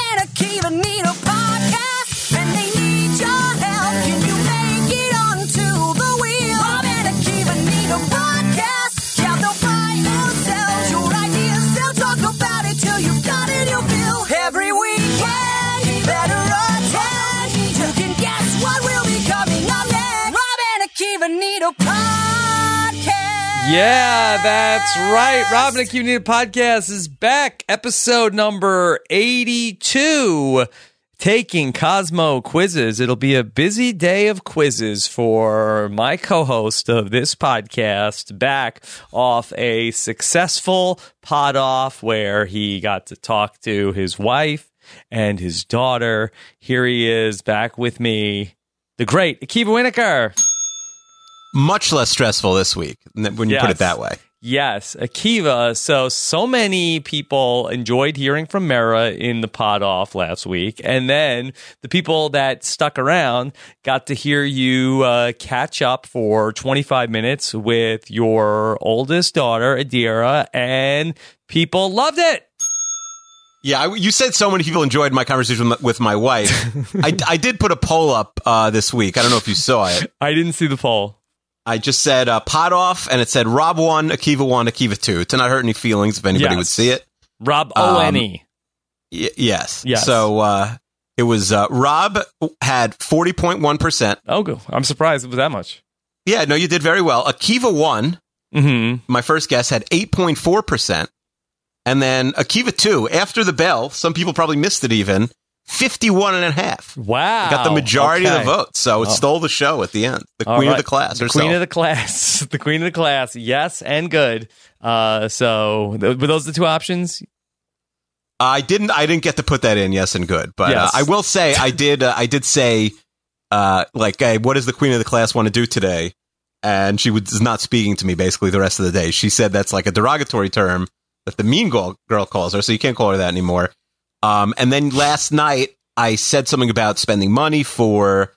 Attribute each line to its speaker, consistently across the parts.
Speaker 1: either need a podcast and they need your help. Can you make it onto the wheel? Rob and Akiva need a podcast. Yeah, they'll buy or sell your ideas. They'll talk about it till you've got it, you'll feel every weekend. Better attend. You can guess what will be coming up next. Rob and Akiva need a podcast.
Speaker 2: Yeah, that's right. Robin and Community Podcast is back, episode number 82, taking Cosmo quizzes. It'll be a busy day of quizzes for my co host of this podcast, back off a successful pod off where he got to talk to his wife and his daughter. Here he is back with me, the great Akiva Winokur.
Speaker 3: much less stressful this week n- when you put
Speaker 2: Yes.
Speaker 3: it that way.
Speaker 2: Yes, Akiva. So, so many people enjoyed hearing from Mara in the pod off last week. And then the people that stuck around got to hear you uh, catch up for 25 minutes with your oldest daughter, Adira, and people loved it.
Speaker 3: Yeah, I, you said so many people enjoyed my conversation with my, with my wife. I, I did put a poll up uh, this week. I don't know if you saw it.
Speaker 2: I didn't see the poll.
Speaker 3: I just said uh, pot off, and it said Rob one, Akiva one, Akiva two. To not hurt any feelings if anybody
Speaker 2: Yes.
Speaker 3: would see it.
Speaker 2: Rob
Speaker 3: Um,
Speaker 2: Owenny.
Speaker 3: Y- yes.
Speaker 2: Yes.
Speaker 3: So uh, it was uh, Rob had forty point one percent.
Speaker 2: Oh, go- I'm surprised it was that much.
Speaker 3: Yeah, no, you did very well. Akiva one,
Speaker 2: Mm-hmm.
Speaker 3: my first guess had eight point four percent, and then Akiva two after the bell. Some people probably missed it even. 51 and a half.
Speaker 2: Wow.
Speaker 3: It got the majority of
Speaker 2: Okay.
Speaker 3: the votes, so it
Speaker 2: Oh.
Speaker 3: stole the show at the end. The
Speaker 2: All
Speaker 3: queen
Speaker 2: right.
Speaker 3: of the class
Speaker 2: The
Speaker 3: herself.
Speaker 2: queen of the class. The queen of the class. Yes, and good. Uh, so th- were those the two options?
Speaker 3: I didn't. I didn't get to put that in. Yes, and good, but
Speaker 2: Yes.
Speaker 3: uh, I will say I did. Uh, I did say, uh, like, hey, what does the queen of the class want to do today? And she was not speaking to me basically the rest of the day. She said that's like a derogatory term that the mean girl, girl calls her, so you can't call her that anymore. Um, and then last night I said something about spending money for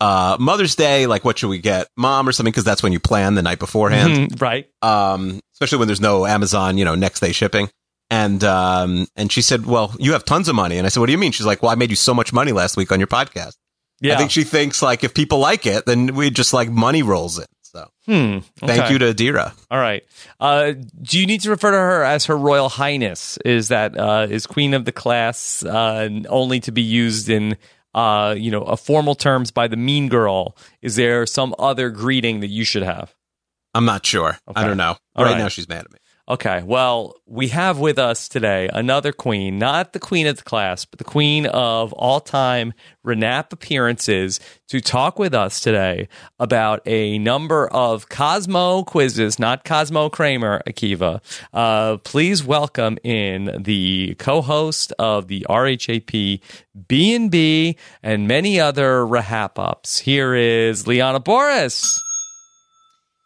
Speaker 3: uh, Mother's Day, like what should we get, mom, or something, because that's when you plan the night beforehand
Speaker 2: Mhm, right.
Speaker 3: um, especially when there's no Amazon, you know, next day shipping. And um, and she said, "Well, you have tons of money." And I said, "What do you mean?" She's like, "Well, I made you so much money last week on your podcast."
Speaker 2: Yeah.
Speaker 3: I think she thinks like if people like it, then we just like money rolls in. So
Speaker 2: Hmm,
Speaker 3: thank
Speaker 2: okay.
Speaker 3: you to Adira.
Speaker 2: All right. Uh, do you need to refer to her as her royal highness? Is that uh, is queen of the class uh, only to be used in uh, you know a formal terms by the mean girl? Is there some other greeting that you should have?
Speaker 3: I'm not sure. I
Speaker 2: Okay.
Speaker 3: don't know.
Speaker 2: All
Speaker 3: right,
Speaker 2: right.
Speaker 3: now, she's mad at me.
Speaker 2: Okay, well, we have with us today another queen, not the queen of the class, but the queen of all time Renap appearances to talk with us today about a number of Cosmo quizzes, not Cosmo Kramer, Akiva. Uh, please welcome in the co host of the RHAP B&B and many other Rahap ups. Here is Liana Boris.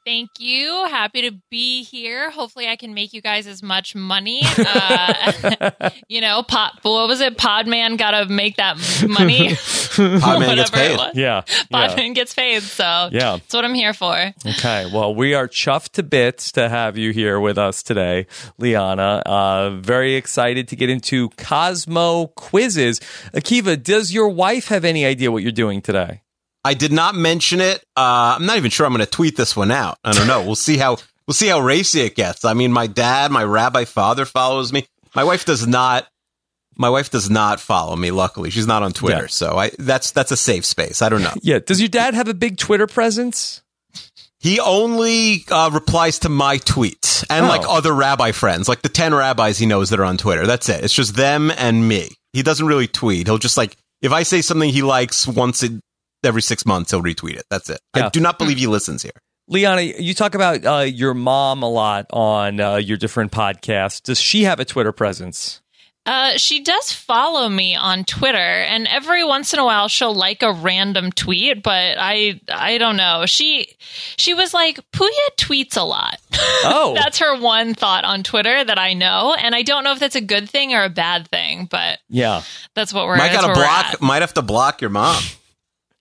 Speaker 4: Thank you. Happy to be here. Hopefully, I can make you guys as much money. Uh, you know, pot. What was it? Podman got to make that
Speaker 3: Podman
Speaker 4: money.
Speaker 3: gets
Speaker 4: Whatever it
Speaker 3: paid.
Speaker 4: was.
Speaker 2: Yeah. yeah.
Speaker 4: Podman gets paid. So
Speaker 2: Yeah.
Speaker 4: that's what I'm here for.
Speaker 2: Okay, well, we are chuffed to bits to have you here with us today, Liana. Uh, very excited to get into Cosmo quizzes. Akiva, does your wife have any idea what you're doing today?
Speaker 3: I did not mention it. Uh, I'm not even sure I'm going to tweet this one out. I don't know. We'll see how we'll see how racy it gets. I mean, my dad, my rabbi father follows me. My wife does not. My wife does not follow me. Luckily, she's not on Twitter,
Speaker 2: Yeah.
Speaker 3: so I that's that's a safe space. I don't know.
Speaker 2: Yeah, does your dad have a big Twitter presence?
Speaker 3: He only uh, replies to my tweets and
Speaker 2: Oh.
Speaker 3: like other rabbi friends, like the ten rabbis he knows that are on Twitter. That's it. It's just them and me. He doesn't really tweet. He'll just like if I say something he likes once it, every six months, he'll retweet it. That's it.
Speaker 2: Yeah.
Speaker 3: I do not believe he listens here.
Speaker 2: Liana, you talk about uh, your mom a lot on uh, your different podcasts. Does she have a Twitter presence?
Speaker 4: Uh, she does follow me on Twitter, and every once in a while she'll like a random tweet. But I, I don't know. She, she was like, Puya tweets a lot.
Speaker 2: Oh.
Speaker 4: that's her one thought on Twitter that I know, and I don't know if that's a good thing or a bad thing. But
Speaker 2: Yeah.
Speaker 4: That's what we're.
Speaker 3: might
Speaker 4: that's
Speaker 3: gotta
Speaker 4: where
Speaker 3: block.
Speaker 4: We're at.
Speaker 3: Might have to block your mom,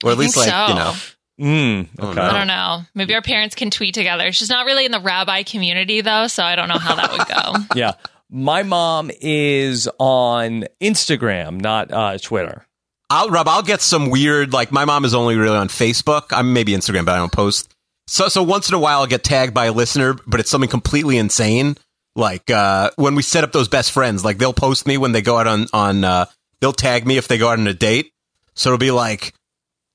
Speaker 3: or at
Speaker 4: I
Speaker 3: least
Speaker 4: think
Speaker 3: like you
Speaker 4: so.
Speaker 3: know.
Speaker 2: Mm,
Speaker 3: Oh,
Speaker 2: okay.
Speaker 3: no.
Speaker 4: I don't know. Maybe our parents can tweet together. She's not really in the rabbi community though, so I don't know how that would go.
Speaker 2: yeah. My mom is on Instagram, not uh, Twitter.
Speaker 3: I'll Rob, I'll get some weird like my mom is only really on Facebook. I'm maybe Instagram, but I don't post. So so once in a while I'll get tagged by a listener, but it's something completely insane. Like uh when we set up those best friends, like they'll post me when they go out on on uh they'll tag me if they go out on a date. So it'll be like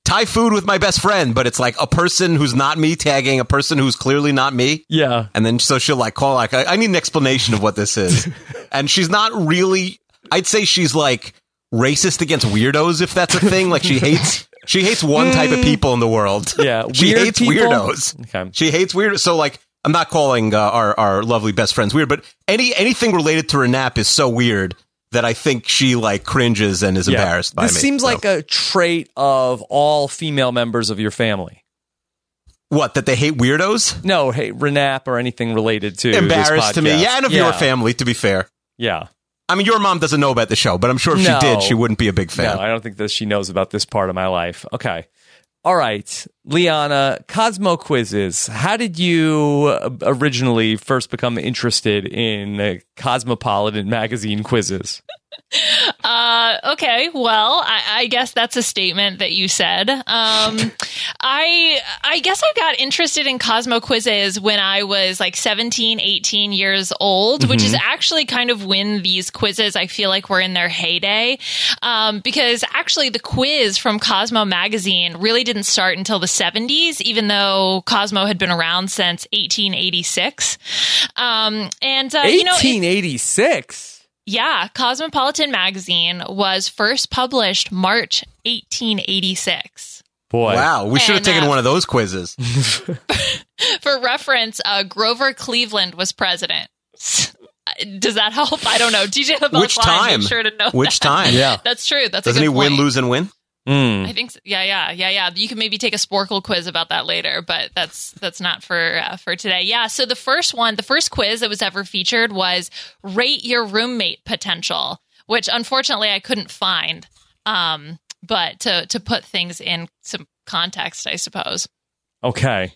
Speaker 3: Thai food with my best friend, but it's like a person who's not me tagging a person who's clearly not me.
Speaker 2: Yeah.
Speaker 3: And then so she'll like call like I, I need an explanation of what this is. and she's not really I'd say she's like racist against weirdos if that's a thing. Like she hates she hates one type of people in the world.
Speaker 2: Mm. Yeah,
Speaker 3: she
Speaker 2: weird
Speaker 3: hates
Speaker 2: people?
Speaker 3: weirdos.
Speaker 2: Okay.
Speaker 3: She hates weirdos. So like I'm not calling uh, our our lovely best friends weird, but any anything related to her nap is so weird that I think she like cringes and is
Speaker 2: Yeah.
Speaker 3: embarrassed by
Speaker 2: this
Speaker 3: me.
Speaker 2: seems
Speaker 3: So-
Speaker 2: like a trait of all female members of your family.
Speaker 3: what that they hate weirdos.
Speaker 2: No, hey, Renap or anything related to this
Speaker 3: Embarrassed to me,
Speaker 2: podcast.
Speaker 3: yeah, and of your family. To be fair,
Speaker 2: Yeah.
Speaker 3: I mean your mom doesn't know about the show, but I'm sure if
Speaker 2: No.
Speaker 3: she did, she wouldn't be a big fan.
Speaker 2: No, I don't think that she knows about this part of my life. Okay. All right, Liana, Cosmo quizzes. How did you uh, originally first become interested in uh, Cosmopolitan magazine quizzes?
Speaker 4: Uh, okay. Well, I, I guess that's a statement that you said. Um, I, I guess I got interested in Cosmo quizzes when I was like 17, 18 years old, which is actually kind of when these quizzes I feel like were in their heyday. Um, because actually the quiz from Cosmo magazine really didn't start until the 70s, even though Cosmo had been around since 1886. Um, and, uh, you know, it-
Speaker 2: 1886.
Speaker 4: yeah, Cosmopolitan magazine was first published March 1886.
Speaker 2: Boy.
Speaker 3: Wow, we should have
Speaker 4: And,
Speaker 3: taken
Speaker 4: uh,
Speaker 3: one of those quizzes.
Speaker 4: For reference, uh, Grover Cleveland was president. Does that help? I don't know. DJ LaBelle
Speaker 3: Which
Speaker 4: Klein,
Speaker 3: time?
Speaker 4: make sure to know.
Speaker 3: Which
Speaker 4: that.
Speaker 3: time?
Speaker 2: Yeah.
Speaker 4: That's true. That's
Speaker 3: Doesn't
Speaker 4: a
Speaker 3: he
Speaker 4: good
Speaker 3: win,
Speaker 4: point.
Speaker 3: lose, and win?
Speaker 2: Mm.
Speaker 4: I think so. yeah, yeah, yeah, yeah. You can maybe take a Sporkle quiz about that later, but that's that's not for uh, for today. Yeah. So the first one, the first quiz that was ever featured was rate your roommate potential, which unfortunately I couldn't find. Um, but to to put things in some context, I suppose.
Speaker 2: Okay.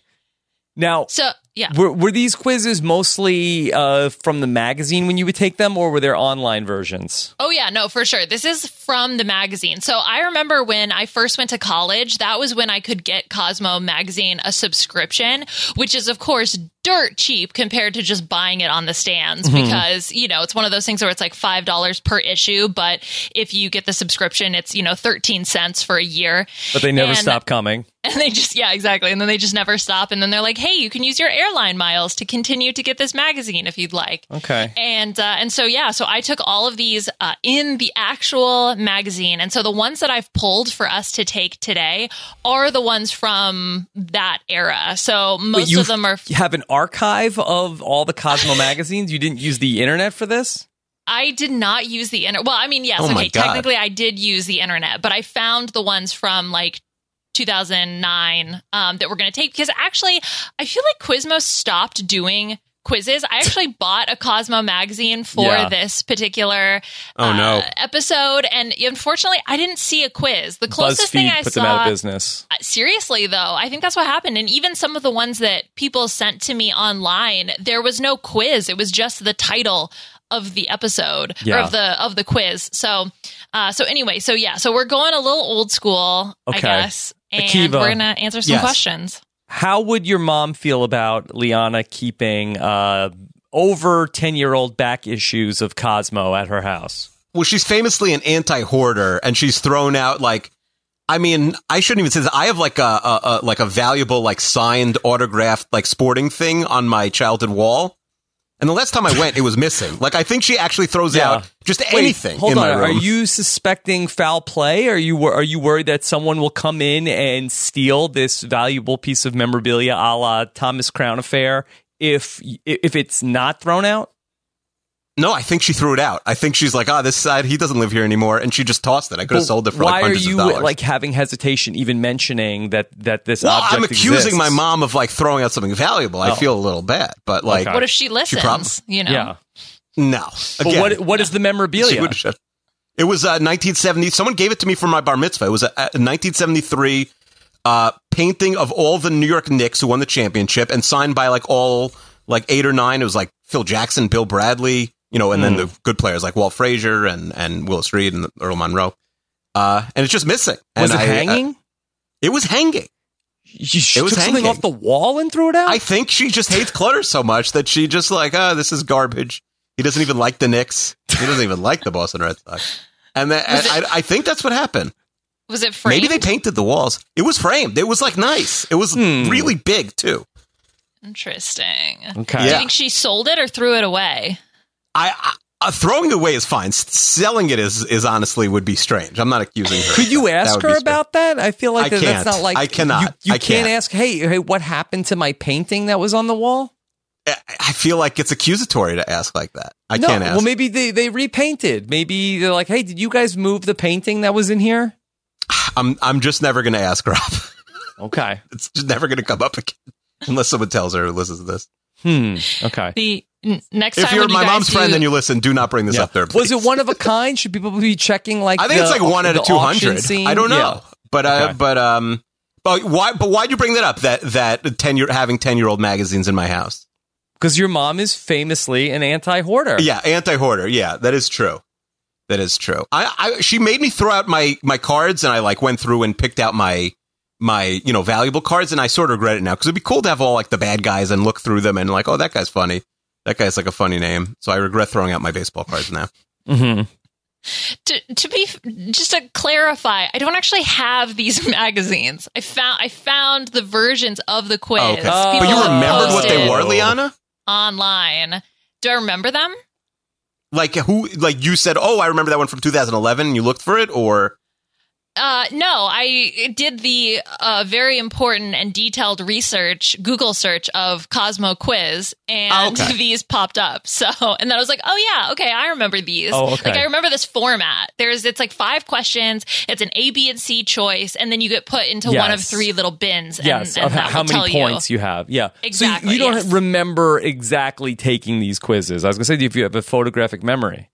Speaker 2: Now,
Speaker 4: So yeah,
Speaker 2: were, were these quizzes mostly uh, from the magazine when you would take them, or were there online versions?
Speaker 4: Oh yeah, no, for sure. This is from the magazine. So I remember when I first went to college, that was when I could get Cosmo magazine a subscription, which is of course dirt cheap compared to just buying it on the stands because, you know, it's one of those things where it's like $5 per issue, but if you get the subscription, it's, you know, 13 cents for a year.
Speaker 2: But they never
Speaker 4: And-
Speaker 2: stopped coming.
Speaker 4: And they just, yeah, exactly. And then they just never stop. And then they're like, hey, you can use your airline miles to continue to get this magazine if you'd like.
Speaker 2: Okay.
Speaker 4: And uh, and so yeah, so I took all of these uh, in the actual magazine, and so the ones that I've pulled for us to take today are the ones from that era. So most
Speaker 2: you
Speaker 4: of them are.
Speaker 2: You have an archive of all the Cosmo magazines. You didn't use the internet for this?
Speaker 4: I did not use the internet. Well, I mean, yes,
Speaker 3: Oh my
Speaker 4: okay,
Speaker 3: God.
Speaker 4: technically I did use the internet, but I found the ones from like 2009 um, that we're going to take because actually I feel like Quizmo stopped doing quizzes. I actually bought a Cosmo magazine for
Speaker 2: Yeah.
Speaker 4: this particular uh,
Speaker 3: Oh, no.
Speaker 4: episode, and unfortunately I didn't see a quiz. The closest thing I
Speaker 2: BuzzFeed put
Speaker 4: saw
Speaker 2: them out of business.
Speaker 4: uh, seriously though i think that's what happened and even some of the ones that people sent to me online there was no quiz it was just the title of the episode or
Speaker 2: Yeah.
Speaker 4: of the of the quiz so uh so anyway so yeah so we're going a little old school
Speaker 2: Okay.
Speaker 4: i guess and
Speaker 2: Akiva.
Speaker 4: we're gonna answer some
Speaker 3: Yes.
Speaker 4: questions
Speaker 2: How would your mom feel about Liana keeping uh, over 10 year old back issues of Cosmo at her house?
Speaker 3: Well, she's famously an anti-hoarder, and she's thrown out like. I mean, I shouldn't even say this. I have like a, a, a like a valuable, like signed, autographed, like sporting thing on my childhood wall. And the last time I went, it was missing. Like I think she actually throws
Speaker 2: Yeah.
Speaker 3: out just
Speaker 2: Wait,
Speaker 3: anything
Speaker 2: Hold
Speaker 3: in
Speaker 2: on.
Speaker 3: my room.
Speaker 2: Are you suspecting foul play? Are you wor- are you worried that someone will come in and steal this valuable piece of memorabilia, a la Thomas Crown affair, if if it's not thrown out?
Speaker 3: no, I think she threw it out. I think she's like, ah, this side he doesn't live here anymore, and she just tossed it. I could have
Speaker 2: But
Speaker 3: sold it for
Speaker 2: why
Speaker 3: like hundreds
Speaker 2: are you
Speaker 3: of dollars.
Speaker 2: like having hesitation even mentioning that that this
Speaker 3: well,
Speaker 2: object
Speaker 3: I'm accusing
Speaker 2: exists?
Speaker 3: my mom of like throwing out something valuable.
Speaker 2: Oh.
Speaker 3: I feel a little bad, but like,
Speaker 2: Okay.
Speaker 4: what if she listens
Speaker 3: prob-
Speaker 4: you know
Speaker 2: Yeah,
Speaker 3: no.
Speaker 2: but
Speaker 3: Again,
Speaker 2: what what is the
Speaker 3: She
Speaker 2: memorabilia?
Speaker 3: would have- It was uh, 1970. Someone gave it to me for my bar mitzvah. It was uh, a, a 1973 uh, painting of all the New York Knicks who won the championship and signed by like all like eight or nine. It was like Phil Jackson, Bill Bradley, you you know, and
Speaker 2: Hmm.
Speaker 3: then the good players like Walt Frazier and and Willis Reed and Earl Monroe. Uh, and it's just missing.
Speaker 2: Was
Speaker 3: and
Speaker 2: it
Speaker 3: I, uh,
Speaker 2: hanging?
Speaker 3: it was hanging.
Speaker 2: you took something
Speaker 3: hanging.
Speaker 2: off the wall and threw it out.
Speaker 3: I think she just hates clutter so much that she just like, ah, this is garbage. He doesn't even like the Knicks. He doesn't even like the Boston Red Sox. And that,
Speaker 4: Was
Speaker 3: I, I think that's what happened.
Speaker 4: Was it framed?
Speaker 3: Maybe they painted the walls. It was framed. It was like nice. It was
Speaker 2: Hmm.
Speaker 3: really big too.
Speaker 4: Interesting.
Speaker 2: okay.
Speaker 4: Do you
Speaker 3: Mm, Yeah.
Speaker 4: think she sold it or threw it away?
Speaker 3: I, I uh, throwing it away is fine. S- Selling it is is honestly would be strange. I'm not accusing her.
Speaker 2: Could you
Speaker 3: That
Speaker 2: ask
Speaker 3: would be
Speaker 2: her
Speaker 3: strange.
Speaker 2: about that? I feel like
Speaker 3: I
Speaker 2: that- that's
Speaker 3: can't.
Speaker 2: not like
Speaker 3: I cannot.
Speaker 2: You, you
Speaker 3: I
Speaker 2: can't
Speaker 3: can't.
Speaker 2: ask. Hey, hey, what happened to my painting that was on the wall?
Speaker 3: I- I feel like it's accusatory to ask like that. I
Speaker 2: no.
Speaker 3: can't ask.
Speaker 2: Well, maybe they they repainted. Maybe they're like, hey, did you guys move the painting that was in here?
Speaker 3: I'm I'm just never going to ask her up.
Speaker 2: Okay.
Speaker 3: it's just never going to come up again unless someone tells her who listens to this.
Speaker 2: Hmm. Okay.
Speaker 4: The n- next
Speaker 3: If
Speaker 4: time
Speaker 3: you're
Speaker 4: when you
Speaker 3: my
Speaker 4: guys
Speaker 3: mom's
Speaker 4: do,
Speaker 3: friend and you listen, do not bring this
Speaker 2: Yeah.
Speaker 3: up there.
Speaker 2: Was it
Speaker 3: please.
Speaker 2: one of a kind? Should people be checking like?
Speaker 3: I think it's
Speaker 2: the-
Speaker 3: like one out
Speaker 2: the
Speaker 3: of two
Speaker 2: auction
Speaker 3: hundred.
Speaker 2: scene?
Speaker 3: I don't know,
Speaker 2: Yeah.
Speaker 3: but
Speaker 2: Okay.
Speaker 3: uh, but um, but why but why'd you bring that up? That that ten year having ten year old magazines in my house.
Speaker 2: Because your mom is famously an anti-hoarder.
Speaker 3: Yeah, anti hoarder. Yeah, that is true. That is true. I, I she made me throw out my my cards, and I like went through and picked out my my you know valuable cards, and I sort of regret it now because it'd be cool to have all like the bad guys and look through them and like oh that guy's funny. That guy's like a funny name, so I regret throwing out my baseball cards now.
Speaker 2: hmm
Speaker 4: to, to be f- just to clarify, I don't actually have these magazines. I found I found the versions of the quiz.
Speaker 3: Oh, okay.
Speaker 2: Oh.
Speaker 3: But you
Speaker 4: People have
Speaker 3: remembered what they
Speaker 4: posted
Speaker 3: were, Liana?
Speaker 4: online. Do I remember them?
Speaker 3: Like who? Like you said? Oh, I remember that one from 2011. And you looked for it, or
Speaker 4: Uh, no, I did the uh, very important and detailed research, Google search of Cosmo Quiz, and
Speaker 3: Oh, okay.
Speaker 4: these popped up. So, and then I was like, oh yeah, okay, I remember these.
Speaker 2: Oh, okay.
Speaker 4: Like I remember this format. There's it's like five questions. It's an A, B, and C choice, and then you get put into one of
Speaker 2: Yes.
Speaker 4: three little bins. And,
Speaker 2: Yes,
Speaker 4: and
Speaker 2: of
Speaker 4: that
Speaker 2: how
Speaker 4: will tell
Speaker 2: many points you. have. Yeah, So
Speaker 4: Exactly,
Speaker 2: you- you, don't
Speaker 4: yes.
Speaker 2: remember exactly taking these quizzes. I was gonna say if you have a photographic memory.
Speaker 4: You.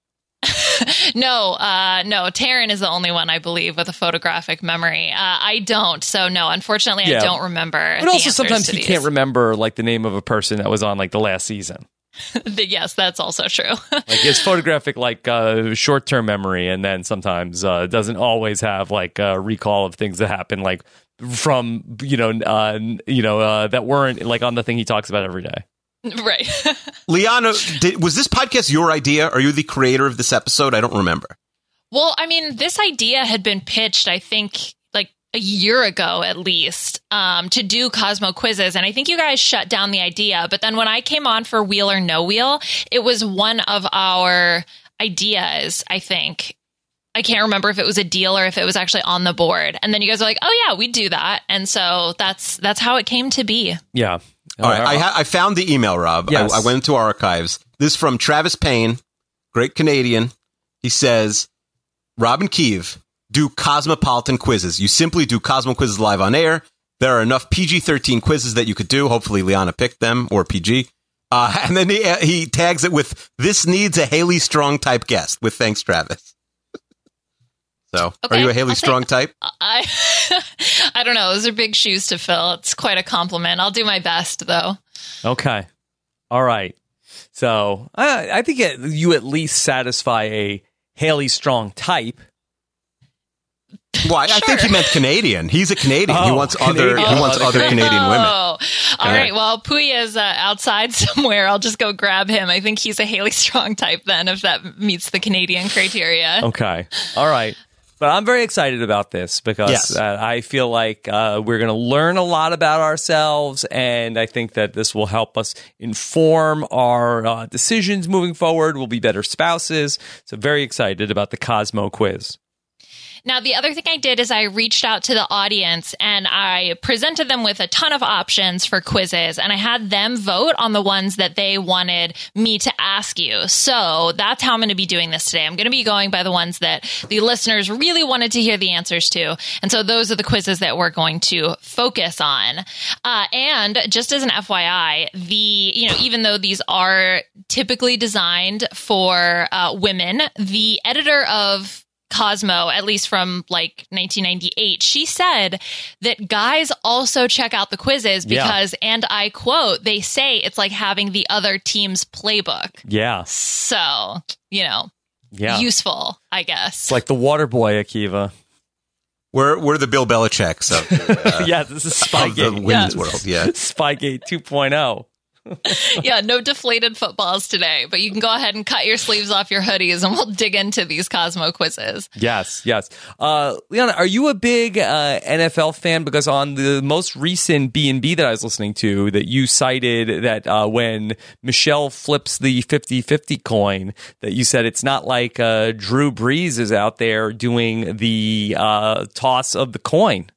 Speaker 4: No, uh, no. Taryn is the only one I believe with a photographic memory. Uh, I don't. So no, unfortunately,
Speaker 2: Yeah.
Speaker 4: I don't remember.
Speaker 2: But
Speaker 4: the
Speaker 2: also
Speaker 4: answers
Speaker 2: sometimes
Speaker 4: to
Speaker 2: you
Speaker 4: these.
Speaker 2: can't remember like the name of a person that was on like the last season.
Speaker 4: yes, that's also true.
Speaker 2: Like it's photographic, like uh, short term memory, and then sometimes uh, it doesn't always have like a recall of things that happen like from you know uh, you know uh, that weren't like on the thing he talks about every day.
Speaker 4: Right.
Speaker 3: Liana? Did, was this podcast your idea? Are you the creator of this episode? I don't remember.
Speaker 4: well, I mean, this idea had been pitched, I think, like a year ago at least, um, to do Cosmo quizzes. And I think you guys shut down the idea. But then when I came on for Wheel or No Wheel, it was one of our ideas, I think. I can't remember if it was a deal or if it was actually on the board. And then you guys were like, "Oh yeah, we do that." And so that's that's how it came to be.
Speaker 2: Yeah. Uh,
Speaker 3: All right, I, ha- I found the email, Rob.
Speaker 2: Yes.
Speaker 3: I, I went into our archives. This is from Travis Payne, great Canadian. He says, Rob and Keeve do cosmopolitan quizzes. You simply do Cosmo quizzes live on air. There are enough PG 13 quizzes that you could do. Hopefully, Liana picked them or PG. Uh, and then he, he tags it with, This needs a Haley Strong type guest, with thanks, Travis. so,
Speaker 4: Okay,
Speaker 3: are you a
Speaker 4: I'll
Speaker 3: Haley
Speaker 4: take-
Speaker 3: Strong type?
Speaker 4: I I don't know. Those are big shoes to fill. It's quite a compliment. I'll do my best though.
Speaker 2: uh, Okay. All right. So I I think it, you at least satisfy a Haley Strong type.
Speaker 3: Well, I, I think he
Speaker 4: Sure.
Speaker 3: meant Canadian. He's a Canadian. he
Speaker 2: Oh,
Speaker 3: wants other
Speaker 2: Canadian.
Speaker 3: he wants
Speaker 2: Oh,
Speaker 3: other
Speaker 2: okay.
Speaker 3: Canadian women.
Speaker 4: Oh, all
Speaker 3: Yeah.
Speaker 4: right. Well, Puya's uh, outside somewhere. I'll just go grab him. I think he's a Haley Strong type then, if that meets the Canadian criteria.
Speaker 2: Okay. All right. But I'm very excited about this because
Speaker 3: Yes.
Speaker 2: uh, I feel like uh, we're going to learn a lot about ourselves. And I think that this will help us inform our uh, decisions moving forward. We'll be better spouses. So, very excited about the Cosmo quiz.
Speaker 4: Now, the other thing I did is I reached out to the audience and I presented them with a ton of options for quizzes, and I had them vote on the ones that they wanted me to ask you. So that's how I'm going to be doing this today. I'm going to be going by the ones that the listeners really wanted to hear the answers to. And so those are the quizzes that we're going to focus on. Uh, and just as an FYI, the, you know, even though these are typically designed for uh, women, the editor of Cosmo, at least from like 1998, she said that guys also check out the quizzes
Speaker 2: Yeah.
Speaker 4: because, and I quote, they say it's like having the other team's playbook.
Speaker 2: Yeah.
Speaker 4: So, you know,
Speaker 2: Yeah.
Speaker 4: useful, I guess.
Speaker 2: it's like the water boy, Akiva.
Speaker 3: We're we're the Bill Belichick of, uh,
Speaker 2: yeah, this is
Speaker 3: of the
Speaker 2: Spygate.
Speaker 3: women's
Speaker 4: Yeah.
Speaker 3: world. Yeah.
Speaker 2: Spygate oh. 2.0.
Speaker 4: yeah, no deflated footballs today, but you can go ahead and cut your sleeves off your hoodies and we'll dig into these Cosmo quizzes.
Speaker 2: Yes, yes. Uh, Liana, are you a big uh, NFL fan? Because on the most recent B and B that I was listening to, that you cited that uh, when Michelle flips the 50-50 coin, that you said it's not like uh, Drew Brees is out there doing the uh, toss of the coin.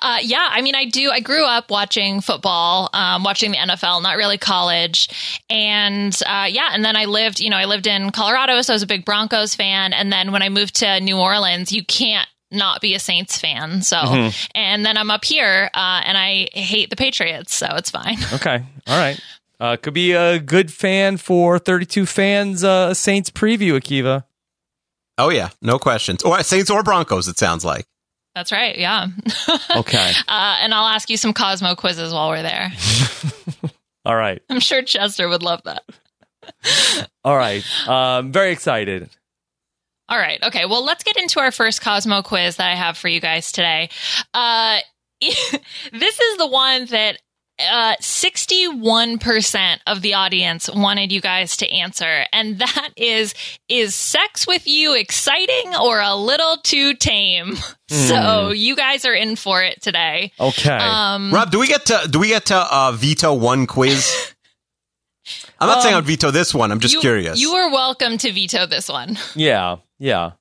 Speaker 4: Uh, yeah, I mean, I do. I grew up watching football, um, watching the NFL, not really college. And uh, yeah, and then I lived, you know, I lived in Colorado, so I was a big Broncos fan. And then when I moved to New Orleans, you can't not be a Saints fan. So, and then I'm up here uh, and I hate the Patriots, so it's fine.
Speaker 2: Okay, all right. Uh, could be a good fan for 32 fans uh, Saints preview, Akiva.
Speaker 3: Oh yeah, no questions. Or Saints or Broncos. It sounds like.
Speaker 4: That's right. Yeah.
Speaker 2: Okay,
Speaker 4: Uh, and I'll ask you some Cosmo quizzes while we're there.
Speaker 2: all right,
Speaker 4: I'm sure Chester would love that.
Speaker 2: all right. Um, very excited.
Speaker 4: All right. Okay. Well, let's get into our first Cosmo quiz that I have for you guys today. Uh, this is the one that uh, 61% of the audience wanted you guys to answer. And that is Is sex with you exciting or a little too tame? So you guys are in for it today.
Speaker 2: Okay. Mm.
Speaker 4: Um,
Speaker 3: Rob, do we get to do we get to uh, veto one quiz? I'm not saying
Speaker 2: Um,
Speaker 3: I'd veto this one. I'm just
Speaker 4: you-
Speaker 3: curious.
Speaker 4: You are welcome to veto this one.
Speaker 2: yeah, yeah.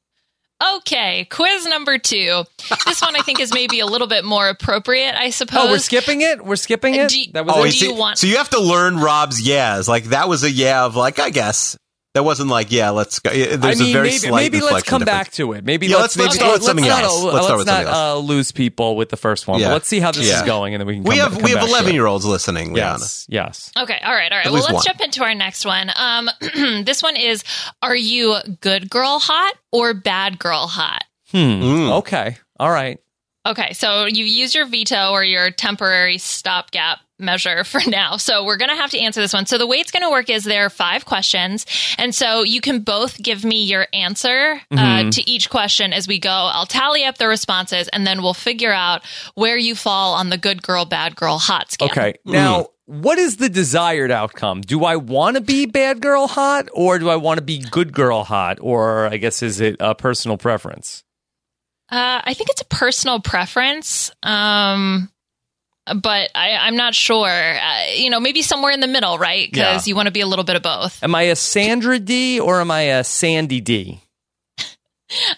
Speaker 4: Okay, quiz number two. This one I think is maybe a little bit more appropriate, I suppose.
Speaker 2: Oh, we're skipping it. We're skipping it.
Speaker 4: Do-
Speaker 2: That was
Speaker 4: Oh,
Speaker 2: it?
Speaker 3: I
Speaker 4: do
Speaker 3: see.
Speaker 4: you want-
Speaker 3: So you have to learn Rob's yeahs. Like that was a yeah of like I guess that wasn't like yeah. Let's go. Yeah,
Speaker 2: I
Speaker 3: There's
Speaker 2: mean,
Speaker 3: a very
Speaker 2: maybe,
Speaker 3: slight
Speaker 2: maybe let's
Speaker 3: inflection
Speaker 2: come
Speaker 3: difference.
Speaker 2: back to it. Maybe
Speaker 3: Yeah,
Speaker 2: let's,
Speaker 3: let's- let's
Speaker 4: go with
Speaker 3: something
Speaker 2: not,
Speaker 3: else.
Speaker 2: uh,
Speaker 3: Let's start with
Speaker 2: not
Speaker 3: something
Speaker 2: uh, lose people with the first one. But
Speaker 3: Yeah.
Speaker 2: let's see how this is
Speaker 3: Yeah.
Speaker 2: going, and then we can. Come
Speaker 3: We
Speaker 2: ba-
Speaker 3: have
Speaker 2: come
Speaker 3: we
Speaker 2: back
Speaker 3: have
Speaker 2: to it.
Speaker 3: 11 year olds listening. Liana.
Speaker 2: Yes, yes.
Speaker 4: Okay, all right, all right. Well,
Speaker 3: least
Speaker 4: let's
Speaker 3: one.
Speaker 4: jump into our next one. Um, this one is Are you good girl hot or bad girl hot?
Speaker 2: Hmm.
Speaker 3: Mm.
Speaker 2: Okay. All right.
Speaker 4: Okay, so you've used your veto or your temporary stopgap measure for now. So we're going to have to answer this one. So the way it's going to work is there are five questions. And so you can both give me your answer uh,
Speaker 3: Mm-hmm.
Speaker 2: Mhm.
Speaker 4: to each question as we go. I'll tally up the responses and then we'll figure out where you fall on the good girl, bad girl, hot scale.
Speaker 2: Okay.
Speaker 3: Mm.
Speaker 2: Now, what is the desired outcome? Do I want to be bad girl hot, or do I want to be good girl hot, or I guess is it a personal preference?
Speaker 4: Uh, I think it's a personal preference. Um, but I, I'm not sure. Uh, you know, maybe somewhere in the middle, right? Because
Speaker 2: Yeah.
Speaker 4: you want to be a little bit of both.
Speaker 2: Am I a Sandra D or am I a Sandy D?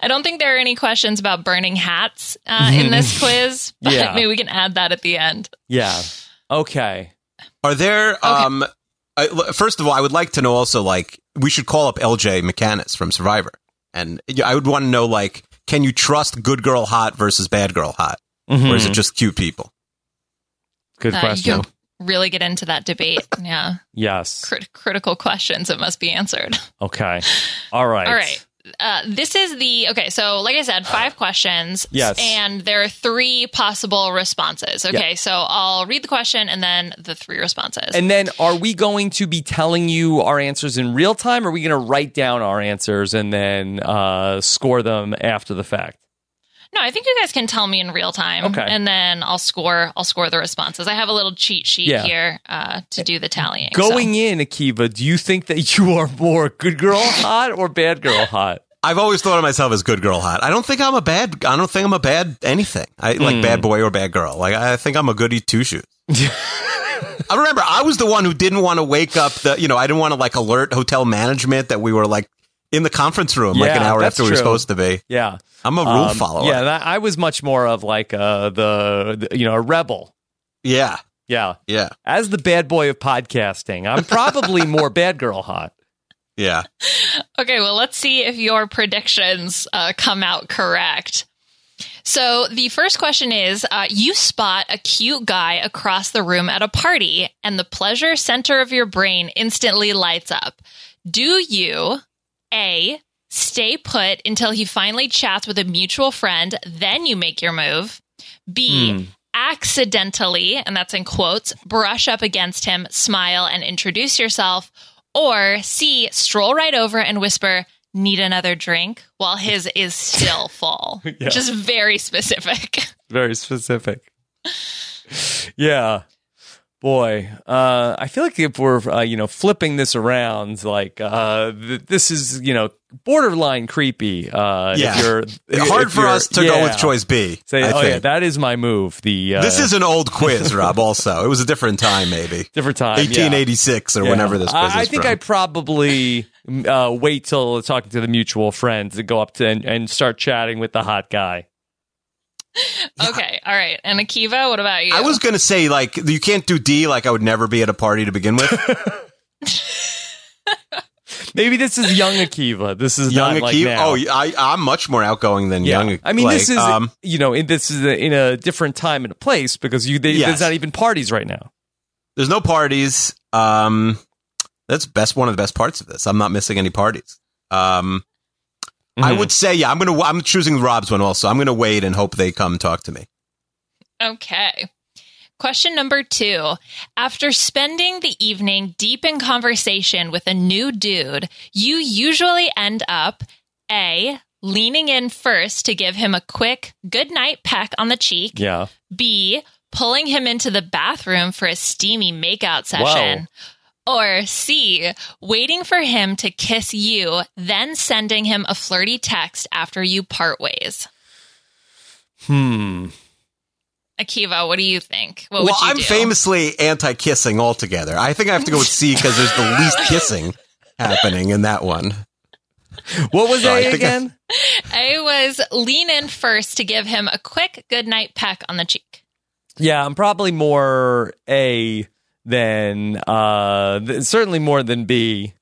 Speaker 4: I don't think there are any questions about burning hats uh, in this quiz, but
Speaker 2: Yeah.
Speaker 4: maybe we can add that at the end.
Speaker 2: Yeah. Okay.
Speaker 3: Are there? Um, I, l- first of all, I would like to know also like we should call up LJ McCannis from Survivor, and yeah, I would want to know like can you trust good girl hot versus bad girl hot, or is
Speaker 2: Mhm.
Speaker 3: it just cute people?
Speaker 2: Good
Speaker 4: Uh,
Speaker 2: question.
Speaker 4: You can really get into that debate. Yeah.
Speaker 2: Yes.
Speaker 4: Crit- critical questions that must be answered.
Speaker 2: Okay. All right.
Speaker 4: All right. Uh, this is the okay. So, like I said, five questions.
Speaker 2: Yes.
Speaker 4: And there are three possible responses. Okay. So I'll read the question and then the three responses.
Speaker 2: And then are we going to be telling you our answers in real time? Or are we going to write down our answers and then uh, score them after the fact?
Speaker 4: no, I think you guys can tell me in real time.
Speaker 2: Okay.
Speaker 4: And then I'll score. I'll score the responses. I have a little cheat sheet
Speaker 2: Yeah.
Speaker 4: here uh, to do the tallying. so-
Speaker 2: Going in, Akiva, do you think that you are more good girl hot or bad girl hot?
Speaker 3: I've always thought of myself as good girl hot. I don't think I'm a bad. I don't think I'm a bad anything. I like
Speaker 2: Hmm.
Speaker 3: bad boy or bad girl. Like I think I'm a goody two shoes. I remember I was the one who didn't want to wake up the. You know, I didn't want to like alert hotel management that we were like in the conference room like an
Speaker 2: Yeah,
Speaker 3: hour
Speaker 2: that's
Speaker 3: after we were
Speaker 2: true.
Speaker 3: supposed to be.
Speaker 2: Yeah.
Speaker 3: I'm a rule
Speaker 2: Um,
Speaker 3: follower.
Speaker 2: Yeah. That, I was much more of like uh, the, the, you know, a rebel.
Speaker 3: yeah,
Speaker 2: Yeah.
Speaker 3: yeah,
Speaker 2: As the bad boy of podcasting, I'm probably more bad girl hot.
Speaker 3: yeah.
Speaker 4: Okay, well, let's see if your predictions uh, come out correct. So, the first question is uh, You spot a cute guy across the room at a party, and the pleasure center of your brain instantly lights up. Do you A, stay put until he finally chats with a mutual friend, then you make your move. B, accidentally, and that's in quotes, brush up against him, smile, and introduce yourself. Or C, stroll right over and whisper, need another drink, while his is still full, which is very specific.
Speaker 2: Very specific. yeah. Boy, uh, I feel like if we're uh, you know flipping this around, like uh, th- this is you know borderline creepy. Uh,
Speaker 3: Yeah.
Speaker 2: if you're, if
Speaker 3: Hard for
Speaker 2: you're-
Speaker 3: us to
Speaker 2: yeah.
Speaker 3: go with choice B.
Speaker 2: Say,
Speaker 3: I
Speaker 2: oh yeah,
Speaker 3: think.
Speaker 2: that is my move. The uh,
Speaker 3: this is an old quiz, Rob. Also, it was a different time, maybe
Speaker 2: different time. yeah.
Speaker 3: 1886 or
Speaker 2: Yeah.
Speaker 3: whenever this quiz
Speaker 2: I, I
Speaker 3: is
Speaker 2: think
Speaker 3: from.
Speaker 2: I probably uh, wait till talking to the mutual friend to go up to and, and start chatting with the hot guy.
Speaker 4: okay, all right. And Akiva, what about you?
Speaker 3: I was gonna say like you can't do D. Like I would never be at a party to begin with.
Speaker 2: Maybe this is young Akiva. This is
Speaker 3: young
Speaker 2: not like
Speaker 3: Akiva.
Speaker 2: now.
Speaker 3: oh, I I'm much more outgoing than
Speaker 2: Yeah.
Speaker 3: young.
Speaker 2: I mean,
Speaker 3: like, um,
Speaker 2: this is you know, in, this is a, in a different time and a place because you they,
Speaker 3: Yes.
Speaker 2: there's not even parties right now.
Speaker 3: there's no parties. Um, that's best one of the best parts of this. I'm not missing any parties. Um, I
Speaker 2: Mhm.
Speaker 3: would say yeah. I'm gonna I'm choosing Rob's one also. I'm gonna wait and hope they come talk to me.
Speaker 4: Okay. Question number two. After spending the evening deep in conversation with a new dude, you usually end up A, leaning in first to give him a quick good night peck on the cheek,
Speaker 2: Yeah.
Speaker 4: B, pulling him into the bathroom for a steamy makeout session, or C, waiting for him to kiss you, then sending him a flirty text after you part ways.
Speaker 2: Hmm.
Speaker 4: Akiva, what do you think? What
Speaker 3: well,
Speaker 4: would you
Speaker 3: I'm
Speaker 4: do?
Speaker 3: famously anti kissing altogether. I think I have to go with C because there's the least kissing happening in that one.
Speaker 2: What was
Speaker 3: Oh, I
Speaker 2: A
Speaker 3: think I-
Speaker 2: again?
Speaker 4: I was lean in first to give him a quick goodnight peck on the cheek.
Speaker 2: Yeah, I'm probably more A than uh th- certainly more than B.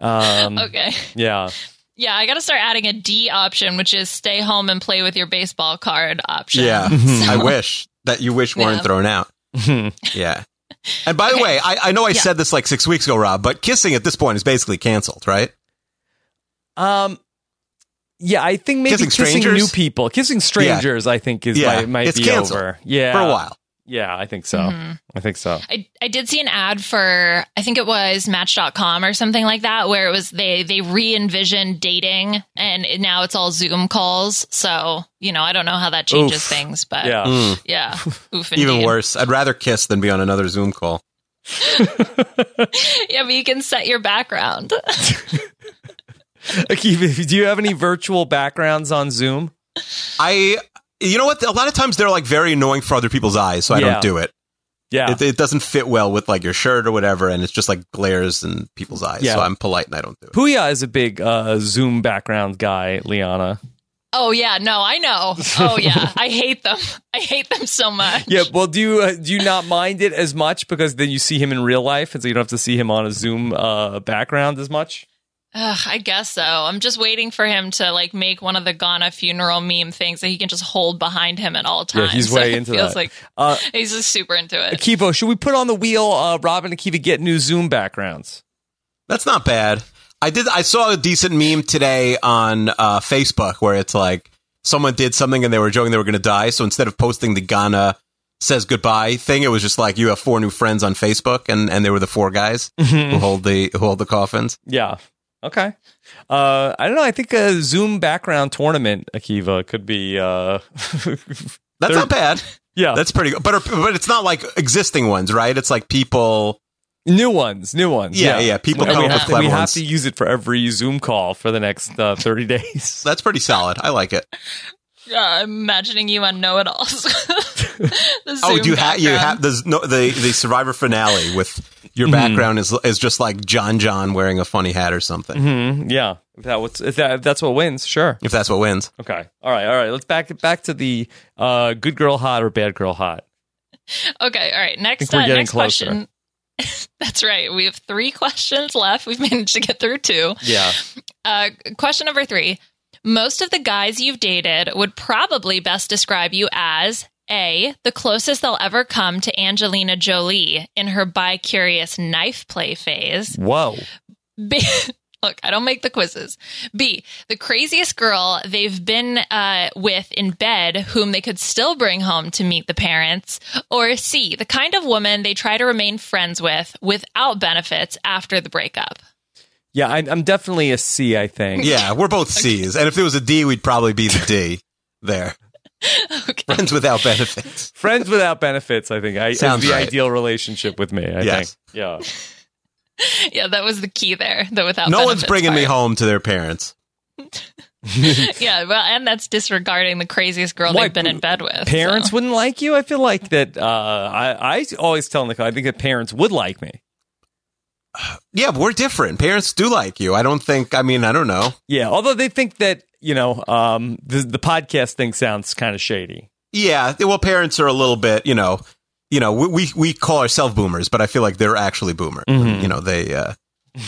Speaker 3: Hmm.
Speaker 2: Um
Speaker 4: Okay.
Speaker 2: yeah.
Speaker 4: Yeah, I got to start adding a D option, which is stay home and play with your baseball card option.
Speaker 3: Yeah,
Speaker 2: Mhm.
Speaker 3: I wish that you wish weren't
Speaker 4: Yeah.
Speaker 3: thrown out. Yeah. And by
Speaker 4: Okay.
Speaker 3: the way, I, I know I
Speaker 4: Yeah.
Speaker 3: said this like six weeks ago, Rob, but kissing at this point is basically canceled, right?
Speaker 2: um yeah, I think maybe
Speaker 3: Kissing
Speaker 2: kissing,
Speaker 3: strangers?
Speaker 2: new people, kissing strangers, I think is
Speaker 3: Yeah,
Speaker 2: might, might
Speaker 3: it's
Speaker 2: be
Speaker 3: canceled
Speaker 2: over. Yeah,
Speaker 3: For a while.
Speaker 2: Yeah, I think so.
Speaker 4: Mhm.
Speaker 2: I think so.
Speaker 4: I, I did see an ad for I think it was match.com or something like that where it was they they re-envisioned dating and it- now it's all Zoom calls. So, you know, I don't know how that changes
Speaker 2: Oof.
Speaker 4: things, but
Speaker 2: Yeah.
Speaker 3: Mm,
Speaker 4: yeah. Oof,
Speaker 3: even
Speaker 4: indeed.
Speaker 3: worse. I'd rather kiss than be on another Zoom call.
Speaker 4: Yeah, but you can set your background.
Speaker 2: Akiva, do you have any virtual backgrounds on Zoom?
Speaker 3: I, you know what? A lot of times they're like very annoying for other people's eyes, so I
Speaker 2: Yeah.
Speaker 3: don't do it.
Speaker 2: Yeah.
Speaker 3: It, it doesn't fit well with like your shirt or whatever, and it's just like glares in people's eyes.
Speaker 2: Yeah.
Speaker 3: So I'm polite and I don't do it.
Speaker 2: Puya is a big uh, Zoom background guy, Liana.
Speaker 4: Oh yeah, no, I know. Oh yeah, I hate them. I hate them so much.
Speaker 2: Yeah, well, do you uh, do you not mind it as much because then you see him in real life, and so you don't have to see him on a Zoom uh, background as much?
Speaker 4: Ugh, I guess so. I'm just waiting for him to like make one of the Ghana funeral meme things that he can just hold behind him at all
Speaker 2: Yeah,
Speaker 4: times.
Speaker 2: he's
Speaker 4: So
Speaker 2: way
Speaker 4: it
Speaker 2: into
Speaker 4: feels
Speaker 2: that.
Speaker 4: Like
Speaker 2: Uh,
Speaker 4: he's just super into it.
Speaker 2: Akivo, should we put on the wheel? Uh, Robin Akiva get new Zoom backgrounds.
Speaker 3: That's not bad. I did. I saw a decent meme today on uh, Facebook where it's like someone did something and they were joking they were going to die. So instead of posting the Ghana says goodbye thing, it was just like you have four new friends on Facebook, and and they were the four guys
Speaker 2: Mm-hmm.
Speaker 3: who hold the who hold the coffins.
Speaker 2: Yeah. Okay. Uh, I don't know. I think a Zoom background tournament, Akiva, could be. Uh,
Speaker 3: That's
Speaker 2: They're-
Speaker 3: not bad.
Speaker 2: yeah.
Speaker 3: That's pretty good. But are- but it's not like existing ones, right? It's like people.
Speaker 2: New ones, new ones.
Speaker 3: Yeah, yeah, people
Speaker 2: And
Speaker 4: come
Speaker 2: we
Speaker 4: up
Speaker 2: have
Speaker 4: with
Speaker 2: to, we
Speaker 3: clever
Speaker 2: have
Speaker 3: ones.
Speaker 2: to use it for every Zoom call for the next uh, thirty days.
Speaker 3: That's pretty solid. I like it.
Speaker 4: Yeah, I'm imagining you on know it alls.
Speaker 3: Oh, do you have you have the no, the the Survivor finale with your background is is just like John John wearing a funny hat or something.
Speaker 2: hmm Yeah. If that was, if that if that's what wins, sure.
Speaker 3: If that's what wins.
Speaker 2: Okay. All right. All right. Let's back back to the uh, good girl hot or bad girl hot.
Speaker 4: Okay, all right. Next,
Speaker 2: we're
Speaker 4: uh,
Speaker 2: getting
Speaker 4: next
Speaker 2: closer.
Speaker 4: question. That's right. We have three questions left. We've managed to get through two.
Speaker 2: Yeah.
Speaker 4: Uh, question number three. Most of the guys you've dated would probably best describe you as A, the closest they'll ever come to Angelina Jolie in her bi curious knife play phase,
Speaker 2: Whoa.
Speaker 4: B, Look, I don't make the quizzes. B, the craziest girl they've been uh, with in bed, whom they could still bring home to meet the parents. Or C, the kind of woman they try to remain friends with without benefits after the breakup.
Speaker 2: Yeah, I, I'm definitely a C. I think.
Speaker 3: Yeah, we're both C's. And if there was a D, we'd probably be the D there.
Speaker 4: Okay.
Speaker 3: Friends without benefits.
Speaker 2: Friends without benefits. I think I is
Speaker 3: Sounds
Speaker 2: the
Speaker 3: right.
Speaker 2: ideal relationship with me. I
Speaker 3: Yes.
Speaker 2: think. Yeah.
Speaker 4: Yeah, that was the key there. The without
Speaker 3: no one's
Speaker 4: benefits
Speaker 3: bringing me
Speaker 4: part.
Speaker 3: home to their parents.
Speaker 4: yeah, well, and that's disregarding the craziest girl
Speaker 2: Why,
Speaker 4: they've been in bed with.
Speaker 2: Parents
Speaker 4: so.
Speaker 2: wouldn't like you. I feel like that. Uh, I I always tell Nicole. I think that parents would like me.
Speaker 3: Yeah, but we're different. Parents do like you. I don't think, I mean, I don't know.
Speaker 2: Yeah, although they think that you know um, the the podcast thing sounds kind of shady.
Speaker 3: Yeah, well, parents are a little bit, you know, you know, we we, we call ourselves boomers, but I feel like they're actually boomer. You know, they uh,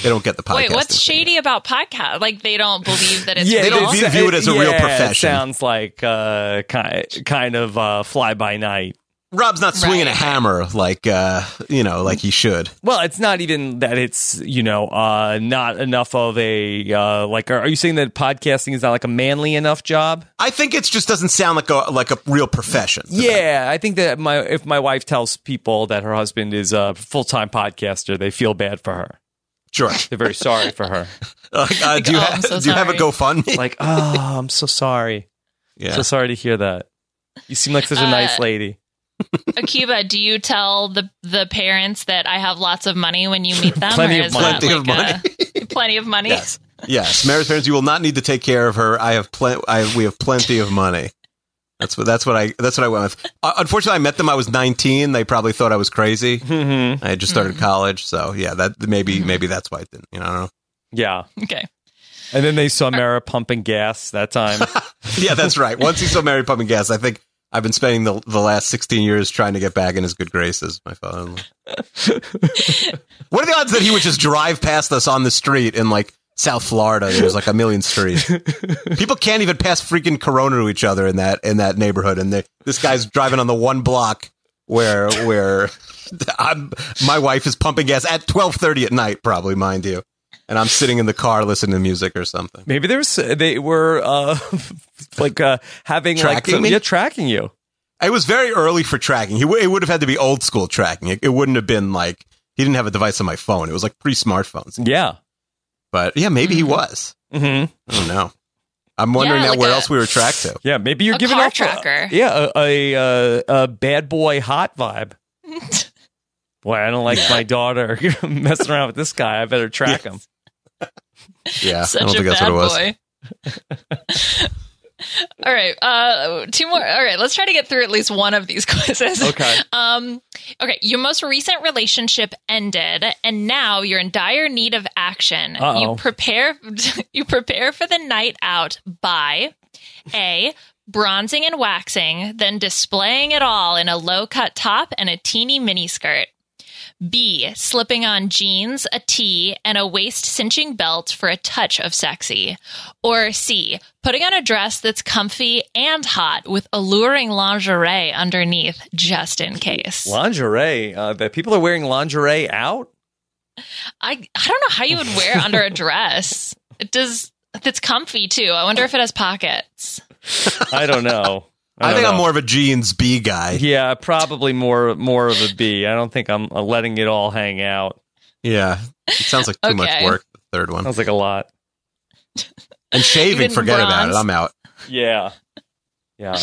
Speaker 3: they don't get the podcast.
Speaker 4: Wait, what's shady about podcast? Like they don't believe that it's
Speaker 3: they
Speaker 4: real.
Speaker 3: don't view- view it as a real
Speaker 2: yeah, It
Speaker 3: profession.
Speaker 2: sounds like uh, kind kind of uh, fly by night.
Speaker 3: Rob's not swinging a
Speaker 4: Right.
Speaker 3: hammer like uh, you know, like he should.
Speaker 2: Well, it's not even that it's you know uh, not enough of a uh, like. Are, are you saying that podcasting is not like a manly enough job?
Speaker 3: I think it just doesn't sound like a like a real profession.
Speaker 2: Yeah, I think that my if my wife tells people that her husband is a full time podcaster, they feel bad for her.
Speaker 3: sure.
Speaker 2: They're very sorry for her.
Speaker 3: Uh, uh, do you
Speaker 4: oh,
Speaker 3: have
Speaker 4: I'm so
Speaker 3: do you have a
Speaker 4: sorry.
Speaker 3: GoFundMe?
Speaker 2: Like, oh, I'm so sorry.
Speaker 3: yeah.
Speaker 2: So sorry to hear that. You seem like such a
Speaker 4: Uh,
Speaker 2: nice lady.
Speaker 4: Akiba, do you tell the the parents that I have lots of money when you meet them?
Speaker 2: Plenty of
Speaker 4: is
Speaker 2: money.
Speaker 4: that
Speaker 3: Plenty of
Speaker 4: A, plenty of money.
Speaker 3: yes. Yes, Mary's parents. You will not need to take care of her. I have plen- I we have plenty of money. That's what that's what I that's what I went with. Uh, unfortunately, I met them. I was nineteen. They probably thought I was crazy.
Speaker 2: Mm-hmm.
Speaker 3: I had just started college, so yeah, that maybe maybe that's why it didn't. You know, I don't know.
Speaker 2: Yeah.
Speaker 4: Okay.
Speaker 2: And then they saw Mara pumping gas that time.
Speaker 3: Yeah, that's right. Once he saw Mary pumping gas, I think I've been spending the the last sixteen years trying to get back in his good graces. My father. what are the odds that he would just drive past us on the street in like South Florida? There's like a million streets. People can't even pass freaking Corona to each other in that in that neighborhood, and they, this guy's driving on the one block where where I'm, my wife is pumping gas at twelve thirty at night, probably, mind you. And I'm sitting in the car listening to music or something.
Speaker 2: Maybe there was they were uh, like uh, having like
Speaker 3: Tracking
Speaker 2: some-
Speaker 3: me?
Speaker 2: yeah tracking you.
Speaker 3: It was very early for tracking. He w- it would have had to be old school tracking. It, it wouldn't have been like he didn't have a device on my phone. It was like pre smartphones.
Speaker 2: Yeah.
Speaker 3: But yeah, maybe he was.
Speaker 2: Mm-hmm.
Speaker 3: I don't know. I'm wondering
Speaker 4: Yeah,
Speaker 3: now
Speaker 4: like
Speaker 3: where
Speaker 4: a-
Speaker 3: else we were tracked to.
Speaker 2: Yeah. Maybe you're
Speaker 4: A
Speaker 2: giving
Speaker 4: car
Speaker 2: off a-
Speaker 4: tracker.
Speaker 2: yeah, a, a, uh, a a bad boy hot vibe. Boy, I don't like my daughter messing around with this guy. I better track him.
Speaker 3: Yeah, I don't
Speaker 4: Such a
Speaker 3: think that's
Speaker 4: bad
Speaker 3: what it was.
Speaker 4: boy. All right, uh, two more. All right, let's try to get through at least one of these quizzes.
Speaker 2: Okay.
Speaker 4: Um, okay, your most recent relationship ended, and now you're in dire need of action.
Speaker 2: Uh-oh.
Speaker 4: You prepare. You prepare for the night out by a bronzing and waxing, then displaying it all in a low cut top and a teeny mini skirt. B. Slipping on jeans, a tee, and a waist cinching belt for a touch of sexy. Or C. Putting on a dress that's comfy and hot with alluring lingerie underneath just in case.
Speaker 2: Lingerie. Uh, that people are wearing lingerie out.
Speaker 4: I, I don't know how you would wear under a dress. It does, that's comfy too. I wonder if it has pockets.
Speaker 2: I don't know.
Speaker 3: I,
Speaker 2: don't
Speaker 3: think I'm
Speaker 2: know.
Speaker 3: more of a jeans B guy.
Speaker 2: Yeah, probably more more of a B. I don't think I'm uh, letting it all hang out.
Speaker 3: Yeah, it sounds like too much
Speaker 4: Okay.
Speaker 3: work. The third one
Speaker 2: Sounds like a lot.
Speaker 3: and shaving.
Speaker 4: didn't
Speaker 3: Forget about it.
Speaker 4: bronze.
Speaker 3: I'm out.
Speaker 2: Yeah. Yeah.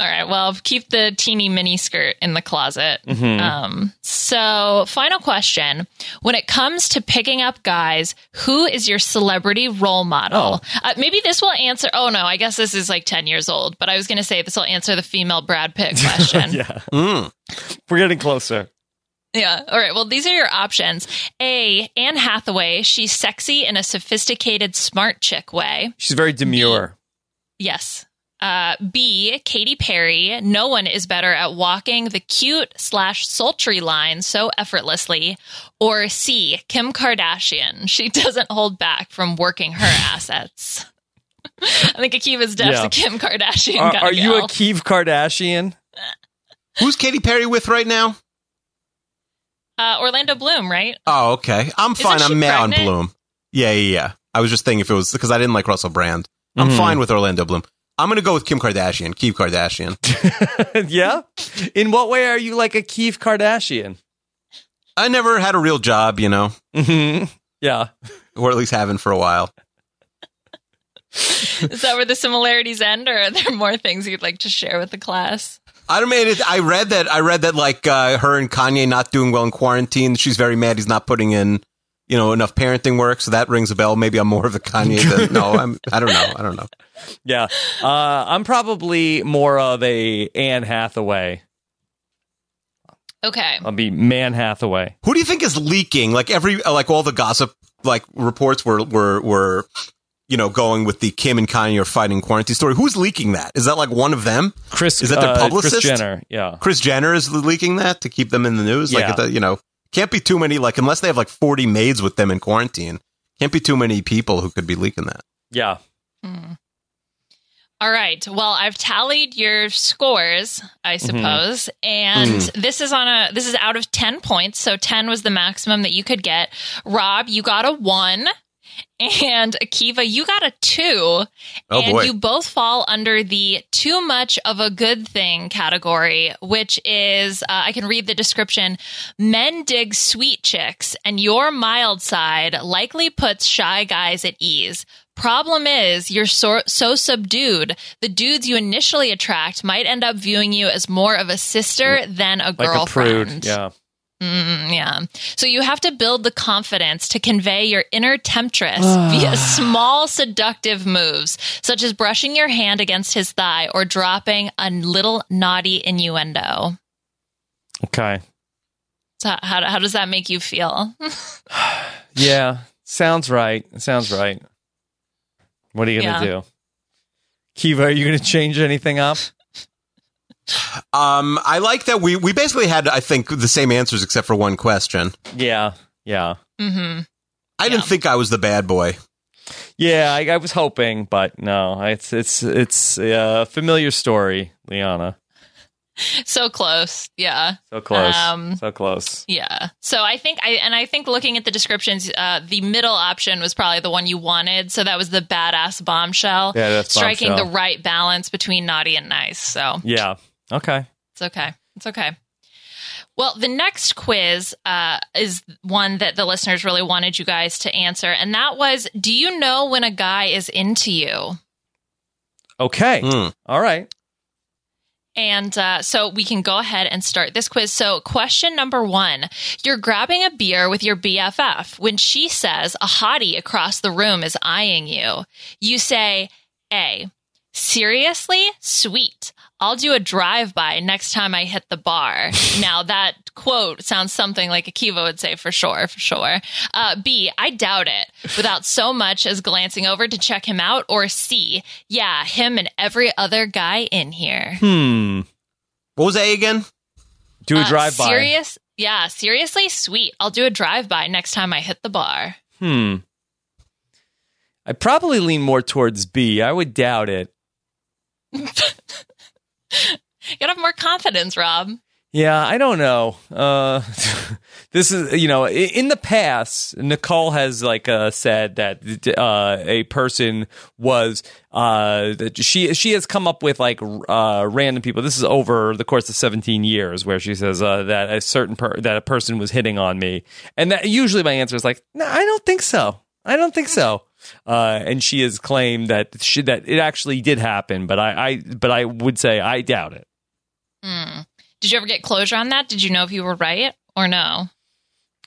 Speaker 4: All right. Well, keep the teeny mini skirt in the closet.
Speaker 2: Mhm.
Speaker 4: Um, so, final question. When it comes to picking up guys, who is your celebrity role model? Uh, maybe this will answer. Oh, no, I guess this is like 10 years old, but I was going to say this will answer the female Brad Pitt question.
Speaker 2: Yeah.
Speaker 3: Mm.
Speaker 2: We're getting closer.
Speaker 4: Yeah. All right. Well, these are your options. A, Anne Hathaway. She's sexy in a sophisticated, smart chick way.
Speaker 2: She's very demure.
Speaker 4: Yes. Uh, B, Katy Perry. No one is better at walking the cute slash sultry line so effortlessly. Or C, Kim Kardashian. She doesn't hold back from working her assets. I think Akiva's death's
Speaker 2: Yeah.
Speaker 4: a Kim Kardashian.
Speaker 2: Are,
Speaker 4: kinda
Speaker 2: are you
Speaker 4: gal.
Speaker 2: a Keeve Kardashian?
Speaker 3: Who's Katy Perry with right now?
Speaker 4: uh, Orlando Bloom, right?
Speaker 3: Oh, okay. I'm fine.
Speaker 4: she
Speaker 3: I'm mad on
Speaker 4: pregnant?
Speaker 3: Bloom. Yeah, yeah, yeah. I was just thinking if it was because I didn't like Russell Brand. I'm
Speaker 2: Mhm.
Speaker 3: fine with Orlando Bloom. I'm going to go with Kim Kardashian. Keep Kardashian.
Speaker 2: yeah. In what way are you like a Keith Kardashian?
Speaker 3: I never had a real job, you know,
Speaker 2: Mm-hmm. Yeah.
Speaker 3: or at least haven't for a while.
Speaker 4: Is that where the similarities end, or are there more things you'd like to share with the class?
Speaker 3: I don't mean it. I read that. I read that like uh, her and Kanye not doing well in quarantine. She's very mad. He's not putting in, you know, enough parenting work. So that rings a bell. Maybe I'm more of a Kanye than no. I'm. I don't know. I don't know.
Speaker 2: Yeah. Uh, I'm probably more of a Anne Hathaway.
Speaker 4: Okay.
Speaker 2: I'll be Man Hathaway.
Speaker 3: Who do you think is leaking? Like every like all the gossip like reports were were were you know going with the Kim and Kanye are fighting quarantine story. Who's leaking that? Is that like one of them?
Speaker 2: Chris
Speaker 3: Is that their
Speaker 2: uh,
Speaker 3: publicist?
Speaker 2: Chris Jenner. Yeah.
Speaker 3: Chris Jenner is leaking that to keep them in the news.
Speaker 2: Yeah.
Speaker 3: Like Like you know, can't be too many. Like unless they have like 40 maids with them in quarantine, can't be too many people who could be leaking that.
Speaker 2: Yeah.
Speaker 4: Hmm. All right. Well, I've tallied your scores, I suppose, and this is on a this is out of 10 points, so 10 was the maximum that you could get. Rob, you got a 1, and Akiva, you got a 2,
Speaker 3: Oh,
Speaker 4: and
Speaker 3: boy.
Speaker 4: you both fall under the too much of a good thing category, which is uh, I can read the description. Men dig sweet chicks, and your mild side likely puts shy guys at ease. Problem is, you're so, so subdued. The dudes you initially attract might end up viewing you as more of a sister than a
Speaker 2: Like a
Speaker 4: girlfriend.
Speaker 2: prude. Yeah.
Speaker 4: Mm, yeah. So you have to build the confidence to convey your inner temptress via small seductive moves, such as brushing your hand against his thigh or dropping a little naughty innuendo.
Speaker 2: Okay.
Speaker 4: So how, how does that make you feel?
Speaker 2: Yeah. Sounds right. Sounds right. What are you going to
Speaker 4: Yeah.
Speaker 2: do? Kiva, are you going to change anything up?
Speaker 3: Um, I like that we we basically had I think the same answers except for one question.
Speaker 2: Yeah. Yeah.
Speaker 4: hmm
Speaker 3: I didn't
Speaker 4: Yeah.
Speaker 3: think I was the bad boy.
Speaker 2: Yeah, I, I was hoping, but no, it's it's it's a familiar story, Liana.
Speaker 4: So close. Yeah.
Speaker 2: So close,
Speaker 4: Um,
Speaker 2: so close.
Speaker 4: Yeah. So I think I and I think looking at the descriptions, uh, the middle option was probably the one you wanted. So that was the badass bombshell.
Speaker 2: Yeah, that's
Speaker 4: striking
Speaker 2: bombshell.
Speaker 4: the right balance between naughty and nice. So
Speaker 2: Yeah. Okay.
Speaker 4: It's okay. It's okay. Well, the next quiz uh, is one that the listeners really wanted you guys to answer, and that was: Do you know when a guy is into you?
Speaker 2: Okay.
Speaker 4: Mm.
Speaker 3: Hmm.
Speaker 2: All right.
Speaker 4: And uh, so we can go ahead and start this quiz. So, question number one You're grabbing a beer with your BFF. When she says a hottie across the room is eyeing you, you say, A, seriously? Sweet. I'll do a drive by next time I hit the bar. now, that quote sounds something like Akiva would say for sure, for sure. Uh, B, I doubt it, without so much as glancing over to check him out. Or C, yeah, him and every other guy in here.
Speaker 2: Hmm.
Speaker 3: What was A again?
Speaker 2: Do a
Speaker 4: Uh,
Speaker 2: drive by.
Speaker 4: Serious? Yeah, seriously, sweet. I'll do a drive by next time I hit the bar.
Speaker 2: Hmm. I probably lean more towards B. I would doubt it.
Speaker 4: You gotta have more confidence, Rob.
Speaker 2: Yeah, I don't know. Uh, this is, you know, i- in the past, Nicole has like uh, said that uh, a person was uh, that she she has come up with like uh, random people. This is over the course of seventeen years, where she says uh, that a certain per- that a person was hitting on me, and that usually my answer is like, no, I don't think so. I don't think so. Uh, and she has claimed that she, that it actually did happen, but I, I but I would say I doubt it.
Speaker 4: Hmm. Did you ever get closure on that? Did you know if you were right or no?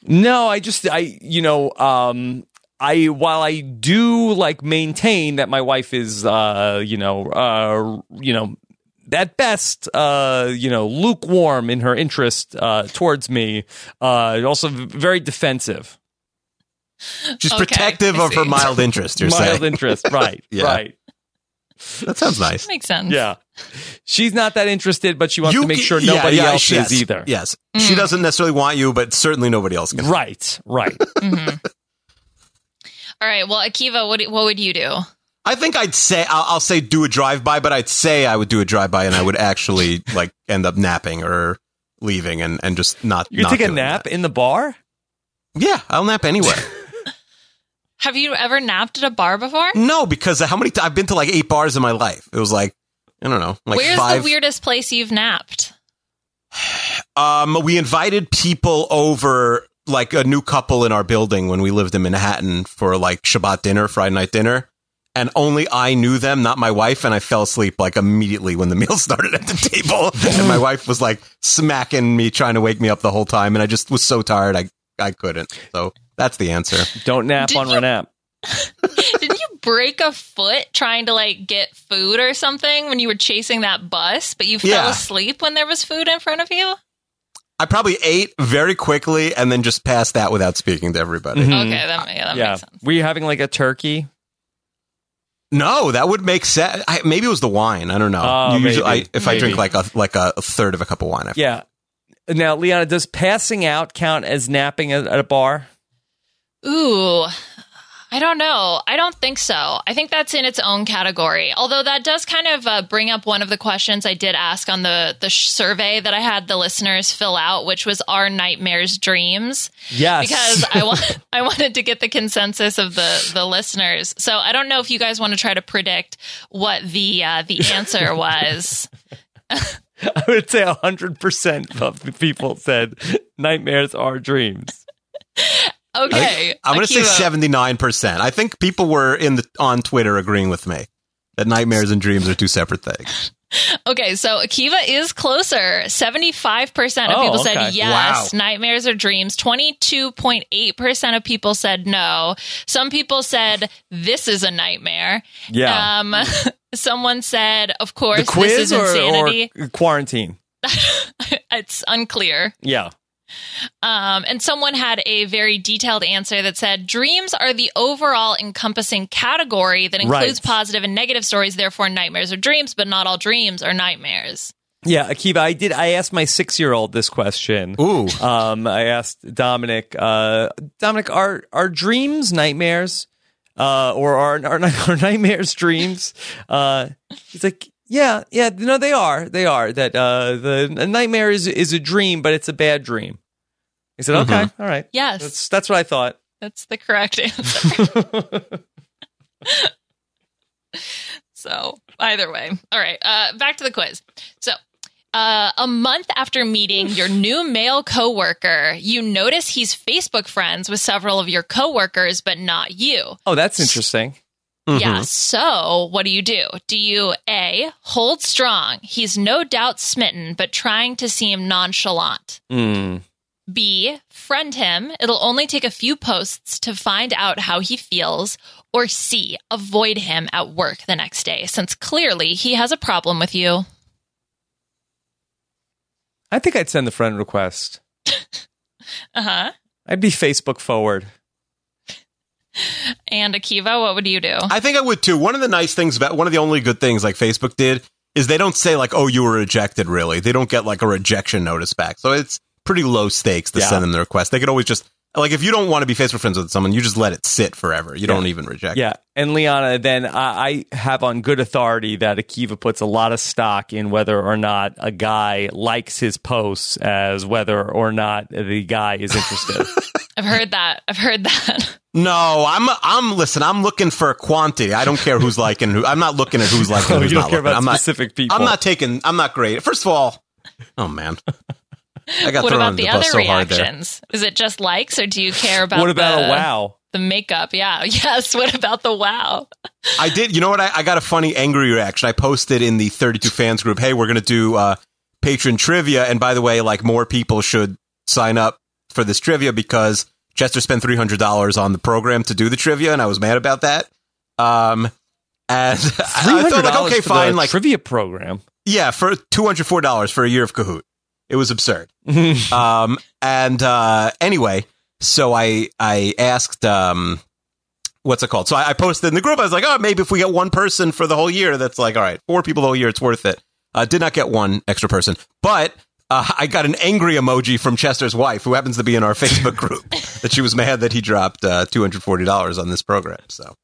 Speaker 2: No, I just I you know um I while I do like maintain that my wife is uh you know uh you know at best uh you know lukewarm in her interest uh towards me uh also v- very defensive
Speaker 3: She's
Speaker 4: Okay,
Speaker 3: protective
Speaker 4: I
Speaker 3: of her
Speaker 4: see.
Speaker 3: mild interest. You're
Speaker 2: mild
Speaker 3: saying
Speaker 2: interest right
Speaker 3: Yeah.
Speaker 2: right
Speaker 3: that sounds nice.
Speaker 4: Makes sense.
Speaker 2: yeah she's not that interested but she wants
Speaker 3: You
Speaker 2: to make
Speaker 3: ca-
Speaker 2: sure
Speaker 3: yeah,
Speaker 2: nobody
Speaker 3: yeah,
Speaker 2: else
Speaker 3: yes,
Speaker 2: is either
Speaker 3: Yes,
Speaker 4: Mm.
Speaker 3: she doesn't necessarily want you, but certainly nobody else can.
Speaker 2: right right
Speaker 4: Mhm. All right. Well, Akiva, what, do- what would you do?
Speaker 3: I think I'd say I'll, I'll say do a drive by, but I'd say I would do a drive by, and I would actually like end up napping or leaving, and and just not.
Speaker 2: you
Speaker 3: not
Speaker 2: take a
Speaker 3: doing
Speaker 2: nap in the bar
Speaker 3: that. Yeah, I'll nap anyway.
Speaker 4: Have you ever napped at a bar before?
Speaker 2: Mm,
Speaker 3: No, because how many? T- I've been to like eight bars in my life. It was like I don't know, like
Speaker 4: Where's
Speaker 3: five.
Speaker 4: the weirdest place you've napped?
Speaker 3: um, we invited people over, like a new couple in our building when we lived in Manhattan for like Shabbat dinner, Friday night dinner, and only I knew them, not my wife. And I fell asleep like immediately when the meal started at the table, and my wife was like smacking me, trying to wake me up the whole time, and I just was so tired, I I couldn't. So that's the answer.
Speaker 2: Don't nap
Speaker 4: Did
Speaker 2: on
Speaker 4: you-
Speaker 2: Renap.
Speaker 4: Didn't you break a foot trying to like get food or something when you were chasing that bus, but you fell
Speaker 3: Yeah.
Speaker 4: asleep when there was food in front of you?
Speaker 3: I probably ate very quickly and then just passed that without speaking to everybody.
Speaker 4: Okay, that, yeah, that
Speaker 2: Hmm. yeah.
Speaker 4: makes sense.
Speaker 2: Were you having like a turkey?
Speaker 3: No, that would make sense. I, maybe it was the wine. I don't know.
Speaker 2: Oh,
Speaker 3: You usually,
Speaker 2: maybe.
Speaker 3: I, if I
Speaker 2: Maybe.
Speaker 3: drink like a like a third of a cup of wine, I
Speaker 2: Yeah. Now, Liana, does passing out count as napping at, at a bar?
Speaker 4: Ooh. I don't know. I don't think so. I think that's in its own category. Although that does kind of uh, bring up one of the questions I did ask on the the sh- survey that I had the listeners fill out, which was "Are nightmares dreams?"
Speaker 2: Yes.
Speaker 4: because I want I wanted to get the consensus of the the listeners. So I don't know if you guys want to try to predict what the uh, the answer was.
Speaker 2: I would say 100% of the people said nightmares are dreams.
Speaker 3: I think-
Speaker 4: Okay,
Speaker 3: I'm going to say
Speaker 4: Akiva.
Speaker 3: seventy nine percent. I think people were in the on Twitter agreeing with me that nightmares and dreams are two separate things.
Speaker 4: Okay, so Akiva is closer. 75% of
Speaker 2: Oh,
Speaker 4: people
Speaker 2: okay.
Speaker 4: said yes, nightmares or dreams. 22.8% of people said no. Some people said this is a nightmare.
Speaker 2: Yeah.
Speaker 4: Um, someone said, of course,
Speaker 2: the quiz
Speaker 4: this is
Speaker 2: or, or
Speaker 4: insanity.
Speaker 2: quarantine?
Speaker 4: it's unclear.
Speaker 2: Yeah.
Speaker 4: Um, and someone had a very detailed answer that said dreams are the overall encompassing category that includes
Speaker 2: Right.
Speaker 4: positive and negative stories. Therefore, nightmares are dreams, but not all dreams are nightmares.
Speaker 2: Yeah, Akiva, I did. I asked my six-year-old this question.
Speaker 3: Ooh,
Speaker 2: Um, I asked Dominic. Uh, Dominic, are are dreams nightmares, uh, or are are, are nightmares dreams? Uh, he's like, yeah, yeah, no, they are, they are. That uh, the a nightmare is is a dream, but it's a bad dream. I said, okay, all right,
Speaker 4: Yes.
Speaker 2: that's that's what I thought.
Speaker 4: That's the correct answer. so, either way. All right, uh, back to the quiz. So, uh, a month after meeting your new male coworker, you notice he's Facebook friends with several of your coworkers, but not you.
Speaker 2: Oh, that's interesting.
Speaker 4: Yeah. So, what do you do? Do you A, hold strong? He's no doubt smitten, but trying to seem nonchalant.
Speaker 2: Hmm.
Speaker 4: B, friend him. It'll only take a few posts to find out how he feels. Or C, avoid him at work the next day, since clearly he has a problem with you.
Speaker 2: I think I'd send the friend request.
Speaker 4: Uh
Speaker 3: Uh-huh.
Speaker 4: huh.
Speaker 2: I'd be Facebook forward.
Speaker 4: And Akiva, what would you do?
Speaker 3: I think I would too. One of the nice things about one of the only good things like Facebook did is they don't say like, "Oh, you were rejected." Really, they don't get like a rejection notice back. So it's pretty low stakes to
Speaker 2: Yeah.
Speaker 3: send them the request. They could always just like if you don't want to be Facebook friends with someone, you just let it sit forever. You don't even reject.
Speaker 2: Yeah, and Liana, then I, I have on good authority that Akiva puts a lot of stock in whether or not a guy likes his posts as whether or not the guy is interested.
Speaker 4: I've heard that. I've heard that.
Speaker 3: No, I'm I'm listen. I'm looking for quantity. I don't care who's liking who. I'm not looking at who's liking
Speaker 2: so
Speaker 3: who's
Speaker 2: you don't
Speaker 3: not
Speaker 2: care
Speaker 3: liking.
Speaker 2: about
Speaker 3: I'm not.
Speaker 2: specific people.
Speaker 3: I'm not taking. I'm not great. First of all, oh man, I got
Speaker 4: what
Speaker 3: thrown
Speaker 4: about
Speaker 3: under
Speaker 4: the,
Speaker 3: the,
Speaker 4: other
Speaker 3: bus so hard there.
Speaker 4: reactions? Is it just likes, or do you care about
Speaker 2: what about
Speaker 4: the-
Speaker 2: a wow?
Speaker 4: the makeup? Yeah. Yes. What about the wow?
Speaker 3: I did. You know what? I, I got a funny, angry reaction. I posted in the 32 fans group. Hey, we're gonna do uh, patron trivia, and by the way, like more people should sign up for this trivia because Chester spent three hundred dollars on the program to do the trivia, and I was mad about that. Um, and I thought, like,
Speaker 2: $300
Speaker 3: okay,
Speaker 2: for
Speaker 3: fine,
Speaker 2: the
Speaker 3: like
Speaker 2: trivia program.
Speaker 3: Yeah, for two hundred four dollars for a year of Kahoot. It was absurd. um, and uh, anyway, so I I asked um, what's it called? So I, I posted in the group. I was like, oh, maybe if we get one person for the whole year, that's like all right, four people the whole year, it's worth it. Uh, did not get one extra person, but. Uh, I got an angry emoji from Chester's wife, who happens to be in our Facebook group, that she was mad that he dropped uh, two hundred forty dollars on this program. So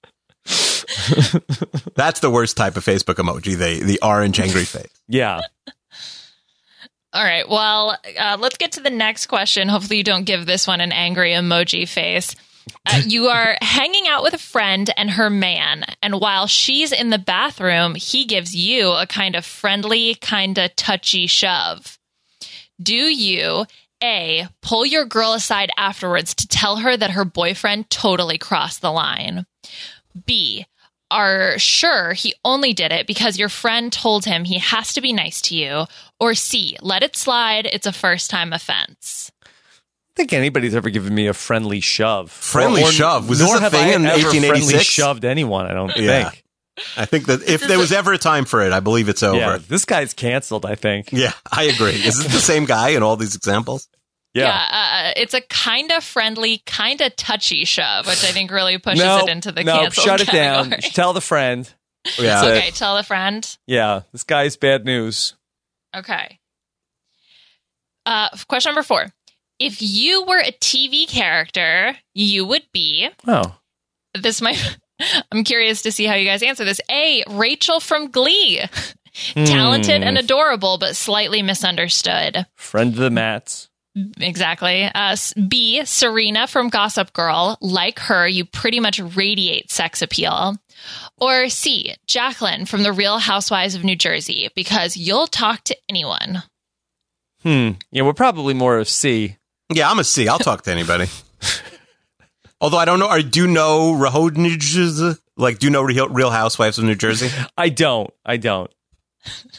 Speaker 3: that's the worst type of Facebook emoji the the orange angry face.
Speaker 2: Yeah,
Speaker 4: All right. Well, uh, let's get to the next question. Hopefully, you don't give this one an angry emoji face. Uh, you are hanging out with a friend and her man, and while she's in the bathroom, he gives you a kind of friendly, kind of touchy shove. Do you A, pull your girl aside afterwards to tell her that her boyfriend totally crossed the line? B, are sure he only did it because your friend told him he has to be nice to you? Or C, let it slide, it's a first time offense?
Speaker 2: think anybody's ever given me a friendly shove.
Speaker 3: Friendly shove? Was this
Speaker 2: nor
Speaker 3: a
Speaker 2: have
Speaker 3: thing
Speaker 2: I
Speaker 3: in
Speaker 2: ever
Speaker 3: 1886?
Speaker 2: friendly shoved anyone. I don't
Speaker 3: Yeah.
Speaker 2: think.
Speaker 3: I think that if there was ever a time for it, I believe it's over.
Speaker 2: Yeah,
Speaker 3: Yeah,
Speaker 2: this guy's canceled. I think.
Speaker 3: I agree. Is it the same guy in all these examples?
Speaker 2: Yeah.
Speaker 4: uh, uh, it's a kind of friendly, kind of touchy shove, which I think really pushes
Speaker 2: Nope,
Speaker 4: it into the
Speaker 2: nope,
Speaker 4: cancel
Speaker 2: Shut it down.
Speaker 4: category.
Speaker 2: Tell the friend.
Speaker 3: Yeah.
Speaker 2: That's
Speaker 4: okay, tell a friend.
Speaker 2: Yeah, this guy's bad news.
Speaker 4: Okay. Uh, question number four: If you were a TV character, you would be.
Speaker 2: Oh,
Speaker 4: This might. I'm curious to see how you guys answer this. A. Rachel from Glee, talented
Speaker 2: Hmm.
Speaker 4: and adorable, but slightly misunderstood.
Speaker 2: friend of the mats.
Speaker 4: Exactly. Uh, S- B, Serena from Gossip Girl. Like her, you pretty much radiate sex appeal. Or C, Jacqueline from The Real Housewives of New Jersey, because you'll talk to anyone.
Speaker 2: Hmm. Yeah, we're probably more of C.
Speaker 3: Yeah, I'm a C. I'll talk to anybody. Although I don't know, or do you know Rehodnij? Like, do you know Real Real Housewives of New Jersey?
Speaker 2: I don't. I don't.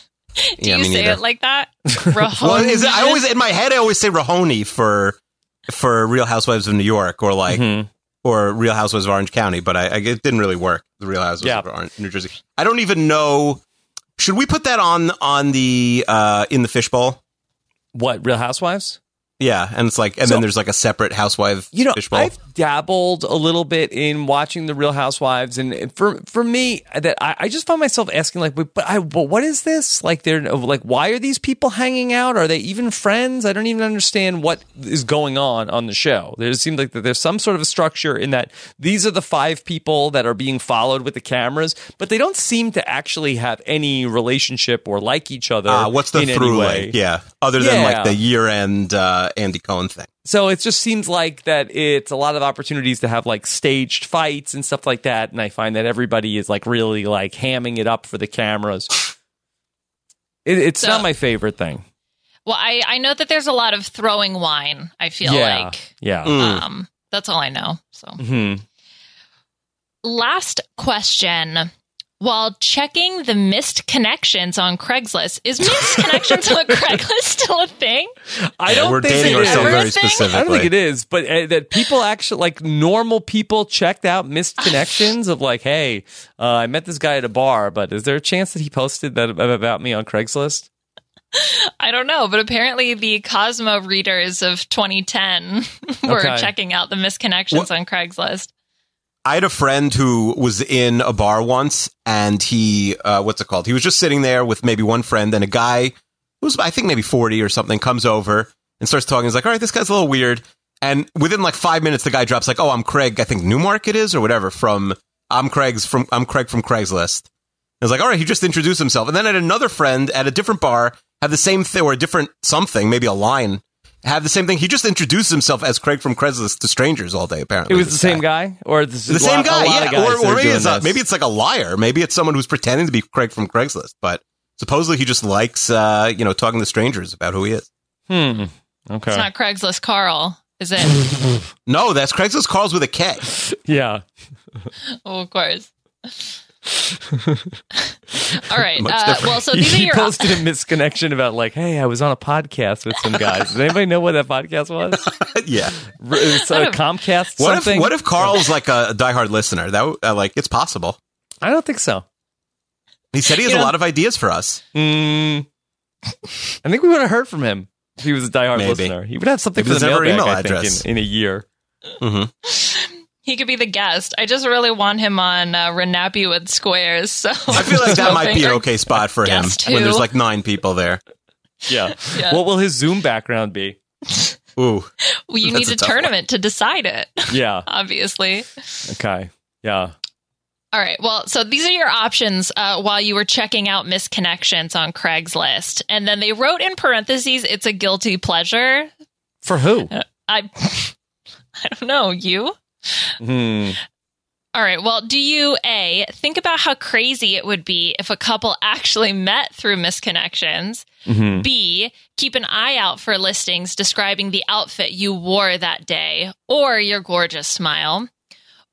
Speaker 4: Do you say it like that?
Speaker 3: Well,
Speaker 4: Rahone?
Speaker 3: is it, I always in my head I always say Rahoney for for Real Housewives of New York or like
Speaker 2: Mhm.
Speaker 3: or Real Housewives of Orange County, but I, I it didn't really work. The Real Housewives
Speaker 2: Yeah.
Speaker 3: of Orange, New Jersey. I don't even know. Should we put that on on the uh in the fishbowl?
Speaker 2: What Real Housewives?
Speaker 3: Yeah, and it's like, and
Speaker 2: So-
Speaker 3: then there's like a separate housewife
Speaker 2: You know,
Speaker 3: fishbowl.
Speaker 2: I've dabbled a little bit in watching the Real Housewives, and for for me, that I, I just found myself asking, like, but I, but what is this? Like, they're like, why are these people hanging out? Are they even friends? I don't even understand what is going on on the show. There seems like that there's some sort of a structure in that these are the five people that are being followed with the cameras, but they don't seem to actually have any relationship or like each other.
Speaker 3: Ah, what's the
Speaker 2: in any
Speaker 3: through
Speaker 2: way.
Speaker 3: way? Yeah, other than
Speaker 2: Yeah.
Speaker 3: like the year end uh, Andy Cohen thing.
Speaker 2: So it just seems like that it's a lot of opportunities to have like staged fights and stuff like that. And I find that everybody is like really like hamming it up for the cameras. It, it's
Speaker 4: So-
Speaker 2: not my favorite thing.
Speaker 4: well, I, I know that there's a lot of throwing wine, I feel
Speaker 2: yeah.
Speaker 4: like.
Speaker 2: Yeah.
Speaker 3: Mm.
Speaker 4: Um, that's all I know. So.
Speaker 2: Mhm.
Speaker 4: Last question. While checking the missed connections on Craigslist, is missed connections on Craigslist still a thing?
Speaker 2: I
Speaker 3: Yeah,
Speaker 2: don't
Speaker 3: we're
Speaker 2: think
Speaker 3: dating
Speaker 2: it is.
Speaker 3: ourselves very
Speaker 4: Everything? I don't
Speaker 3: specifically.
Speaker 2: I don't think it is, but uh, that people actually like normal people checked out missed connections of like, hey, uh, I met this guy at a bar, but is there a chance that he posted that ab- about me on Craigslist?
Speaker 4: I don't know, but apparently the Cosmo readers of 2010 were
Speaker 2: Okay.
Speaker 4: checking out the missed connections on Craigslist.
Speaker 3: I had a friend who was in a bar once, and he, uh, what's it called? He was just sitting there with maybe one friend, and a guy who's, I think, maybe 40 or something comes over and starts talking. He's like, all right, this guy's a little weird. And within like five minutes, the guy drops, like, oh, I'm Craig, I think Newmarket is, or whatever, from, I'm Craig's from, I'm Craig from Craigslist. I was like, all right, he just introduced himself. And then I had another friend at a different bar have the same thing, or a different something, maybe a line, have the same thing. He just introduced himself as Craig from Craigslist to strangers all day, apparently.
Speaker 2: It was
Speaker 3: this
Speaker 2: the
Speaker 3: guy
Speaker 2: same guy, or this is
Speaker 3: the
Speaker 2: a
Speaker 3: same
Speaker 2: lot- a lot
Speaker 3: guy,
Speaker 2: of
Speaker 3: yeah.
Speaker 2: guys
Speaker 3: Or,
Speaker 2: that
Speaker 3: or
Speaker 2: are
Speaker 3: maybe
Speaker 2: doing
Speaker 3: it's a,
Speaker 2: this.
Speaker 3: maybe it's like a liar. Maybe it's someone who's pretending to be Craig from Craigslist, but supposedly he just likes uh, you know talking to strangers about who he is.
Speaker 2: Hmm. Okay.
Speaker 4: It's not Craigslist Carl, is it?
Speaker 3: No, that's Craigslist Carl's with a K.
Speaker 2: yeah.
Speaker 4: oh, of course. All right.
Speaker 3: Much
Speaker 4: Uh,
Speaker 3: different.
Speaker 4: well, so
Speaker 2: he
Speaker 4: these are
Speaker 2: he
Speaker 4: your
Speaker 2: posted a misconnection about like, hey, I was on a podcast with some guys. Does anybody know what that podcast was?
Speaker 3: yeah.
Speaker 2: R- It's
Speaker 4: What
Speaker 2: a
Speaker 4: if-
Speaker 2: Comcast
Speaker 3: What
Speaker 2: something.
Speaker 3: if what if Carl's like a diehard listener? That w- uh, like it's possible.
Speaker 2: I don't think so.
Speaker 3: He said he has
Speaker 4: You
Speaker 3: a
Speaker 4: know-
Speaker 3: lot of ideas for us.
Speaker 2: Mm. I think we would have heard from him if he was a diehard
Speaker 3: Maybe.
Speaker 2: listener. He would have something
Speaker 3: Maybe
Speaker 2: for the
Speaker 3: there's never
Speaker 2: mailbag,
Speaker 3: email
Speaker 2: I think,
Speaker 3: address.
Speaker 2: in, in a year.
Speaker 3: hmm
Speaker 4: He could be the guest. I just really want him on uh, Renappi with Squares. So
Speaker 3: I feel like that might be an okay spot for him
Speaker 4: Guess
Speaker 3: when
Speaker 4: who?
Speaker 3: there's like nine people there.
Speaker 2: Yeah.
Speaker 4: Yeah.
Speaker 2: What will his Zoom background be?
Speaker 3: Ooh,
Speaker 4: Well, you
Speaker 3: That's
Speaker 4: need
Speaker 3: a
Speaker 4: a
Speaker 3: tough one.
Speaker 4: tournament to decide it,
Speaker 2: Yeah.
Speaker 4: obviously.
Speaker 2: Okay. Yeah.
Speaker 4: All right. Well, so these are your options uh, while you were checking out misconnections on Craigslist. And then they wrote in parentheses, it's a guilty pleasure.
Speaker 2: For who?
Speaker 4: I I don't know, you?
Speaker 2: Hmm.
Speaker 4: All right. Well, do you A, think about how crazy it would be if a couple actually met through misconnections?
Speaker 2: Mhm.
Speaker 4: B, keep an eye out for listings describing the outfit you wore that day or your gorgeous smile.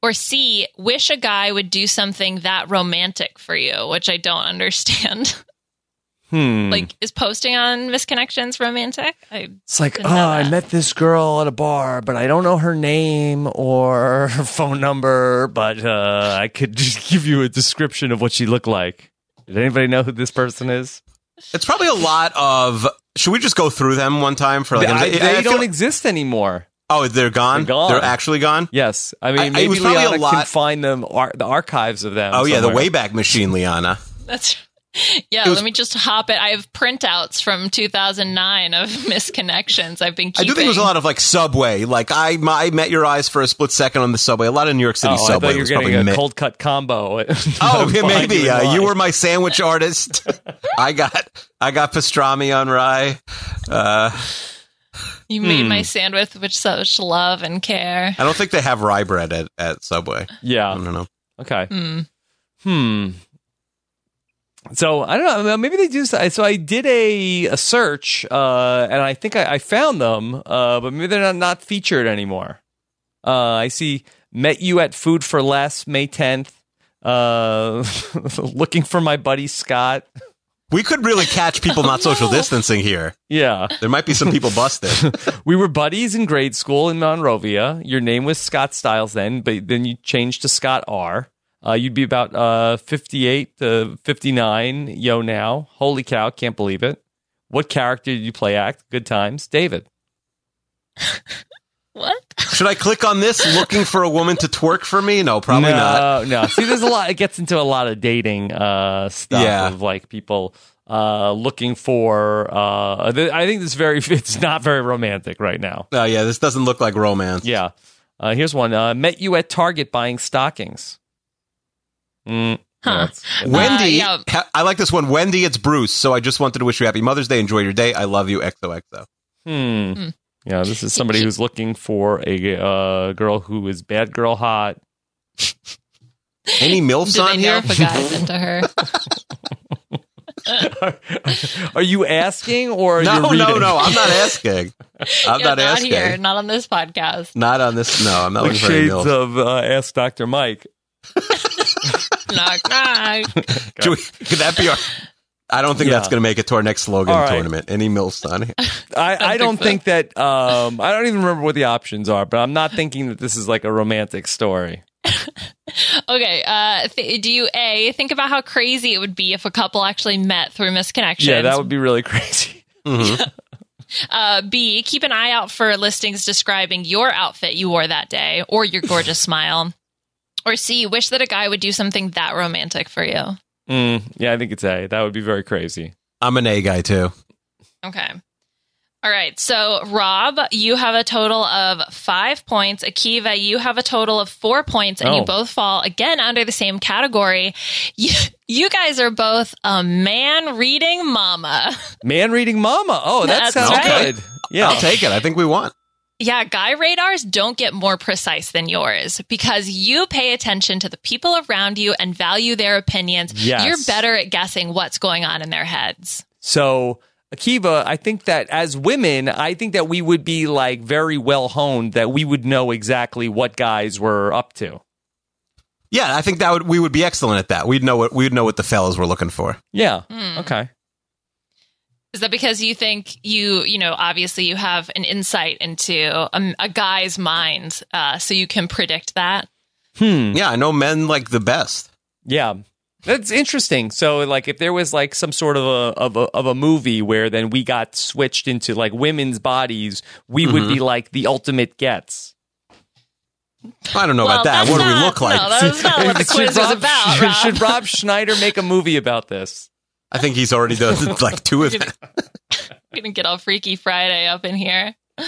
Speaker 4: Or C, wish a guy would do something that romantic for you, which I don't understand.
Speaker 2: Hmm.
Speaker 4: like, is posting on misconnections romantic? I,
Speaker 2: It's like, oh,
Speaker 4: Didn't know
Speaker 2: I
Speaker 4: that.
Speaker 2: met this girl at a bar, but I don't know her name or her phone number, but uh, I could just give you a description of what she looked like. Did anybody know who this person is?
Speaker 3: It's probably a lot of. Should we just go through them one time for like?
Speaker 2: I-
Speaker 3: I- I
Speaker 2: they
Speaker 3: feel-
Speaker 2: don't e- exist anymore.
Speaker 3: oh, they're gone.
Speaker 2: They're gone.
Speaker 3: actually gone.
Speaker 2: Yes, I mean
Speaker 3: I- it
Speaker 2: maybe
Speaker 3: was probably a
Speaker 2: Liana can
Speaker 3: lot-
Speaker 2: find them ar- the archives of them.
Speaker 3: Oh yeah, the
Speaker 2: somewhere.
Speaker 3: Wayback Machine, Liana.
Speaker 4: that's. Yeah,
Speaker 3: It was-
Speaker 4: let me just hop it. I have printouts from 2009 of misconnections. I've been
Speaker 3: I
Speaker 4: keeping.
Speaker 3: do think it was a lot of like subway. Like I, my, I met your eyes for a split second on the subway. A lot of New York City
Speaker 2: Oh, I
Speaker 3: subway.
Speaker 2: thought you were
Speaker 3: was
Speaker 2: getting
Speaker 3: probably
Speaker 2: a
Speaker 3: mi-
Speaker 2: cold cut combo.
Speaker 3: Oh, yeah, maybe
Speaker 2: You, in
Speaker 3: uh, you
Speaker 2: line.
Speaker 3: were my sandwich artist. I got I got pastrami on rye. Uh,
Speaker 4: You made
Speaker 3: Hmm.
Speaker 4: my sandwich with such love and care.
Speaker 3: I don't think they have rye bread at, at Subway. I
Speaker 2: Yeah.
Speaker 3: don't know.
Speaker 2: Okay.
Speaker 4: Hmm.
Speaker 2: Hmm. So I don't know. uh, Maybe they do. So I did a, a search, uh, and I think I, I found them, uh, but maybe they're not, not featured anymore. Uh, I see. Met you at Food for Less, May tenth. Uh, looking for my buddy Scott.
Speaker 3: We could really catch people not social distancing here.
Speaker 2: Yeah,
Speaker 3: There might be some people busted.
Speaker 2: we were buddies in grade school in Monrovia. Your name was Scott Stiles then, but then you changed to Scott R. Uh, you'd be about uh, 58 to 59, yo, now. Holy cow, can't believe it. What character did you play act? Good times. David.
Speaker 4: What?
Speaker 3: Should I click on this looking for a woman to twerk for me? No, probably
Speaker 2: no,
Speaker 3: not.
Speaker 2: no. See, there's a lot. It gets into a lot of dating uh, stuff
Speaker 3: Yeah.
Speaker 2: of like people uh, looking for. Uh, th- I think this very. It's not very romantic right now.
Speaker 3: Oh yeah, this doesn't look like romance.
Speaker 2: Yeah. Uh, here's one. Uh, met you at Target buying stockings. Mm,
Speaker 4: Huh.
Speaker 2: that's-
Speaker 3: Wendy,
Speaker 4: Uh,
Speaker 3: ha- I like this one. Wendy, it's Bruce. So I just wanted to wish you happy Mother's Day. Enjoy your day. I love you. XOXO.
Speaker 2: hmm.
Speaker 4: Hmm.
Speaker 2: Yeah, this is somebody who's looking for a uh, girl who is bad girl hot.
Speaker 3: Any milfs
Speaker 4: Do
Speaker 3: on
Speaker 4: they
Speaker 3: here?
Speaker 4: know if a guy's into her?
Speaker 2: Are you asking or are you
Speaker 3: No,
Speaker 2: reading?
Speaker 3: no, no. I'm not asking. I'm
Speaker 4: Yeah,
Speaker 3: not asking.
Speaker 4: here, not on this podcast.
Speaker 3: Not on this. No, I'm not
Speaker 2: Like
Speaker 3: looking for any
Speaker 2: shades
Speaker 3: milfs.
Speaker 2: of uh, Ask Dr. Mike.
Speaker 4: knock, knock.
Speaker 3: Should we- could that be our? I don't think
Speaker 2: Yeah.
Speaker 3: that's going to make it to our next slogan
Speaker 2: All right.
Speaker 3: tournament. Any milfs on here?
Speaker 2: I, I
Speaker 4: think
Speaker 2: don't
Speaker 4: so.
Speaker 2: think that. Um, I don't even remember what the options are, but I'm not thinking that this is like a romantic story.
Speaker 4: Okay. Uh, th- do you A, think about how crazy it would be if a couple actually met through misconnections?
Speaker 2: Yeah, that would be really crazy.
Speaker 3: Mhm.
Speaker 4: uh, B, keep an eye out for listings describing your outfit you wore that day or your gorgeous smile. Or C, wish that a guy would do something that romantic for you.
Speaker 2: Mm, yeah, I think it's a. That would be very crazy.
Speaker 3: I'm an A guy too.
Speaker 4: Okay. All right. So, Rob, you have a total of five points. Akiva, you have a total of four points, and
Speaker 2: Oh.
Speaker 4: you both fall again under the same category. You, you guys are both a man reading mama.
Speaker 2: Man reading mama. Oh, that
Speaker 4: That's
Speaker 2: sounds
Speaker 4: right.
Speaker 2: good. Yeah.
Speaker 4: Oh.
Speaker 3: I'll take it. I think we want.
Speaker 4: Yeah, guy radars don't get more precise than yours because you pay attention to the people around you and value their opinions.
Speaker 2: Yes.
Speaker 4: You're better at guessing what's going on in their heads.
Speaker 2: So, Akiva, I think that as women, I think that we would be like very well honed that we would know exactly what guys were up to.
Speaker 3: Yeah, I think that would we would be excellent at that. We'd know what we'd know what the fellas were looking for.
Speaker 2: Yeah.
Speaker 4: Hmm.
Speaker 2: Okay.
Speaker 4: Is that because you think you, you know, obviously you have an insight into a, a guy's mind, uh, so you can predict that?
Speaker 2: Hmm.
Speaker 3: Yeah, I know men like the best.
Speaker 2: Yeah. That's interesting. So, like, if there was like some sort of a of a, of a movie where then we got switched into like women's bodies, we would be like the ultimate gets.
Speaker 3: I don't know about that.
Speaker 4: that's
Speaker 3: What do we
Speaker 4: not-
Speaker 3: look like?
Speaker 4: No, that's not what the
Speaker 2: Should
Speaker 4: quiz was
Speaker 2: Rob-
Speaker 4: about,
Speaker 2: should,
Speaker 4: Rob.
Speaker 2: should Rob Schneider make a movie about this?
Speaker 3: I think he's already done like two of them.
Speaker 4: We're gonna get all Freaky Friday up in here.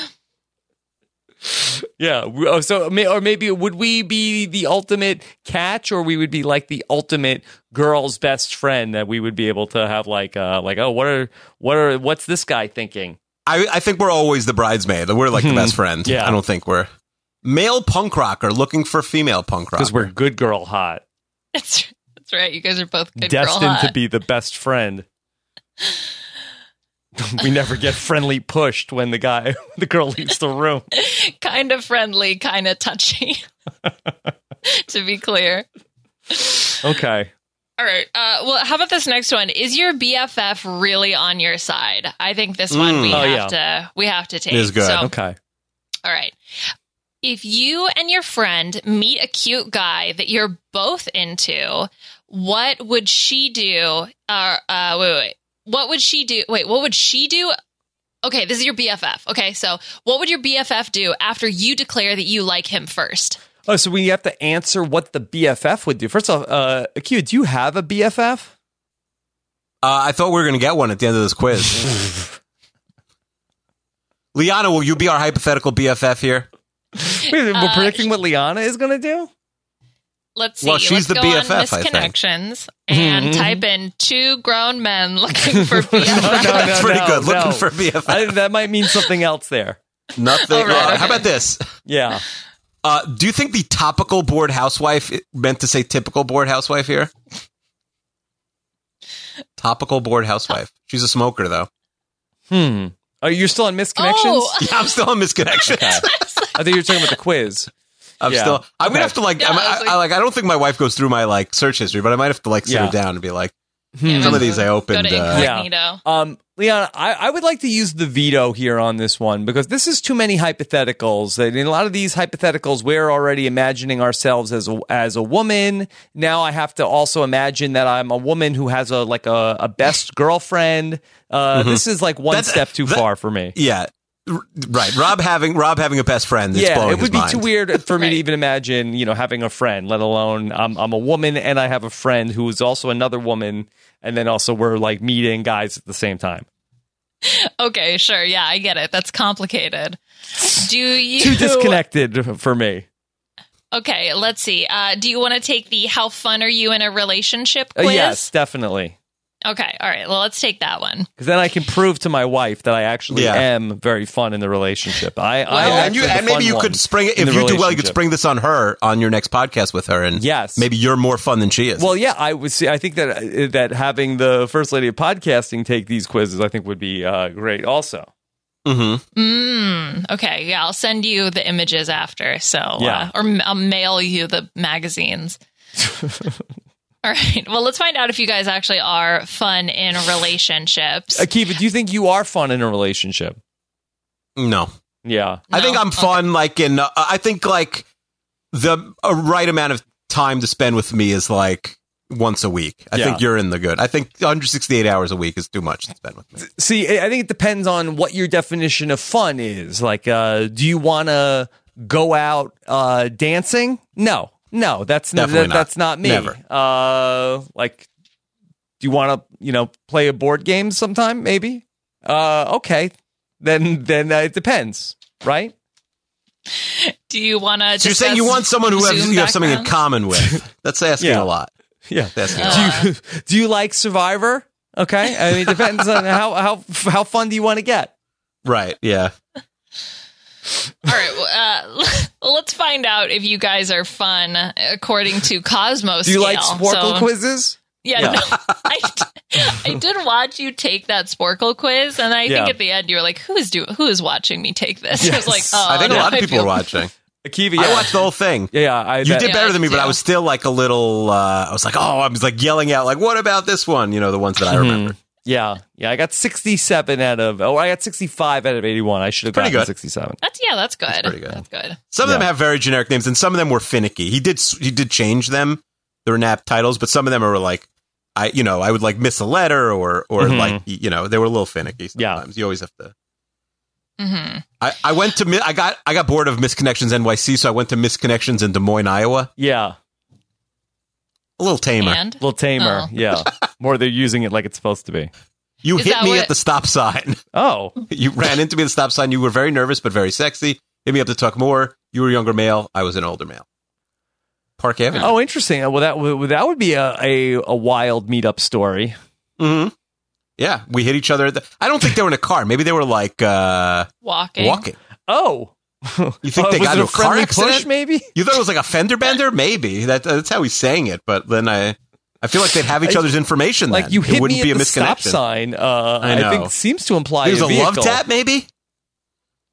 Speaker 2: Yeah. we- oh, So, may- or maybe would we be the ultimate catch, or we would be like the ultimate girl's best friend that we would be able to have like, uh, like, oh, what are, what are, what's this guy thinking?
Speaker 3: I, I think we're always the bridesmaid. We're like the
Speaker 2: Hmm.
Speaker 3: best friend.
Speaker 2: Yeah.
Speaker 3: I don't think we're. male punk rocker looking for female punk rocker.
Speaker 2: because we're good girl hot,
Speaker 4: That's, that's right. You guys are both good
Speaker 2: destined
Speaker 4: girl hot.
Speaker 2: to be the best friend. we never get friendly pushed when the guy, the girl leaves the room.
Speaker 4: kind of friendly, kind of touchy. to be clear.
Speaker 2: Okay.
Speaker 4: All right. Uh, well, how about this next one? Is your BFF really on your side? I think this one we
Speaker 3: Mm.
Speaker 2: Oh,
Speaker 4: have to we have to take.
Speaker 3: It is good.
Speaker 4: So,
Speaker 2: Okay.
Speaker 4: all right. If you and your friend meet a cute guy that you're both into, what would she do? Uh, uh, wait, wait. What would she do? Wait, what would she do? Okay, this is your BFF. Okay, so what would your BFF do after you declare that you like him first?
Speaker 2: Oh, so we have to answer what the BFF would do. First off, uh, Q, do you have a BFF?
Speaker 3: Uh, I thought we were going to get one at the end of this quiz. Liana, will you be our hypothetical BFF here?
Speaker 2: Wait, we're
Speaker 4: Uh,
Speaker 2: predicting what Liana is going to do?
Speaker 4: Let's see.
Speaker 3: Well, she's
Speaker 4: Let's
Speaker 3: the
Speaker 4: go
Speaker 3: BFF, I
Speaker 4: on
Speaker 3: think. Mm-hmm.
Speaker 4: misconnections and type in two grown men looking for BFF.
Speaker 2: Oh, No,
Speaker 3: That's
Speaker 2: no,
Speaker 3: pretty
Speaker 2: no,
Speaker 3: good.
Speaker 2: no.
Speaker 3: Looking for BFF.
Speaker 2: I think that might mean something else there.
Speaker 3: Nothing.
Speaker 4: All right,
Speaker 3: uh, How
Speaker 4: okay.
Speaker 3: about this?
Speaker 2: Yeah.
Speaker 3: Uh, do you think the topical board housewife meant to say typical board housewife here? Topical board housewife. She's a smoker, though.
Speaker 2: Hmm. Are you still on misconnections?
Speaker 4: Oh.
Speaker 3: Yeah, I'm still on misconnections.
Speaker 2: I think you're talking about the quiz.
Speaker 3: I'm
Speaker 2: Yeah.
Speaker 3: still. I'm
Speaker 2: Okay.
Speaker 3: gonna have to like.
Speaker 4: Yeah,
Speaker 3: I'm,
Speaker 4: I was
Speaker 3: I,
Speaker 4: like-
Speaker 3: I, like. I don't think my wife goes through my like search history, but I might have to like sit
Speaker 2: Yeah.
Speaker 3: her down and be like,
Speaker 2: Hmm.
Speaker 3: Some of these I
Speaker 4: Go to
Speaker 3: opened, uh,
Speaker 2: Yeah.
Speaker 4: incognito.
Speaker 2: Um, Leon, I, I would like to use the veto here on this one because this is too many hypotheticals. I mean, a lot of these hypotheticals, we're already imagining ourselves as a, as a woman. Now I have to also imagine that I'm a woman who has a like a, a best girlfriend. Uh, This is like one
Speaker 3: That's-
Speaker 2: step too
Speaker 3: Mm-hmm. that-
Speaker 2: far for me.
Speaker 3: yeah, r- right. Rob having Rob having a best friend. It's
Speaker 2: Yeah,
Speaker 3: blowing
Speaker 2: it
Speaker 3: his
Speaker 2: would be
Speaker 3: mind.
Speaker 2: too weird for me to
Speaker 4: Right.
Speaker 2: even imagine, you know, having a friend, let alone um, I'm, I'm a woman and I have a friend who is also another woman. And then also we're like meeting guys at the same time.
Speaker 4: Okay, sure. Yeah, I get it. That's complicated. Do you
Speaker 2: Too disconnected for me.
Speaker 4: Okay, let's see. Uh, do you want to take the how fun are you in a relationship
Speaker 2: Uh,
Speaker 4: quiz?
Speaker 2: yes, definitely.
Speaker 4: Okay. All right. Well, let's take that one.
Speaker 2: Because then I can prove to my wife that I actually
Speaker 3: Yeah.
Speaker 2: am very fun in the relationship. I, I am
Speaker 4: Well,
Speaker 3: and, you,
Speaker 2: actually the
Speaker 3: and maybe
Speaker 2: fun
Speaker 3: you
Speaker 2: one
Speaker 3: could spring it
Speaker 2: in
Speaker 3: if
Speaker 2: the
Speaker 3: you do well. You could
Speaker 2: relationship.
Speaker 3: spring this on her on your next podcast with her, and
Speaker 2: Yes.
Speaker 3: maybe you're more fun than she is.
Speaker 2: Well, yeah, I would see. I think that uh, that having the first lady of podcasting take these quizzes, I think would be uh, great. Also,
Speaker 3: hmm
Speaker 4: Mm, okay. Yeah, I'll send you the images after. So,
Speaker 2: Yeah.
Speaker 4: uh, or m- I'll mail you the magazines. All right. Well, let's find out if you guys actually are fun in relationships.
Speaker 3: Uh,
Speaker 2: Akiva, do you think you are fun in a relationship?
Speaker 3: no,
Speaker 2: Yeah.
Speaker 3: I think
Speaker 4: No?
Speaker 3: I'm fun. Like in, uh, I think like the a right amount of time to spend with me is like once a week. I
Speaker 2: Yeah.
Speaker 3: think you're in the good. I think 168 hours a week is too much to spend with me.
Speaker 2: See, I I think it depends on what your definition of fun is. Like, uh, do you want to go out uh, dancing? No, no, that's not,
Speaker 3: Definitely
Speaker 2: that,
Speaker 3: not.
Speaker 2: that's not me.
Speaker 3: Never.
Speaker 2: Uh, like, do you want to you know play a board game sometime? Maybe. Uh, okay, then then uh, it depends, right?
Speaker 4: Do you want to?
Speaker 3: So you're saying you want someone who has, you have something in common with. That's asking
Speaker 2: Yeah.
Speaker 3: a lot.
Speaker 2: Yeah.
Speaker 3: That's asking a
Speaker 4: Oh.
Speaker 3: lot.
Speaker 2: Do you do you like Survivor? Okay, I mean, it depends on how how how fun do you want to get.
Speaker 3: Right. Yeah.
Speaker 4: All right. Well, uh, let's find out if you guys are fun according to Cosmos.
Speaker 2: Do you like Sporkle
Speaker 4: so,
Speaker 2: quizzes?
Speaker 4: Yeah.
Speaker 2: Yeah.
Speaker 4: No, I, d- I did watch you take that Sporkle quiz, and I
Speaker 2: Yeah.
Speaker 4: think at the end you were like, "Who is do who is watching me take this?" I
Speaker 2: Yes.
Speaker 4: was like, "Oh,
Speaker 3: I think a
Speaker 4: no,
Speaker 3: lot of people
Speaker 4: feel-
Speaker 3: are watching.
Speaker 2: Akiva,
Speaker 3: I
Speaker 2: yeah.
Speaker 3: watched the whole thing.
Speaker 2: yeah, yeah, I,
Speaker 3: You
Speaker 2: that-
Speaker 3: did
Speaker 4: Yeah,
Speaker 3: better than
Speaker 4: I
Speaker 3: me, but
Speaker 4: do.
Speaker 3: I was still like a little. Uh, I was like, oh, I was like yelling out, like, what about this one? You know, the ones that I remember.
Speaker 2: Mm-hmm. Yeah, yeah. I got sixty-seven out of. Oh, I got sixty-five out of eighty-one. I should have
Speaker 3: Pretty
Speaker 2: gotten
Speaker 3: good.
Speaker 2: sixty-seven.
Speaker 4: That's yeah, that's good. That's
Speaker 3: pretty good.
Speaker 4: good.
Speaker 3: Some of them
Speaker 2: Yeah.
Speaker 3: have very generic names, and some of them were finicky. He did he did change them. There were nap titles, but some of them are like, I you know, I would like miss a letter or or
Speaker 2: Mhm.
Speaker 3: like you know, they were a little finicky.
Speaker 2: Yeah.
Speaker 3: Sometimes you always have to.
Speaker 4: hmm
Speaker 3: I, I went to mi- I got I got bored of Misconnections NYC, so I went to Misconnections in Des Moines, Iowa.
Speaker 2: Yeah,
Speaker 3: A little tamer.
Speaker 4: And
Speaker 2: a little tamer.
Speaker 4: Oh.
Speaker 2: Yeah, more they're using it like it's supposed to be.
Speaker 3: You
Speaker 4: Is
Speaker 3: hit
Speaker 4: that
Speaker 3: me
Speaker 4: what-
Speaker 3: at the stop sign.
Speaker 2: Oh,
Speaker 3: You ran into me at the stop sign. You were very nervous but very sexy. Hit me up to talk more. You were a younger male. I was an older male. Park Avenue.
Speaker 2: oh, interesting. Well, that would that would be a a, a wild meetup story.
Speaker 3: hmm Yeah, we hit each other. At the, I don't think they were in a car. Maybe they were like uh,
Speaker 4: walking.
Speaker 3: walking.
Speaker 2: Oh,
Speaker 3: You think
Speaker 2: Uh,
Speaker 3: they
Speaker 2: was
Speaker 3: got
Speaker 2: it
Speaker 3: into
Speaker 2: a
Speaker 3: a car
Speaker 2: friendly
Speaker 3: accident?
Speaker 2: push? Maybe
Speaker 3: You thought it was like a fender bender? Maybe that, that's how he's saying it. But then I, I feel like they'd have each
Speaker 2: I-
Speaker 3: other's information.
Speaker 2: like
Speaker 3: then.
Speaker 2: you
Speaker 3: it
Speaker 2: hit
Speaker 3: wouldn't
Speaker 2: me
Speaker 3: be
Speaker 2: at
Speaker 3: a
Speaker 2: the stop
Speaker 3: misconnection.
Speaker 2: sign. Uh,
Speaker 3: I
Speaker 2: I,
Speaker 3: know.
Speaker 2: think seems to imply
Speaker 3: There's a, love
Speaker 2: vehicle.
Speaker 3: tap, maybe.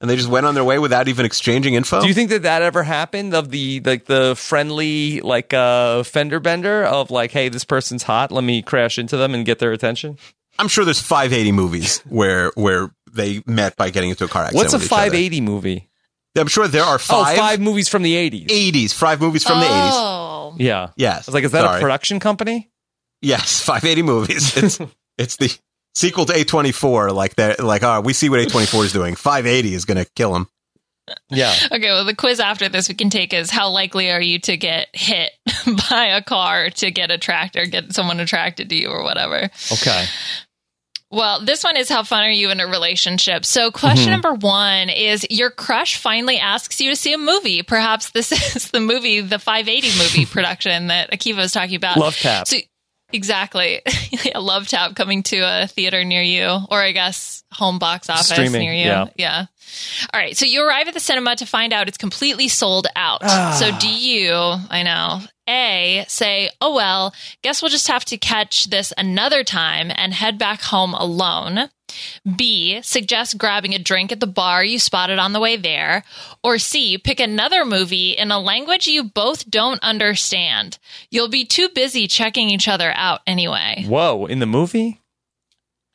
Speaker 3: And they just went on their way without even exchanging info.
Speaker 2: Do you think that that ever happened of the like the friendly like uh fender bender of like hey this person's hot let me crash into them and get their attention?
Speaker 3: I'm sure there's 580 movies where where they met by getting into a car accident.
Speaker 2: What's a
Speaker 3: with each other.
Speaker 2: 580 movie?
Speaker 3: I'm sure there are
Speaker 2: Oh,
Speaker 3: five,
Speaker 2: five movies from the 80s.
Speaker 3: 80s, five movies from the 80s.
Speaker 4: oh.
Speaker 2: Yeah. I
Speaker 3: Yes.
Speaker 2: was like is that
Speaker 3: Sorry.
Speaker 2: a production company?
Speaker 3: Yes, 580 movies. It's it's the sequel to A24. Like that. Like, oh, we see what A24 is doing. 580 is going to kill him.
Speaker 2: Yeah.
Speaker 4: Okay, well, the quiz after this we can take is how likely are you to get hit by a car to get attracted or get someone attracted to you or whatever?
Speaker 2: Okay.
Speaker 4: Well, this one is how fun are you in a relationship? So, question
Speaker 2: Mm-hmm.
Speaker 4: number one is your crush finally asks you to see a movie. Perhaps this is the movie, the 580 movie production that Akiva was talking about.
Speaker 2: Love tap.
Speaker 4: So, exactly. yeah, Love Tap coming to a theater near you, or I guess home box office
Speaker 2: Streaming,
Speaker 4: near you.
Speaker 2: yeah.
Speaker 4: All right. So you arrive at the cinema to find out it's completely sold out. So do you, I know, A, say, oh, well, guess we'll just have to catch this another time and head back home alone. B, suggest grabbing a drink at the bar you spotted on the way there. Or C, pick another movie in a language you both don't understand. You'll be too busy checking each other out anyway.
Speaker 2: Whoa, in the movie?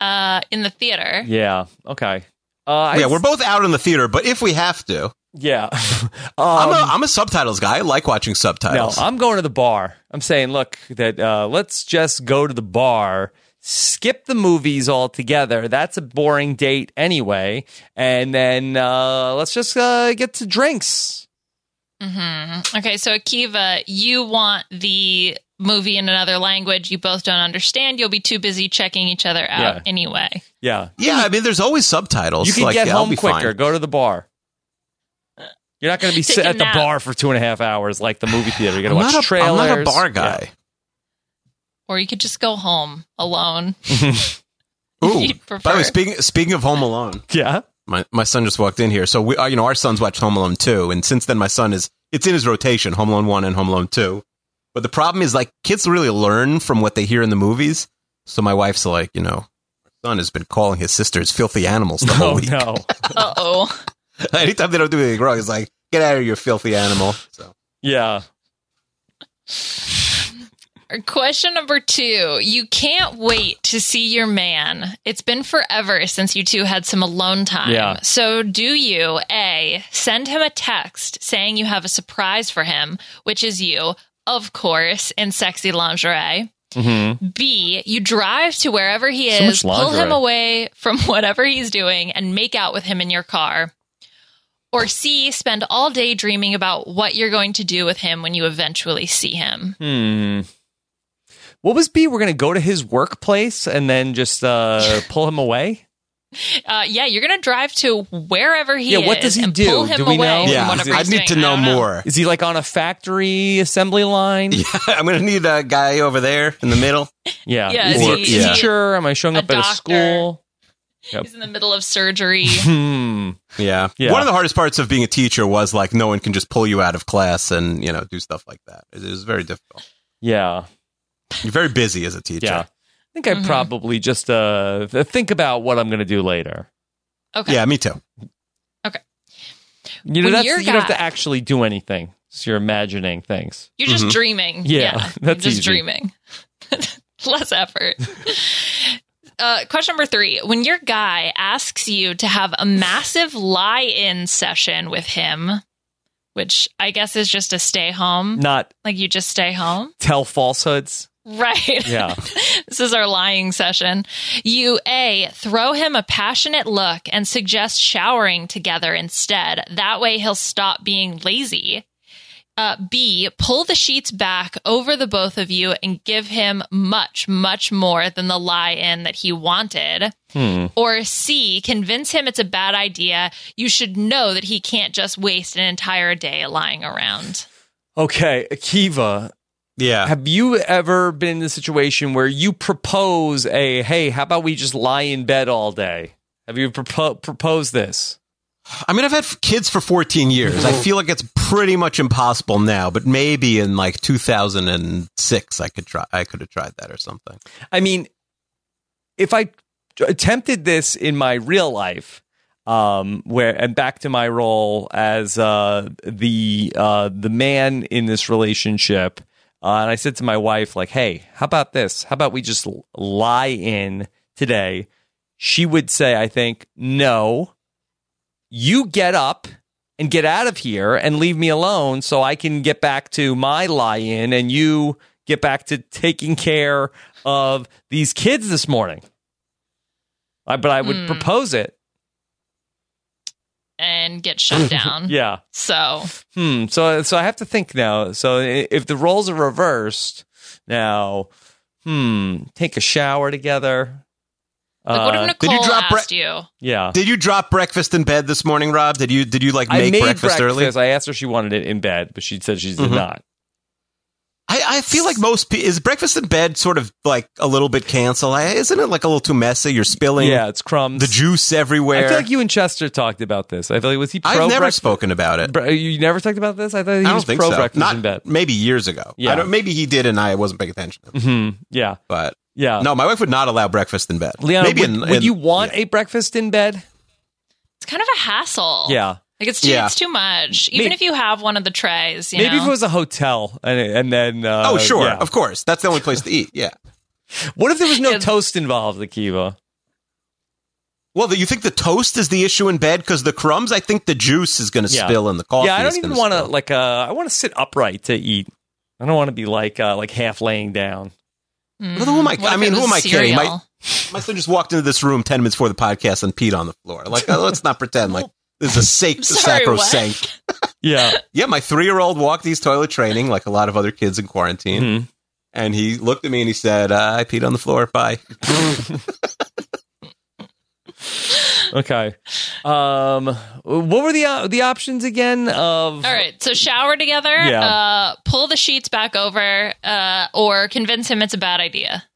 Speaker 4: Uh, in the theater.
Speaker 2: Yeah. Okay. Uh,
Speaker 3: yeah,
Speaker 2: I-
Speaker 3: we're both out in the theater, but if we have to,
Speaker 2: yeah. um,
Speaker 3: I'm, a, I'm a subtitles guy. I like watching
Speaker 2: no,
Speaker 3: subtitles.
Speaker 2: I'm going to the bar. I'm saying, look, that uh, let's just go to the bar, skip the movies altogether. That's a boring date anyway, and then uh, let's just uh, get to drinks.
Speaker 4: Mm-hmm. Okay, so Akiva, you want the movie in another language you both don't understand. You'll be too busy checking each other out
Speaker 2: Yeah.
Speaker 4: anyway.
Speaker 2: Yeah,
Speaker 3: yeah, I mean, there's always subtitles.
Speaker 2: you can
Speaker 3: like,
Speaker 2: get
Speaker 3: yeah, I'll
Speaker 2: home
Speaker 3: be
Speaker 2: quicker.
Speaker 3: Fine.
Speaker 2: Go to the bar. You're not going to be
Speaker 4: Take
Speaker 2: sit
Speaker 4: a
Speaker 2: at the
Speaker 4: nap.
Speaker 2: bar for two and a half hours like the movie theater. You're
Speaker 3: I'm
Speaker 2: going to watch
Speaker 3: not, a, I'm
Speaker 2: trailers.
Speaker 3: not a bar guy.
Speaker 4: Or you could just go home alone.
Speaker 3: Ooh.
Speaker 4: You'd prefer.
Speaker 3: By the way, speaking speaking of Home Alone,
Speaker 2: Yeah.
Speaker 3: my my son just walked in here. So we, uh, you know, our son's watched Home Alone two, and since then, my son is it's in his rotation: Home Alone one and Home Alone two. But the problem is, like, kids really learn from what they hear in the movies. So my wife's like, you know, my son has been calling his sisters filthy animals the whole
Speaker 2: Oh
Speaker 3: week.
Speaker 2: no.
Speaker 4: Uh oh.
Speaker 3: Anytime they don't do anything wrong, he's like, get out of here, you filthy animal. So
Speaker 2: Yeah.
Speaker 4: Question number two. You can't wait to see your man. It's been forever since you two had some alone time.
Speaker 2: Yeah.
Speaker 4: So, do you A, send him a text saying you have a surprise for him, which is you, of course, in sexy lingerie?
Speaker 3: Mm-hmm.
Speaker 2: hmm
Speaker 4: B, you drive to wherever he
Speaker 2: So much
Speaker 4: is, pull him
Speaker 2: lingerie.
Speaker 4: away from whatever he's doing, and make out with him in your car. Or C, spend all day dreaming about what you're going to do with him when you eventually see him.
Speaker 2: Hmm. What was B? We're gonna go to his workplace and then just uh, pull him away.
Speaker 4: Uh, yeah, you're going to drive to wherever he
Speaker 2: Yeah,
Speaker 4: is.
Speaker 2: what does he
Speaker 4: and
Speaker 2: do?
Speaker 4: Pull him
Speaker 2: Do we
Speaker 4: away
Speaker 2: know?
Speaker 4: from
Speaker 3: yeah,
Speaker 4: whatever
Speaker 3: I
Speaker 4: he's
Speaker 3: need to
Speaker 4: doing. I
Speaker 3: know
Speaker 4: don't
Speaker 3: more.
Speaker 2: Is he like on a factory assembly line? Yeah.
Speaker 3: I'm gonna need a guy over there in the middle.
Speaker 4: Yeah,
Speaker 2: Is
Speaker 3: is
Speaker 2: he
Speaker 3: he-
Speaker 2: a teacher? Am I showing
Speaker 4: a
Speaker 2: up at a
Speaker 4: doctor?
Speaker 2: school?
Speaker 4: He's in the middle of surgery.
Speaker 2: Hmm.
Speaker 3: Yeah.
Speaker 2: Yeah.
Speaker 3: One of the hardest parts of being a teacher was like no one can just pull you out of class and, you know, do stuff like that. It it was very difficult.
Speaker 2: Yeah.
Speaker 3: You're very busy as a teacher.
Speaker 2: Yeah. I think I
Speaker 4: Mhm.
Speaker 2: probably just uh, th- think about what I'm gonna do later.
Speaker 4: Okay.
Speaker 3: Yeah, me too.
Speaker 2: You know,
Speaker 4: When
Speaker 2: that's,
Speaker 4: you're
Speaker 2: you don't have
Speaker 4: God-
Speaker 2: to actually do anything. So you're imagining things.
Speaker 4: You're just
Speaker 3: Mhm.
Speaker 4: dreaming.
Speaker 2: Mm-hmm. Yeah,
Speaker 4: you're
Speaker 2: that's
Speaker 4: just
Speaker 2: easy.
Speaker 4: dreaming. Less effort. Uh, question number three. When your guy asks you to have a massive lie in session with him, which I guess is just a stay home,
Speaker 2: Not
Speaker 4: like you just stay home.
Speaker 2: tell falsehoods.
Speaker 4: Right.
Speaker 2: Yeah.
Speaker 4: this is our lying session. You A, throw him a passionate look and suggest showering together instead. That way he'll stop being lazy. Uh, B, pull the sheets back over the both of you and give him much, much more than the lie in that he wanted.
Speaker 2: Hmm.
Speaker 4: Or C, convince him it's a bad idea. You should know that he can't just waste an entire day lying around.
Speaker 2: Okay, Akiva.
Speaker 3: Yeah.
Speaker 2: Have you ever been in a situation where you propose a hey, how about we just lie in bed all day? Have you propo- proposed this?
Speaker 3: I mean, I've had f- kids for 14 years. I feel like it's pretty much impossible now, but maybe in like 2006, I could try. I could have tried that or something.
Speaker 2: I mean, if I attempted this in my real life, um, where and back to my role as uh, the uh, the man in this relationship, uh, and I said to my wife, like, "Hey, how about this? How about we just l- lie in today?" She would say, "I think no." You get up and get out of here and leave me alone so I can get back to my lie in and you get back to taking care of these kids this morning. I, but I would
Speaker 4: Hmm.
Speaker 2: propose it.
Speaker 4: and get shut down.
Speaker 2: Yeah.
Speaker 4: So
Speaker 2: Hmm. So so I have to think now. So i- if the roles are reversed now, hmm, take a shower together. Uh,
Speaker 4: like, what if
Speaker 3: Uh, did you
Speaker 4: Nicole
Speaker 3: drop Bre-
Speaker 4: asked you?
Speaker 2: yeah.
Speaker 3: Did you drop breakfast in bed this morning, Rob? Did you did you like
Speaker 2: I
Speaker 3: make
Speaker 2: made
Speaker 3: breakfast, early?
Speaker 2: I asked her if she wanted it in bed, but she said she did
Speaker 3: Mhm.
Speaker 2: not.
Speaker 3: I, I feel like most pe- is breakfast in bed sort of like a little bit canceled. I- Isn't it like a little too messy? You're spilling
Speaker 2: Yeah, it's crumbs.
Speaker 3: the juice everywhere.
Speaker 2: I feel like you and Chester talked about this. I feel like was he pro
Speaker 3: I've never
Speaker 2: breakfast?
Speaker 3: spoken about it.
Speaker 2: Bro, you never talked about this? I thought he
Speaker 3: I
Speaker 2: was
Speaker 3: don't think
Speaker 2: pro
Speaker 3: so.
Speaker 2: breakfast
Speaker 3: Not
Speaker 2: in bed.
Speaker 3: maybe years ago.
Speaker 2: Yeah.
Speaker 3: I don't, maybe he did, and I wasn't paying attention.
Speaker 2: hmm Yeah,
Speaker 3: But
Speaker 2: yeah.
Speaker 3: no, my wife would not allow breakfast in bed.
Speaker 2: Leon,
Speaker 3: maybe
Speaker 2: would,
Speaker 3: in-
Speaker 2: would
Speaker 3: in-
Speaker 2: you want a breakfast in bed?
Speaker 4: It's kind of a hassle.
Speaker 2: Yeah.
Speaker 4: like it's too,
Speaker 3: Yeah.
Speaker 4: it's too much. Even
Speaker 2: Maybe-
Speaker 4: if you have one of the trays, you
Speaker 2: Maybe
Speaker 4: know?
Speaker 2: if it was a hotel and, and then. Uh,
Speaker 3: oh, sure,
Speaker 2: yeah.
Speaker 3: of course. That's the only place to eat. Yeah.
Speaker 2: What if there was no
Speaker 4: Yeah.
Speaker 2: toast involved, Akiva?
Speaker 3: Well, you think the toast is the issue in bed because the crumbs? I think the juice is going to
Speaker 2: Yeah.
Speaker 3: spill in the coffee.
Speaker 2: Yeah, I don't
Speaker 3: is
Speaker 2: even
Speaker 3: gonna
Speaker 2: want to
Speaker 3: spill.
Speaker 2: like. Uh, I want to sit upright to eat. I don't want to be like uh, like half laying down.
Speaker 4: Mm.
Speaker 3: Well, who am I-
Speaker 4: What
Speaker 3: I
Speaker 4: if
Speaker 3: mean,
Speaker 4: it
Speaker 3: who
Speaker 4: was
Speaker 3: am I kidding? My-
Speaker 4: cereal?
Speaker 3: My son just walked into this room ten minutes before the podcast and peed on the floor. Like, uh, let's not pretend like this is a safe,
Speaker 4: sorry, what?
Speaker 3: sacrosanct.
Speaker 2: Yeah.
Speaker 3: Yeah, my three-year-old walked these toilet training like a lot of other kids in quarantine,
Speaker 2: Mhm.
Speaker 3: and he looked at me and he said, uh, "I peed on the floor." Bye.
Speaker 2: Okay. Um. What were the uh, the options again? Of
Speaker 4: All right, so shower together,
Speaker 2: Yeah.
Speaker 4: uh, pull the sheets back over, uh, or convince him it's a bad idea.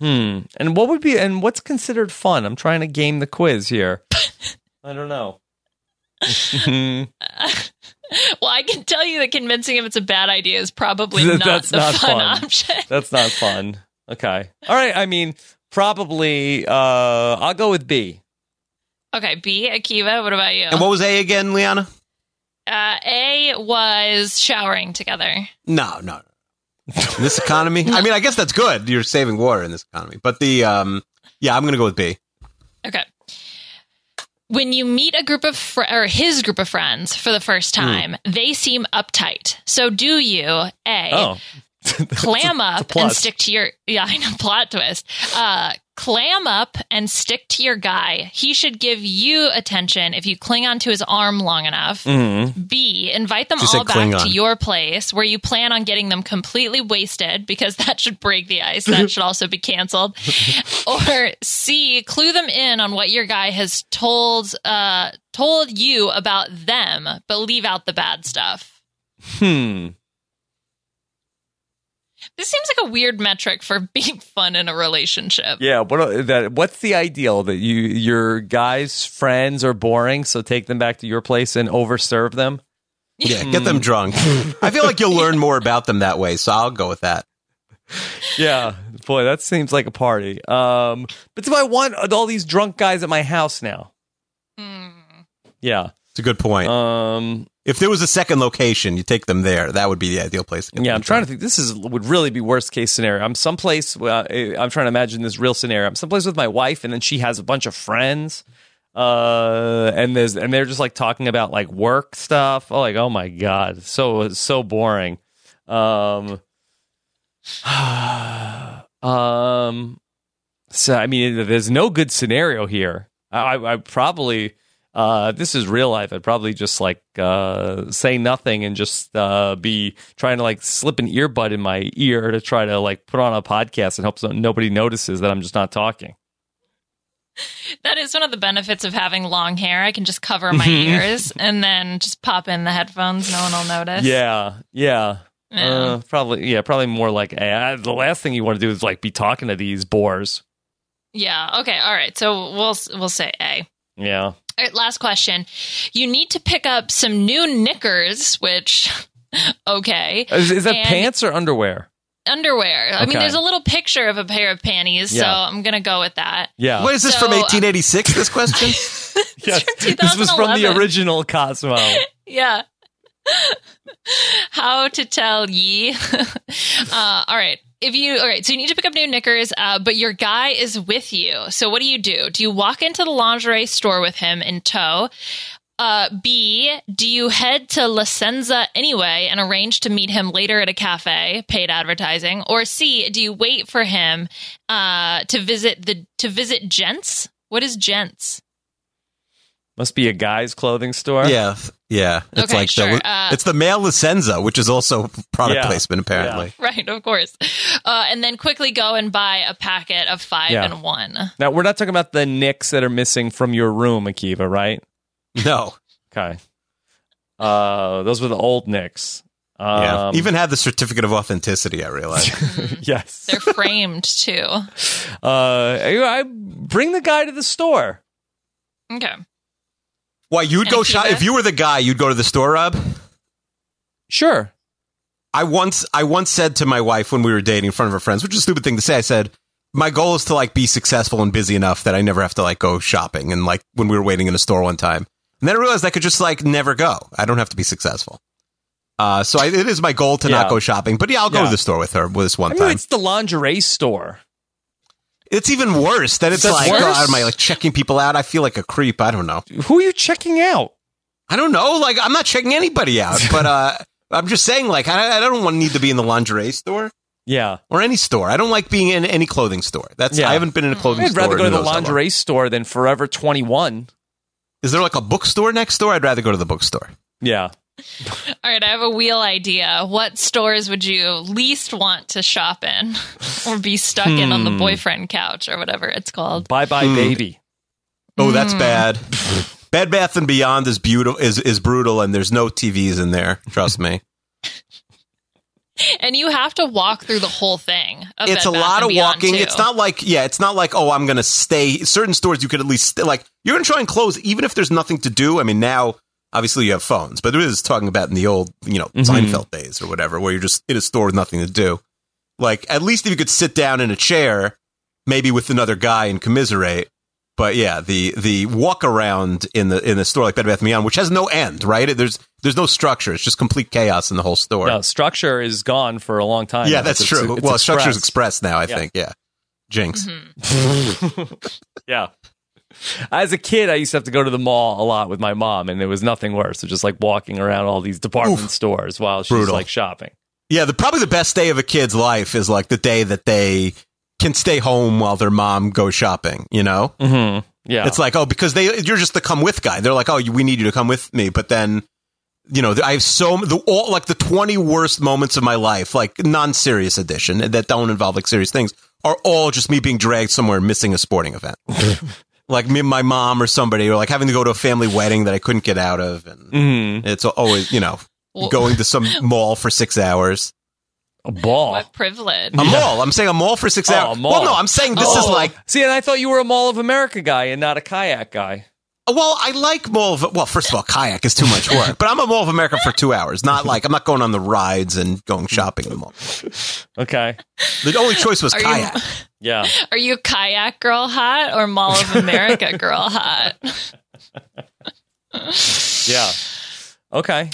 Speaker 2: Hmm. And what would be and what's considered fun? I'm trying to game the quiz here. I don't know.
Speaker 4: Well, I can tell you that convincing him it's a bad idea is probably
Speaker 2: Th-
Speaker 4: not
Speaker 2: that's
Speaker 4: the
Speaker 2: not
Speaker 4: fun,
Speaker 2: fun.
Speaker 4: option.
Speaker 2: That's not fun. Okay. All right. I mean, probably. Uh, I'll go with B.
Speaker 4: Okay, B, Akiva, what about you?
Speaker 3: And what was A again, Liana?
Speaker 4: uh, A was showering together.
Speaker 3: No, no. In this economy, I mean, I guess that's good. You're saving water in this economy, but the um, yeah, I'm going to go with B.
Speaker 4: Okay. When you meet a group of fr- or his group of friends for the first
Speaker 2: Hmm.
Speaker 4: time, they seem uptight. So do you? A.
Speaker 2: Oh.
Speaker 4: clam
Speaker 2: a
Speaker 4: up and
Speaker 2: plus.
Speaker 4: stick to your yeah I know plot twist. Uh, clam up and stick to your guy. He should give you attention if you cling onto his arm long enough.
Speaker 2: Mm-hmm.
Speaker 4: B. Invite them
Speaker 3: She said
Speaker 4: all back
Speaker 3: cling on.
Speaker 4: to your place where you plan on getting them completely wasted because that should break the ice. That should also be canceled. or C. Clue them in on what your guy has told uh, told you about them, but leave out the bad stuff.
Speaker 2: Hmm.
Speaker 4: This seems like a weird metric for being fun in a relationship.
Speaker 2: Yeah, what that what's the ideal that you your guys friends are boring, so take them back to your place and overserve them?
Speaker 3: Yeah, get them drunk. I feel like you'll learn more about them that way, so I'll go with that.
Speaker 2: Yeah, boy, that seems like a party. Um, but do I want all these drunk guys at my house now?
Speaker 4: Mm.
Speaker 2: Yeah.
Speaker 3: It's a good point.
Speaker 2: Um,
Speaker 3: if there was a second location, you take them there. That would be the ideal place. To get
Speaker 2: yeah,
Speaker 3: them
Speaker 2: I'm trying to think.
Speaker 3: drunk.
Speaker 2: This is would really be worst case scenario. I'm someplace. Well, I- I'm trying to imagine this real scenario. I'm someplace with my wife, and then she has a bunch of friends, uh, and there's and they're just like talking about like work stuff. Oh, like oh my god, so so boring. Um, um, so I mean, there's no good scenario here. I, I, I probably. Uh, this is real life. I'd probably just like uh, say nothing and just uh, be trying to like slip an earbud in my ear to try to like put on a podcast and hope so nobody notices that I'm just not talking.
Speaker 4: That is one of the benefits of having long hair. I can just cover my ears and then just pop in the headphones. No one will notice.
Speaker 2: Yeah, yeah.
Speaker 4: Yeah.
Speaker 2: Uh, probably, yeah, probably more like eh, the last thing you want to do is like be talking to these boars.
Speaker 4: Yeah. Okay. All right. So we'll we'll say A.
Speaker 2: Yeah.
Speaker 4: All right, last question. You need to pick up some new knickers, which, okay.
Speaker 2: Is, is that
Speaker 4: And
Speaker 2: pants or underwear?
Speaker 4: Underwear. I mean,
Speaker 2: Okay.
Speaker 4: there's a little picture of a pair of panties, so
Speaker 2: Yeah.
Speaker 4: I'm going to go with that.
Speaker 2: Yeah.
Speaker 3: What is this
Speaker 4: So,
Speaker 3: from
Speaker 4: uh,
Speaker 3: 1886? This question.
Speaker 2: Yeah.
Speaker 4: from
Speaker 2: This was from the
Speaker 4: 2011.
Speaker 2: original Cosmo.
Speaker 4: Yeah. How to tell ye. uh, all right. If you, all right, so you need to pick up new knickers, uh, but your guy is with you. So what do you do? Do you walk into the lingerie store with him in tow? Uh, B, do you head to La Senza anyway and arrange to meet him later at a cafe, paid advertising? Or C, do you wait for him uh, to visit the to visit gents? What is gents?
Speaker 2: Must be a guy's clothing store.
Speaker 3: yeah, yeah. It's
Speaker 4: Okay,
Speaker 3: like
Speaker 4: sure,
Speaker 3: the
Speaker 4: uh,
Speaker 3: it's the male Licenza, which is also product
Speaker 2: Yeah,
Speaker 3: placement apparently.
Speaker 4: Right, of course. Uh, and then quickly go and buy a packet of five
Speaker 2: Yeah.
Speaker 4: and one.
Speaker 2: Now we're not talking about the nicks that are missing from your room, Akiva, right?
Speaker 3: No,
Speaker 2: Okay. Uh, those were the old nicks. Um,
Speaker 3: yeah. Even had the certificate of authenticity. I realize.
Speaker 2: yes.
Speaker 4: They're framed too.
Speaker 2: Uh, I I- bring the guy to the store.
Speaker 4: Okay.
Speaker 3: Why you'd
Speaker 4: And
Speaker 3: go
Speaker 4: Akiva?
Speaker 3: shop if you were the guy, you'd go to the store, Rob.
Speaker 2: Sure.
Speaker 3: I once I once said to my wife when we were dating in front of her friends, which is a stupid thing to say. I said, "My goal is to like be successful and busy enough that I never have to like go shopping." And like when we were waiting in a store one time, and then I realized I could just like never go. I don't have to be successful. Uh, so I, it is my goal to
Speaker 2: Yeah.
Speaker 3: not go shopping, but yeah, I'll go
Speaker 2: Yeah.
Speaker 3: to the store with her this one
Speaker 2: I mean,
Speaker 3: time.
Speaker 2: it's the lingerie store.
Speaker 3: It's even worse that it's
Speaker 2: That's
Speaker 3: like oh,
Speaker 2: worse?
Speaker 3: am I like checking people out? I feel like a creep. I don't know.
Speaker 2: Who are you checking out?
Speaker 3: I don't know. Like I'm not checking anybody out, but uh, I'm just saying like I, I don't want need to be in the lingerie store
Speaker 2: Yeah.
Speaker 3: or any store. I don't like being in any clothing store. That's
Speaker 2: Yeah. Mm-hmm.
Speaker 3: I haven't been in a clothing
Speaker 2: I'd
Speaker 3: store.
Speaker 2: rather go to
Speaker 3: in
Speaker 2: the
Speaker 3: who knows how long.
Speaker 2: lingerie store than Forever 21.
Speaker 3: Is there like a bookstore next door? I'd rather go to the bookstore.
Speaker 2: Yeah.
Speaker 4: All right. I have a wheel idea. What stores would you least want to shop in or be stuck in on the boyfriend couch or whatever it's called?
Speaker 2: Bye bye,
Speaker 3: Hmm.
Speaker 2: baby.
Speaker 3: Oh,
Speaker 2: Mm.
Speaker 3: that's bad. Bed Bath and Beyond is beautiful is is brutal, and there's no TVs in there. Trust me.
Speaker 4: And you have to walk through the whole thing. of
Speaker 3: it's a
Speaker 4: Bed Bath
Speaker 3: lot
Speaker 4: and
Speaker 3: of
Speaker 4: Beyond,
Speaker 3: walking.
Speaker 4: too.
Speaker 3: It's not like yeah, it's not like oh, I'm gonna stay. Certain stores you could at least stay, like you're gonna try and close even if there's nothing to do. I mean now obviously you have phones, but it is talking about in the old you know
Speaker 2: Mhm.
Speaker 3: Seinfeld days or whatever where you're just in a store with nothing to do. Like at least if you could sit down in a chair, maybe with another guy and commiserate. But yeah, the the walk around in the in the store like Bed Bath and Beyond, which has no end, right? There's there's no structure. It's just complete chaos in the whole store.
Speaker 2: No, structure is gone for a long time.
Speaker 3: Yeah, that's
Speaker 2: It's-
Speaker 3: true.
Speaker 2: it's
Speaker 3: well, structure's
Speaker 2: expressed.
Speaker 3: express now, I
Speaker 2: Yeah.
Speaker 3: think. Yeah. Jinx.
Speaker 2: yeah. As a kid, I used to have to go to the mall a lot with my mom, and there was nothing worse than just like walking around all these department stores while she's
Speaker 3: Brutal.
Speaker 2: like shopping.
Speaker 3: Yeah, the probably the best day of a kid's life is like the day that they can stay home while their mom goes shopping, you know?
Speaker 2: Mm-hmm. Yeah.
Speaker 3: It's like, oh, because they you're just the come with guy. They're like, "Oh, you- we need you to come with me." But then you know, I have so the all like the 20 worst moments of my life, like non-serious edition that don't involve like serious things, are all just me being dragged somewhere missing a sporting event. like me and my mom or somebody or like having to go to a family wedding that I couldn't get out of and
Speaker 2: Mhm.
Speaker 3: It's always, you know,
Speaker 4: Well-
Speaker 3: going to some mall for six hours.
Speaker 2: a ball.
Speaker 4: What privilege.
Speaker 3: A mall. I'm saying a mall for six
Speaker 2: Oh,
Speaker 3: hours.
Speaker 2: a mall.
Speaker 3: Well, no, I'm saying this is
Speaker 2: Oh.
Speaker 3: like.
Speaker 2: See, and I thought you were a Mall of America guy and not a kayak guy.
Speaker 3: Well, I like mall. Of, well, first of all, kayak is too much work. But I'm a mall of America for two hours. Not like I'm not going on the rides and going shopping in the mall.
Speaker 2: Okay.
Speaker 3: The only choice was
Speaker 4: Are you-
Speaker 3: kayak.
Speaker 2: Yeah.
Speaker 4: Are you kayak girl hot or Mall of America girl hot?
Speaker 2: Yeah. Okay.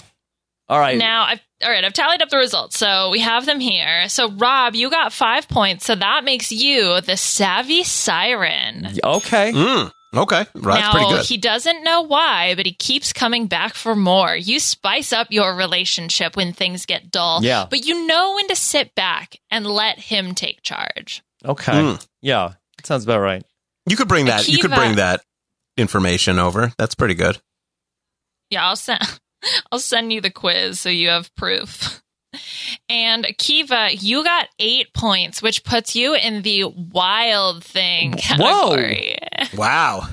Speaker 2: All right.
Speaker 4: Now, I've, all right, I've tallied up the results. So we have them here. So, Rob, you got five points. So that makes you the savvy siren.
Speaker 2: okay.
Speaker 3: Mm, okay, right,
Speaker 4: now,
Speaker 3: that's pretty good.
Speaker 4: he doesn't know why, but he keeps coming back for more. You spice up your relationship when things get dull.
Speaker 2: Yeah.
Speaker 4: But you know when to sit back and let him take charge.
Speaker 2: Okay.
Speaker 3: Mm.
Speaker 2: Yeah. Sounds about right.
Speaker 3: you could bring that. You could
Speaker 4: Akiva-
Speaker 3: bring that information over. That's pretty good.
Speaker 4: Yeah, I'll send I'll send you the quiz so you have proof. And Kiva, you got eight points, which puts you in the wild thing
Speaker 2: Whoa.
Speaker 4: category.
Speaker 3: Wow.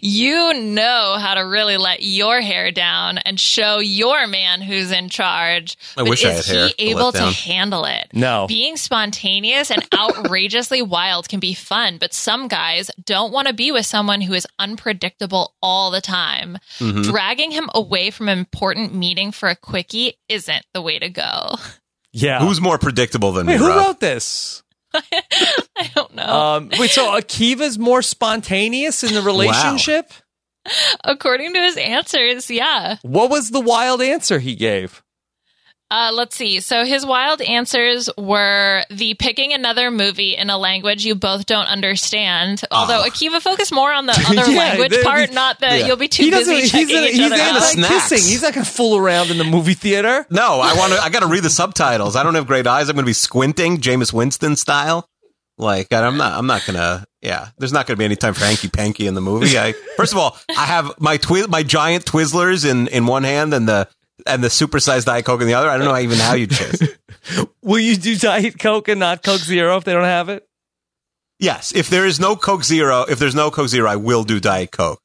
Speaker 4: you know how to really let your hair down and show your man who's in charge.
Speaker 3: I
Speaker 4: But
Speaker 3: wish I
Speaker 4: is
Speaker 3: had hair to
Speaker 4: he
Speaker 3: let
Speaker 4: able to,
Speaker 3: down.
Speaker 4: handle it?
Speaker 2: No.
Speaker 4: Being spontaneous and outrageously wild can be fun, but some guys don't want to be with someone who is unpredictable all the time.
Speaker 2: Mm-hmm.
Speaker 3: Mm-hmm.
Speaker 4: Dragging him away from an important meeting for a quickie isn't the way to go.
Speaker 2: Yeah.
Speaker 3: Who's more predictable than
Speaker 2: Wait,
Speaker 3: me,
Speaker 2: who
Speaker 3: Rob?
Speaker 2: wrote this?
Speaker 4: I don't know.
Speaker 2: Um, wait, so Akiva's more spontaneous in the relationship?
Speaker 4: According to his answers, yeah.
Speaker 2: What was the wild answer he gave?
Speaker 4: Uh, let's see. So his wild answers were the picking another movie in a language you both don't understand. Although
Speaker 3: Ah.
Speaker 4: Akiva focused more on the other
Speaker 2: Yeah,
Speaker 4: language
Speaker 2: the-
Speaker 4: part, not that
Speaker 3: yeah.
Speaker 4: you'll be too
Speaker 2: doesn't.
Speaker 4: busy checking
Speaker 2: he's
Speaker 4: each
Speaker 2: he's
Speaker 4: other out.
Speaker 3: Snacks.
Speaker 2: anti-kissing. He's not going to fool around in the movie theater.
Speaker 3: No, I want to. I got to read the subtitles. I don't have great eyes. I'm going to be squinting, Jameis Winston style. Like I'm not. I'm not gonna. Yeah, there's not going to be any time for hanky panky in the movie. I first of all, I have my twi- my giant Twizzlers in in one hand and the and the supersized Diet Coke in the other. I don't know even how you kiss.
Speaker 2: Will you do Diet Coke and not Coke Zero if they don't have it?
Speaker 3: yes, if there is no Coke Zero, if there's no Coke Zero, I will do Diet Coke.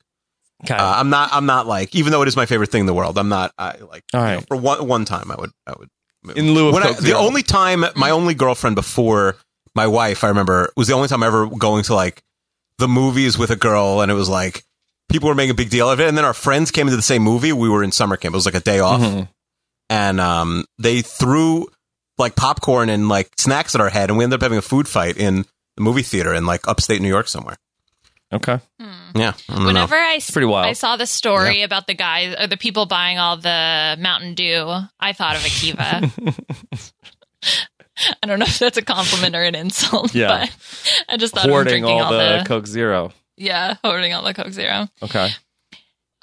Speaker 2: Okay.
Speaker 3: Uh, I'm not. I'm not like. Even though it is my favorite thing in the world, I'm not. I like.
Speaker 2: All
Speaker 3: you know,
Speaker 2: right.
Speaker 3: for one one time, I would. I would. move.
Speaker 2: in lieu of
Speaker 3: When I,
Speaker 2: Coke
Speaker 3: the
Speaker 2: Zero.
Speaker 3: only time my only girlfriend before my wife, I remember, was the only time I ever going to like the movies with a girl, and it was like people were making a big deal of it, and then our friends came into the same movie. We were in summer camp; it was like a day off,
Speaker 2: Mhm.
Speaker 3: and um, they threw like popcorn and like snacks at our head, and we ended up having a food fight in the movie theater in like upstate New York somewhere.
Speaker 2: Okay. Mm-hmm.
Speaker 3: Yeah, I don't know.
Speaker 4: Whenever I, s-
Speaker 2: pretty wild.
Speaker 4: I saw the story about the guys or the people buying all the Mountain Dew, I thought of Akiva. I don't know if that's a compliment or an insult,
Speaker 2: Yeah.
Speaker 4: but I just thought of him
Speaker 2: Hoarding
Speaker 4: drinking
Speaker 2: all, the,
Speaker 4: the
Speaker 2: Coke Zero.
Speaker 4: yeah, hoarding all the Coke Zero.
Speaker 2: Okay.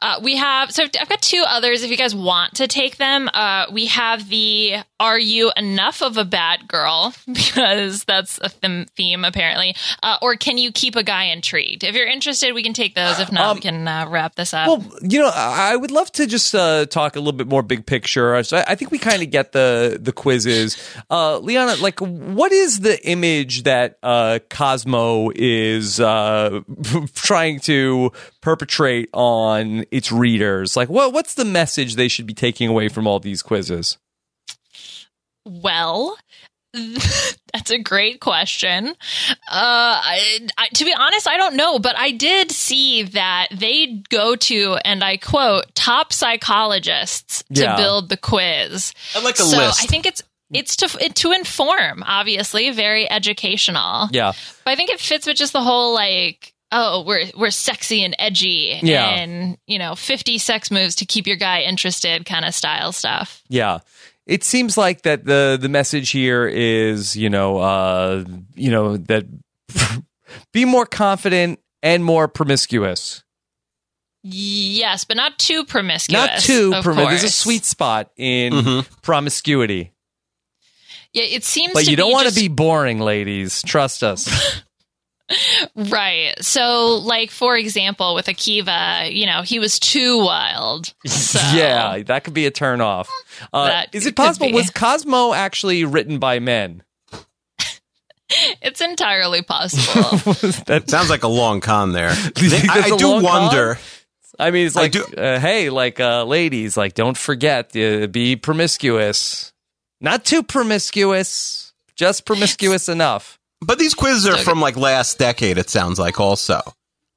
Speaker 4: Uh, we have so I've got two others. If you guys want to take them, uh, we have the "Are you enough of a bad girl?" because that's a them theme apparently. Uh, or can you keep a guy intrigued? If you're interested, we can take those. If not,
Speaker 2: Um,
Speaker 4: we can uh, wrap this up.
Speaker 2: Well, you know, I I would love to just uh, talk a little bit more big picture. So I I think we kind of get the the quizzes, uh, Liana. Like, what is the image that uh, Cosmo is uh, trying to perpetrate on its readers? Like, what what's the message they should be taking away from all these quizzes?
Speaker 4: well. That's a great question. Uh, I, I, to be honest, I don't know, but I did see that they go to, and I quote, top psychologists to
Speaker 2: Yeah.
Speaker 4: build the quiz.
Speaker 3: I like a
Speaker 4: so
Speaker 3: list.
Speaker 4: I think it's it's to it, to inform, obviously, very educational.
Speaker 2: Yeah,
Speaker 4: But I think it fits with just the whole like, oh, we're we're sexy and edgy,
Speaker 2: Yeah.
Speaker 4: and you know, fifty sex moves to keep your guy interested, kind of style stuff.
Speaker 2: Yeah. It seems like that the the message here is, you know, uh, you know that be more confident and more promiscuous.
Speaker 4: Yes, but not too promiscuous.
Speaker 2: Not too
Speaker 4: of
Speaker 2: promiscuous. There's a
Speaker 4: course.
Speaker 2: sweet spot in
Speaker 3: Mhm.
Speaker 2: promiscuity.
Speaker 4: Yeah, it seems.
Speaker 2: But
Speaker 4: to
Speaker 2: you don't want
Speaker 4: just-
Speaker 2: to be boring, ladies. Trust us.
Speaker 4: right. So, like for example, with Akiva, you know, he was too wild. So.
Speaker 2: Yeah, that could be a turnoff. Uh,
Speaker 4: That
Speaker 2: is it
Speaker 4: could
Speaker 2: possible?
Speaker 4: be.
Speaker 2: Was Cosmo actually written by men?
Speaker 4: it's entirely possible.
Speaker 2: that,
Speaker 3: Sounds like a long con there.
Speaker 2: you think
Speaker 3: I,
Speaker 2: that's
Speaker 3: I
Speaker 2: a
Speaker 3: do
Speaker 2: long con?
Speaker 3: wonder.
Speaker 2: I mean, it's
Speaker 3: I
Speaker 2: like,
Speaker 3: do-
Speaker 2: uh, hey, like, uh, ladies, like, don't forget, uh, be promiscuous. Not too promiscuous, just promiscuous enough.
Speaker 3: But these quizzes are from like last decade, it sounds like also.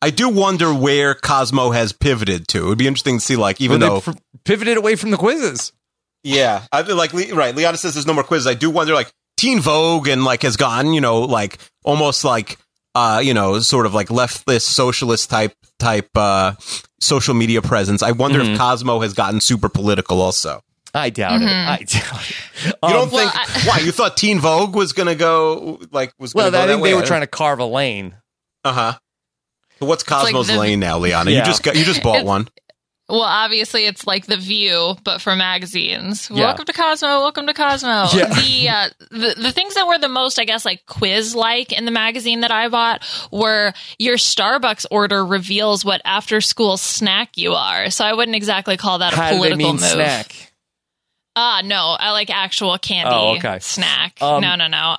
Speaker 3: I do wonder where Cosmo has pivoted to. It would be interesting to see, like, even
Speaker 2: When they
Speaker 3: though.
Speaker 2: pr- pivoted away from the quizzes.
Speaker 3: yeah. I, feel like, Le- right. Liana says there's no more quizzes. I do wonder, like, Teen Vogue and, like, has gone, you know, like, almost like, uh, you know, sort of like leftist socialist type, type, uh, social media presence. I wonder if Cosmo has gotten super political also.
Speaker 2: I doubt
Speaker 4: Mm-hmm.
Speaker 2: it. I doubt it.
Speaker 3: You
Speaker 2: Um,
Speaker 3: don't
Speaker 4: well,
Speaker 3: think, why? You thought Teen Vogue was going to go, like, was
Speaker 2: well,
Speaker 3: going to
Speaker 2: I
Speaker 3: go
Speaker 2: think
Speaker 3: that way?
Speaker 2: they were trying to carve a lane.
Speaker 3: Uh huh. So what's
Speaker 4: like
Speaker 3: Cosmo's
Speaker 4: the-
Speaker 3: lane now, Liana?
Speaker 2: Yeah.
Speaker 3: You just got you just bought
Speaker 4: It's-
Speaker 3: one.
Speaker 4: Well, obviously, it's like The View, but for magazines.
Speaker 2: Yeah.
Speaker 4: Welcome to Cosmo. Welcome to Cosmo.
Speaker 2: Yeah.
Speaker 4: The, uh, the the things that were the most, I guess, like quiz like in the magazine that I bought were your Starbucks order reveals what after school snack you are. So I wouldn't exactly call that a
Speaker 2: How do they
Speaker 4: political
Speaker 2: mean
Speaker 4: move.
Speaker 2: snack?
Speaker 4: Ah, no, I like actual candy
Speaker 2: Oh, okay.
Speaker 4: snack.
Speaker 2: Um,
Speaker 4: no, no, no.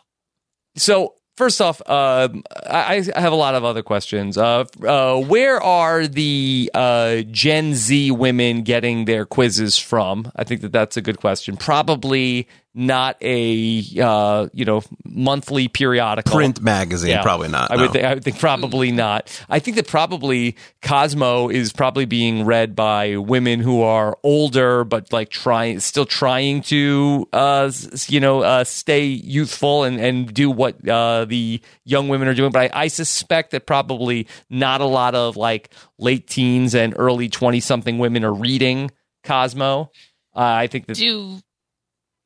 Speaker 2: So First off, uh, I, I have a lot of other questions. Uh, uh, where are the uh, Gen Z women getting their quizzes from? I think that that's a good question. Probably not a uh, you know monthly periodical
Speaker 3: Print magazine,
Speaker 2: Yeah.
Speaker 3: probably not.
Speaker 2: I
Speaker 3: no.
Speaker 2: would think, I would think probably not. I think that probably Cosmo is probably being read by women who are older, but like trying, still trying to, uh, s- you know, uh, stay youthful and, and do what uh, the young women are doing. But I, I suspect that probably not a lot of like late teens and early twenty something women are reading Cosmo. Uh, I think that.
Speaker 5: Do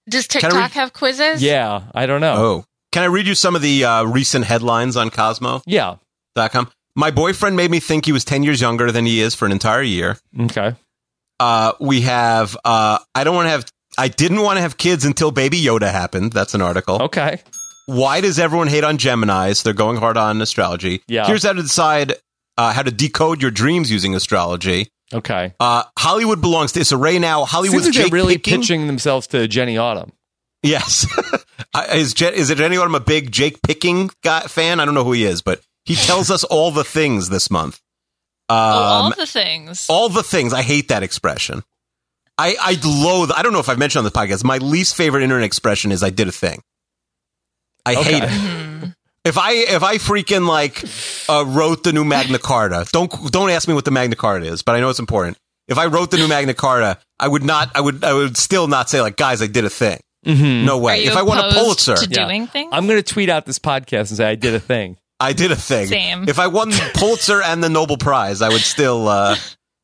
Speaker 5: does
Speaker 3: I
Speaker 5: TikTok
Speaker 3: read-
Speaker 5: have quizzes?
Speaker 2: Yeah, I don't know.
Speaker 3: Oh. Can I read you some of the uh, recent headlines on Cosmo.com?
Speaker 2: Yeah.
Speaker 3: My boyfriend made me think he was 10 years younger than he is for an entire year.
Speaker 2: Okay.
Speaker 3: Uh, we have, uh, I don't want to have, I didn't want to have kids until Baby Yoda happened. That's an article.
Speaker 2: Okay.
Speaker 3: Why does everyone hate on Geminis? They're going hard on astrology.
Speaker 2: Yeah.
Speaker 3: Here's how to decide uh, how to decode your dreams using astrology.
Speaker 2: Okay.
Speaker 3: Uh, Hollywood belongs to Issa Rae now.
Speaker 2: Seems
Speaker 3: Hollywood's
Speaker 2: like they're
Speaker 3: Jake
Speaker 2: really
Speaker 3: Pinkman-
Speaker 2: pitching themselves to Jenny Autumn.
Speaker 3: Yes. I- is, Je- is it anyone I'm a big Jake Picking guy, fan? I don't know who he is, but he tells us all the things this month. Um,
Speaker 4: Oh,
Speaker 3: all,
Speaker 4: all
Speaker 3: the-
Speaker 4: the things.
Speaker 3: things. I hate that expression. I, I loathe. I don't know if I've mentioned on this podcast. My least favorite internet expression is "I did a thing." I
Speaker 2: Okay.
Speaker 3: hate it. If I if I freaking like uh, wrote the new Magna Carta, don't don't ask me what the Magna Carta is, but I know it's important. If I wrote the new Magna Carta, I would not. I would. I would still not say like, guys, I did a thing.
Speaker 2: Mm-hmm.
Speaker 3: No
Speaker 4: Are
Speaker 3: way.
Speaker 4: you
Speaker 3: If I won a
Speaker 4: opposed
Speaker 3: Pulitzer,
Speaker 4: to
Speaker 2: Yeah.
Speaker 4: doing things,
Speaker 2: I'm going to tweet out this podcast and say I did a thing.
Speaker 3: I did a thing.
Speaker 4: Same.
Speaker 3: If I won the Pulitzer and the Nobel Prize, I would still, uh,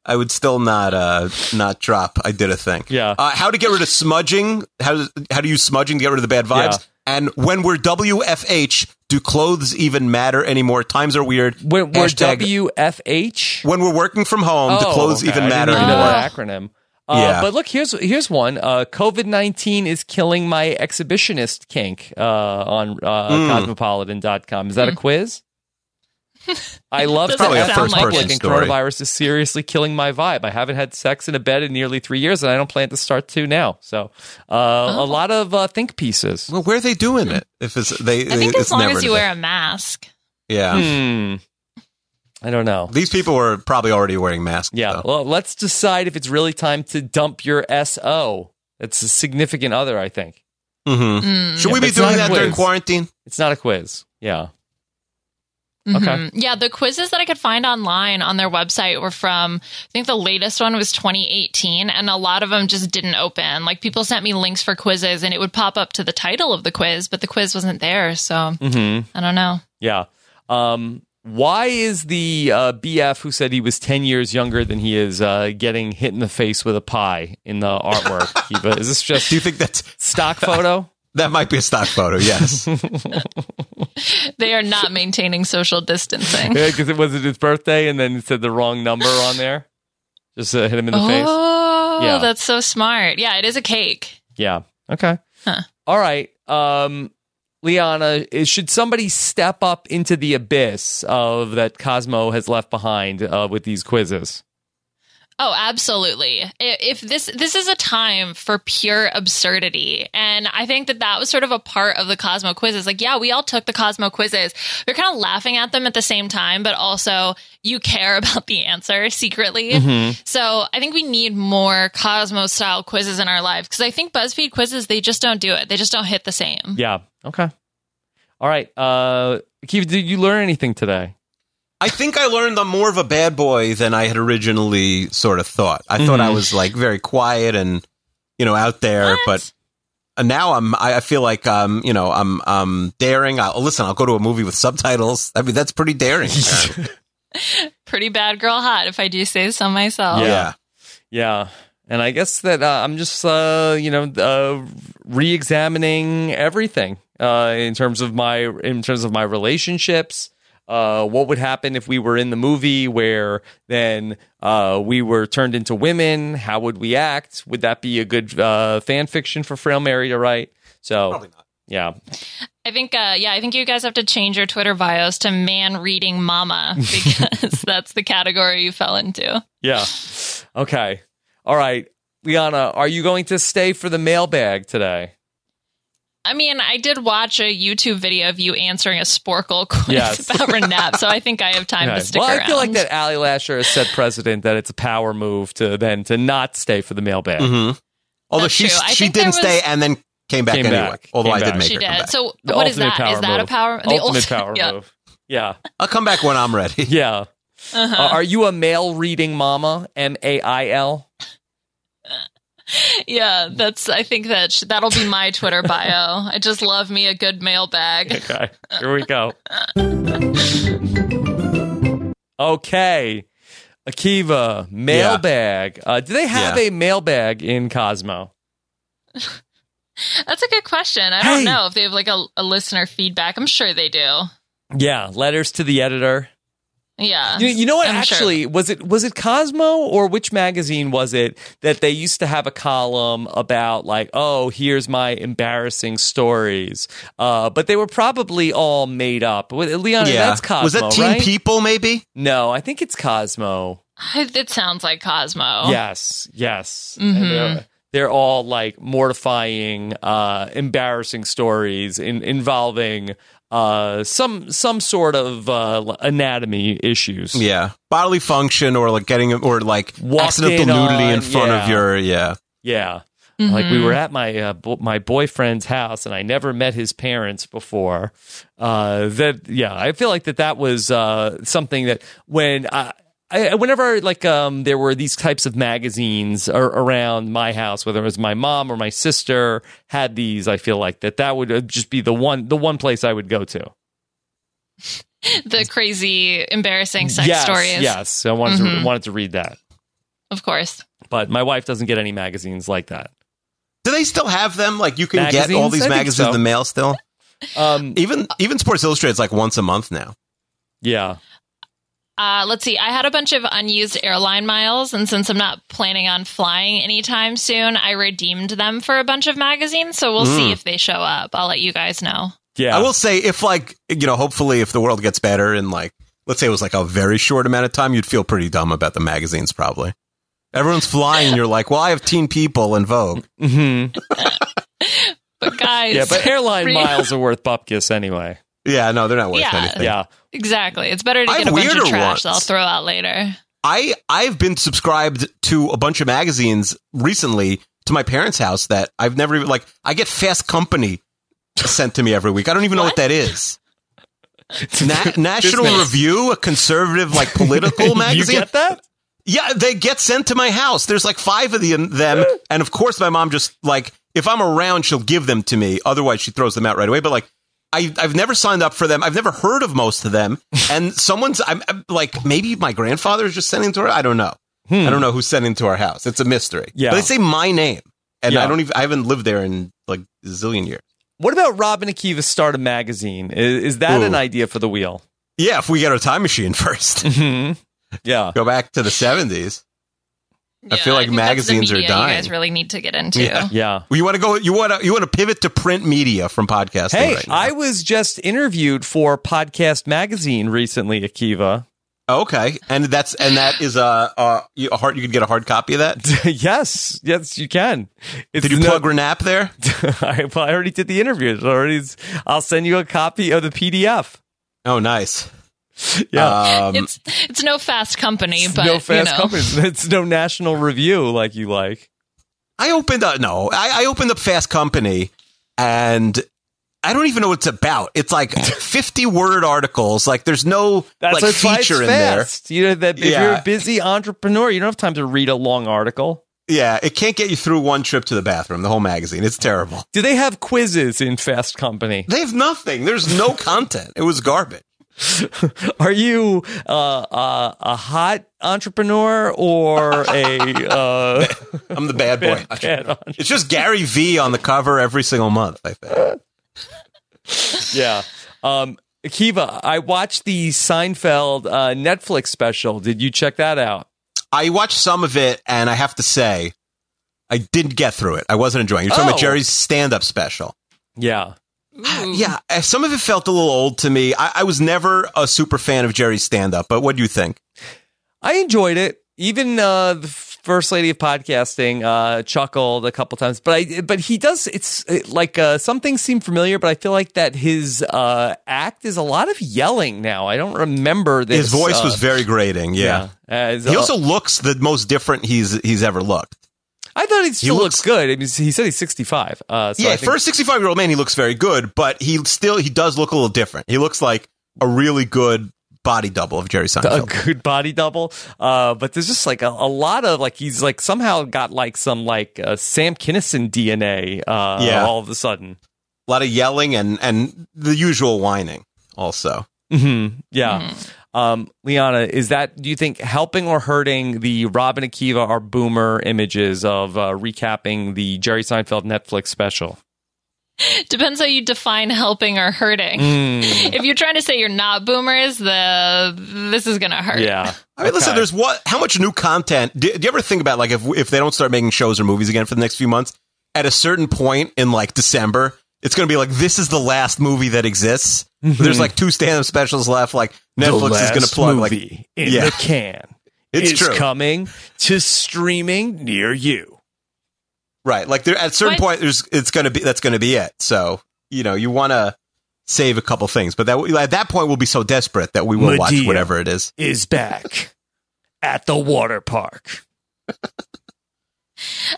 Speaker 3: I would still not, uh, not drop. I did a thing.
Speaker 2: Yeah.
Speaker 3: Uh, how to get rid of smudging? How does, how do you smudging to get rid of the bad vibes? And when we're WFH, do clothes even matter anymore? Times are weird.
Speaker 2: When we're
Speaker 3: Hashtag-
Speaker 2: WFH.
Speaker 3: when we're working from home, do clothes
Speaker 2: Oh, okay.
Speaker 3: even
Speaker 2: I
Speaker 3: matter
Speaker 2: didn't even
Speaker 3: anymore?
Speaker 2: know that acronym. Uh,
Speaker 3: Yeah.
Speaker 2: But look, here's here's one. Uh, COVID nineteen is killing my exhibitionist kink uh, on uh,
Speaker 3: Mm.
Speaker 2: cosmopolitan.com. Is that a quiz? I love to
Speaker 4: Doesn't
Speaker 2: F
Speaker 4: sound
Speaker 2: the
Speaker 4: like
Speaker 2: public,
Speaker 4: Hmm.
Speaker 2: and
Speaker 4: it.
Speaker 3: Story.
Speaker 2: coronavirus is seriously killing my vibe. I haven't had sex in a bed in nearly three years, and I don't plan to start to now. So, uh,
Speaker 4: Oh.
Speaker 2: a lot of uh, think pieces.
Speaker 3: Well, where are they doing it? If it's they,
Speaker 4: I think
Speaker 3: it's
Speaker 4: as long
Speaker 3: never
Speaker 4: as you
Speaker 3: today.
Speaker 4: wear a mask.
Speaker 3: yeah.
Speaker 2: Hmm. I don't know.
Speaker 3: These people were probably already wearing masks.
Speaker 2: Yeah.
Speaker 3: though.
Speaker 2: Well, let's decide if it's really time to dump your SO. That's a significant other, I think.
Speaker 3: Mhm.
Speaker 4: Mm.
Speaker 3: Should
Speaker 2: Yeah,
Speaker 3: we
Speaker 2: but
Speaker 3: be
Speaker 2: it's not
Speaker 3: doing
Speaker 2: a
Speaker 3: that during
Speaker 2: quiz.
Speaker 3: quarantine?
Speaker 2: It's not a quiz. Yeah.
Speaker 4: Mhm. Yeah, the quizzes that I could find online on their website were from, I think the latest one was 2018, and a lot of them just didn't open. Like people sent me links for quizzes, and it would pop up to the title of the quiz, but the quiz wasn't there. So
Speaker 2: Mm-hmm.
Speaker 4: I don't know.
Speaker 2: Yeah. Um, why is the uh, BF who said he was 10 years younger than he is uh, getting hit in the face with a pie in the artwork? Kiva? Is this just
Speaker 3: Do you think that's
Speaker 2: stock photo?
Speaker 3: that might be a stock photo? Yes.
Speaker 4: They are not maintaining social distancing.
Speaker 2: Yeah, because it wasn't his birthday and then it said the wrong number on there. Just uh, hit him in the face.
Speaker 4: Oh,
Speaker 2: Yeah.
Speaker 4: that's so smart. Yeah, it is a cake.
Speaker 2: Yeah. Okay.
Speaker 4: Huh.
Speaker 2: All right. Um, Liana, is- should somebody step up into the abyss of that Cosmo has left behind uh, with these quizzes?
Speaker 4: Oh, absolutely. I- If this this is a time for pure absurdity, and I think that that was sort of a part of the Cosmo quizzes. Like, yeah, we all took the Cosmo quizzes. We're kind of laughing at them at the same time, but also you care about the answer secretly.
Speaker 2: Mm-hmm.
Speaker 4: So I think we need more Cosmo style quizzes in our lives because I think BuzzFeed quizzes they just don't do it. They just don't hit the same.
Speaker 2: Yeah. Okay. All right. Uh, Kiva, did you learn anything today?
Speaker 3: I think I learned I'm more of a bad boy than I had originally sort of thought. I thought I was like very quiet and you know out there, but but now I'm. I I feel like um you know I'm um daring. I'll listen. I'll go to a movie with subtitles. I mean that's pretty daring. apparently.
Speaker 4: Pretty bad girl hot if I do say so myself.
Speaker 2: Yeah. Yeah. And I guess that uh, I'm just, uh, you know, uh, re-examining everything uh, in terms of my in terms of my relationships. Uh, what would happen if we were in the movie where then uh, we were turned into women? How would we act? Would that be a good uh, fan fiction for Frail Mary to write? So
Speaker 3: Probably not.
Speaker 2: yeah,
Speaker 4: I think, uh, yeah, I think you guys have to change your Twitter bios to man reading mama because that's the category you fell into.
Speaker 2: yeah, okay, all right, Liana, are you going to stay for the mailbag today?
Speaker 4: I mean, I did watch a YouTube video of you answering a Sporkle quiz
Speaker 2: Yes.
Speaker 4: about Renap, so I think I have time
Speaker 2: Okay.
Speaker 4: to stick
Speaker 2: well,
Speaker 4: around.
Speaker 2: I feel like that Ally Lasher has said precedent that it's a power move to then to not stay for the mailbag.
Speaker 3: hmm Although
Speaker 4: That's
Speaker 3: she
Speaker 4: true. I
Speaker 3: she
Speaker 4: think there
Speaker 3: didn't stay
Speaker 4: was-
Speaker 3: and then came back
Speaker 2: Came
Speaker 3: anyway.
Speaker 2: back.
Speaker 3: Although
Speaker 2: Came
Speaker 3: I did
Speaker 2: back.
Speaker 3: make
Speaker 4: she
Speaker 3: her
Speaker 4: did.
Speaker 3: come back.
Speaker 4: So
Speaker 2: The
Speaker 4: what is
Speaker 2: ultimate
Speaker 4: that? Is
Speaker 2: power
Speaker 4: that a
Speaker 2: move.
Speaker 4: power?
Speaker 2: Ultimate
Speaker 4: ulti-
Speaker 2: power
Speaker 4: yeah.
Speaker 2: move. Yeah.
Speaker 3: I'll come back when I'm ready.
Speaker 2: Yeah.
Speaker 4: Uh-huh.
Speaker 2: Uh, are you a mail reading mama? M A I L?
Speaker 4: yeah, that's. I think that sh- that'll be my Twitter bio. I just love me a good mailbag.
Speaker 2: Okay. Here we go. okay. Akiva, mailbag. Uh, do they have
Speaker 3: Yeah.
Speaker 2: a mailbag in Cosmo?
Speaker 4: That's a good question. I don't
Speaker 2: Hey.
Speaker 4: know if they have like a, a listener feedback. I'm sure they do.
Speaker 2: Yeah. Letters to the editor.
Speaker 4: Yeah.
Speaker 2: You, you know what?
Speaker 4: I'm sure.
Speaker 2: actually, was it was it Cosmo or which magazine was it that they used to have a column about like, oh, here's my embarrassing stories, uh, but they were probably all made up. With
Speaker 3: Oh,
Speaker 2: Leon, that's Cosmo,
Speaker 3: Was that Teen
Speaker 2: right?
Speaker 3: People maybe?
Speaker 2: no, I think it's Cosmo.
Speaker 4: I- it sounds like Cosmo.
Speaker 2: Yes, yes.
Speaker 4: Mhm.
Speaker 2: And They're, they're all like mortifying, uh, embarrassing stories in, involving uh, some some sort of uh, anatomy issues.
Speaker 3: Yeah. Bodily function or like getting or like
Speaker 2: Walking
Speaker 3: accidental nudity
Speaker 2: on-
Speaker 3: in front
Speaker 2: yeah.
Speaker 3: of your yeah.
Speaker 2: Yeah. Like we
Speaker 4: Mhm.
Speaker 2: were at my uh, bo- my boyfriend's house, and I never met his parents before. Uh, that yeah, I feel like that that was uh, something that when I, I whenever like um, there were these types of magazines ar- around my house, whether it was my mom or my sister had these, I feel like that that would uh, just be the one the one place I would go to.
Speaker 4: The crazy, embarrassing sex
Speaker 2: yes,
Speaker 4: stories.
Speaker 2: Yes, I wanted to
Speaker 4: Mhm.
Speaker 2: wanted to read that,
Speaker 4: Of course.
Speaker 2: but my wife doesn't get any magazines like that.
Speaker 3: Do they still have them? Like you can get all
Speaker 2: Magazines? I
Speaker 3: these
Speaker 2: think
Speaker 3: magazines
Speaker 2: so.
Speaker 3: in the mail still.
Speaker 2: Um,
Speaker 3: Even even Sports Illustrated's like once a month now.
Speaker 2: yeah.
Speaker 4: Uh, let's see. I had a bunch of unused airline miles, and since I'm not planning on flying anytime soon, I redeemed them for a bunch of magazines. So we'll see
Speaker 2: Hmm.
Speaker 3: Mm.
Speaker 4: if they show up. I'll let you guys know.
Speaker 2: Yeah,
Speaker 3: I will say if like you know, hopefully if the world gets better and like let's say it was like a very short amount of time, you'd feel pretty dumb about the magazines probably. Everyone's flying, you're like, Well, I have teen people and Vogue.
Speaker 2: hmm
Speaker 4: But guys,
Speaker 2: Yeah, but airline
Speaker 4: Re-
Speaker 2: miles are worth bupkis anyway.
Speaker 3: Yeah, no, they're not worth
Speaker 4: Yeah.
Speaker 3: anything.
Speaker 2: Yeah.
Speaker 4: exactly. It's better to
Speaker 3: I
Speaker 4: get
Speaker 3: have
Speaker 4: a bunch of
Speaker 3: weirder
Speaker 4: trash
Speaker 3: ones.
Speaker 4: that I'll throw out later.
Speaker 3: I I've been subscribed to a bunch of magazines recently to my parents' house that I've never even like I get Fast Company sent to me every week. I don't even know what that is. Na- National
Speaker 2: Dismiss.
Speaker 3: Review, a conservative like political
Speaker 2: You
Speaker 3: magazine.
Speaker 2: get that?
Speaker 3: yeah, they get sent to my house. There's like five of the, them, and of course my mom just like if I'm around, she'll give them to me. Otherwise, she throws them out right away. But like. I, I've never signed up for them. I've never heard of most of them. And someone's, I'm, I'm like, maybe my grandfather's just sending to her. I don't know.
Speaker 2: Hmm.
Speaker 3: I don't know who's sending to our house. It's a mystery.
Speaker 2: Yeah.
Speaker 3: But they say my name. And
Speaker 2: Yeah.
Speaker 3: I don't even I haven't lived there in like a zillion years.
Speaker 2: What about Robin Akiva start a magazine? Is, is that
Speaker 3: Ooh.
Speaker 2: an idea for the wheel?
Speaker 3: Yeah, if we get our time machine first.
Speaker 2: hmm Yeah.
Speaker 3: Go back to the seventies. I
Speaker 4: Yeah,
Speaker 3: feel like
Speaker 4: think that's the
Speaker 3: magazines are
Speaker 4: media
Speaker 3: dying.
Speaker 4: You guys really need to get into.
Speaker 3: Yeah.
Speaker 2: Yeah. Um,
Speaker 3: Well, you wanna go you wanna you wanna pivot to print media from podcasting
Speaker 2: Hey,
Speaker 3: right now.
Speaker 2: I was just interviewed for Podcast Magazine recently, Akiva.
Speaker 3: okay. And that's and that is a, a, a hard you could get a hard copy of that.
Speaker 2: yes, yes, you can. It's
Speaker 3: Did you
Speaker 2: no-
Speaker 3: plug Renap there?
Speaker 2: I, well, I already did the interview. It already. I'll send you a copy of the PDF.
Speaker 3: Oh nice.
Speaker 2: Yeah.
Speaker 3: Um,
Speaker 4: It's it's no fast company,
Speaker 2: It's
Speaker 4: but
Speaker 2: Uh, no fast
Speaker 4: you know.
Speaker 2: companies. It's no national review like you like.
Speaker 3: I opened up no, I, I opened up Fast Company, and I don't even know what it's about. It's like fifty word articles. Like there's no
Speaker 2: That's
Speaker 3: like
Speaker 2: what's why it's
Speaker 3: feature in
Speaker 2: fast. You know that if you're
Speaker 3: Yeah.
Speaker 2: a busy entrepreneur, you don't have time to read a long article.
Speaker 3: there. Yeah, it can't get you through one trip to the bathroom. The whole magazine. It's terrible.
Speaker 2: Do they have quizzes in Fast Company?
Speaker 3: They have nothing. There's no content. It was garbage.
Speaker 2: Are you uh, uh, a hot entrepreneur or a uh,
Speaker 3: I'm the bad boy.
Speaker 2: bad entrepreneur?
Speaker 3: It's just Gary V on the cover every single month. I think.
Speaker 2: Yeah. Um, Akiva, I watched the Seinfeld uh, Netflix special. Did you check that out?
Speaker 3: I watched some of it, and I have to say, I didn't get through it. I wasn't enjoying. it. You're talking
Speaker 2: Oh.
Speaker 3: about Jerry's stand-up special.
Speaker 2: Yeah. Mm-hmm.
Speaker 4: Ooh.
Speaker 3: Yeah, uh, some of it felt a little old to me. I, I was never a super fan of Jerry's stand up, but what do you think?
Speaker 2: I enjoyed it. Even uh, the f- first lady of podcasting uh, chuckled a couple times, but I but he does. It's it, like uh, some things seem familiar, but I feel like that his uh, act is a lot of yelling now. I don't remember this.
Speaker 3: His voice
Speaker 2: uh,
Speaker 3: was very grating. Yeah.
Speaker 2: As,
Speaker 3: He
Speaker 2: uh,
Speaker 3: also looks the most different he's he's ever looked.
Speaker 2: I thought he still
Speaker 3: looks-
Speaker 2: looks good. I mean, he said he's sixty five. Uh, so
Speaker 3: yeah,
Speaker 2: I think-
Speaker 3: for a 65 year old man, he looks very good, but he still he does look a little different. He looks like a really good body double of Jerry
Speaker 2: a
Speaker 3: Seinfeld.
Speaker 2: good body double. Uh, but there's just like a, a lot of like he's like somehow got like some like uh, Sam Kinison DNA. Uh,
Speaker 3: Yeah.
Speaker 2: all of a sudden.
Speaker 3: A lot of yelling and and the usual whining. Also,
Speaker 2: hmm Yeah. Um, Liana, is that do you think helping or hurting the Robin Akiva are boomer images of uh, recapping the Jerry Seinfeld Netflix special?
Speaker 4: Depends how you define helping or hurting.
Speaker 2: Mm,
Speaker 4: If you're trying to say you're not boomers, the this is gonna hurt.
Speaker 2: yeah.
Speaker 3: I mean, listen.
Speaker 2: Okay.
Speaker 3: There's what? How much new content? Do, do you ever think about like if if they don't start making shows or movies again for the next few months? At a certain point in like December, it's going to be like this is the last movie that exists.
Speaker 2: Mm-hmm.
Speaker 3: There's like two stand up specials left. Like Netflix is going to plug like
Speaker 2: movie in
Speaker 3: Yeah.
Speaker 2: the can.
Speaker 3: It's
Speaker 2: is
Speaker 3: true.
Speaker 2: coming to streaming near you.
Speaker 3: Right. Like there at a certain
Speaker 4: What-
Speaker 3: point there's it's going to be that's going to be it. So, you know, you want to save a couple things, but that at that point we'll be so desperate that we will watch
Speaker 2: Medea.
Speaker 3: whatever it is.
Speaker 2: Is back at the water park.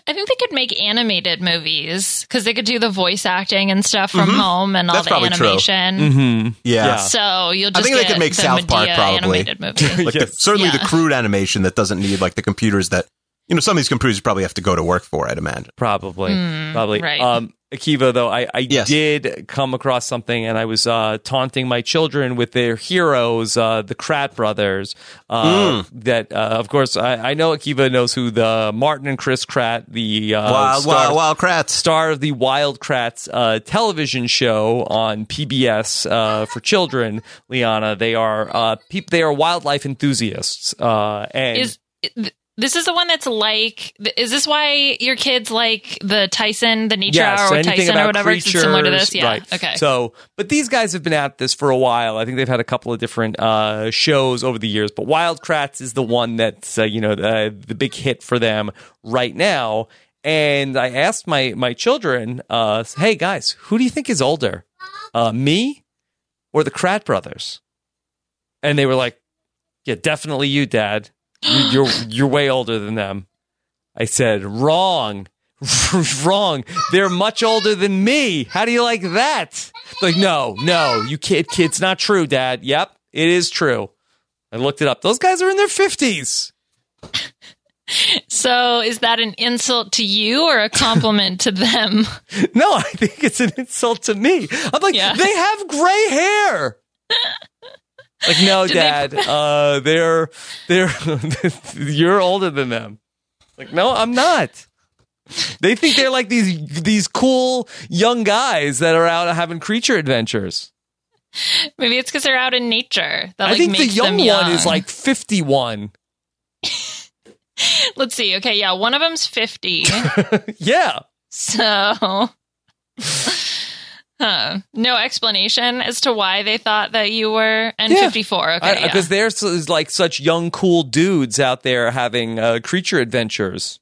Speaker 4: I think they could make animated movies because they could do the voice acting and stuff from
Speaker 3: Mhm.
Speaker 4: home and all
Speaker 3: That's
Speaker 4: the
Speaker 3: probably true.
Speaker 4: animation.
Speaker 2: Mm-hmm.
Speaker 3: Yeah.
Speaker 2: Yeah.
Speaker 4: So you'll just
Speaker 3: think they
Speaker 4: get
Speaker 3: could make
Speaker 4: the
Speaker 3: South Park
Speaker 4: Medea
Speaker 3: probably.
Speaker 4: animated movie.
Speaker 3: Like the-
Speaker 2: Yes.
Speaker 3: certainly the
Speaker 4: Yeah.
Speaker 3: crude animation that doesn't need like the computers that you know some of these computers you probably have to go to work for, I'd imagine.
Speaker 2: Probably.
Speaker 4: Mm,
Speaker 2: Probably.
Speaker 4: right.
Speaker 2: Um, Akiva, though, I, I
Speaker 3: Yes.
Speaker 2: did come across something, and I was uh, taunting my children with their heroes, uh, the Krat brothers. Uh,
Speaker 3: Hmm.
Speaker 2: That, uh, of course, I, I know Akiva knows who the Martin and Chris Krat, the uh,
Speaker 3: wild,
Speaker 2: star,
Speaker 3: wild, wild crats.
Speaker 2: star of the Wild Kratts uh, television show on PBS uh, for children, Liana. They are uh, peop- they are wildlife enthusiasts, uh, and
Speaker 4: Is th- this is the one that's like? th- Is this why your kids like the Tyson, the Nitra
Speaker 2: Yes,
Speaker 4: or
Speaker 2: anything
Speaker 4: Tyson or
Speaker 2: about
Speaker 4: whatever? It's similar to this.
Speaker 2: creatures,
Speaker 4: Yeah.
Speaker 2: right.
Speaker 4: Okay.
Speaker 2: So, but these guys have been at this for a while. I think they've had a couple of different uh, shows over the years, but Wild Kratts is the one that's uh, you know the, the big hit for them right now. And I asked my my children, uh, "Hey guys, who do you think is older, uh, me or the Krat brothers?" And they were like, "Yeah, definitely you, Dad. You, you're you're way older than them." I said, wrong. wrong. They're much older than me. How do you like that? Like, no, no, you kid, kid's not true, Dad. Yep, it is true. I looked it up. Those guys are in their fifties.
Speaker 4: so is that an insult to you or a compliment to them?
Speaker 2: No, I think it's an insult to me. I'm like,
Speaker 4: Yeah.
Speaker 2: they have gray hair. Like, no,
Speaker 4: Did they-
Speaker 2: Dad. uh, they're they're you're older than them. Like, no, I'm not. They think they're like these these cool young guys that are out having creature adventures.
Speaker 4: Maybe it's because they're out in nature. That,
Speaker 2: I
Speaker 4: like,
Speaker 2: think the
Speaker 4: makes
Speaker 2: young,
Speaker 4: them
Speaker 2: one is like 51.
Speaker 4: Let's see. Okay, yeah, one of them's fifty.
Speaker 2: Yeah.
Speaker 4: so, huh. no explanation as to why they thought that you were and
Speaker 2: Yeah.
Speaker 4: fifty four. Okay, yeah.
Speaker 2: Because they're so, is, like such young, cool dudes out there having uh, creature adventures.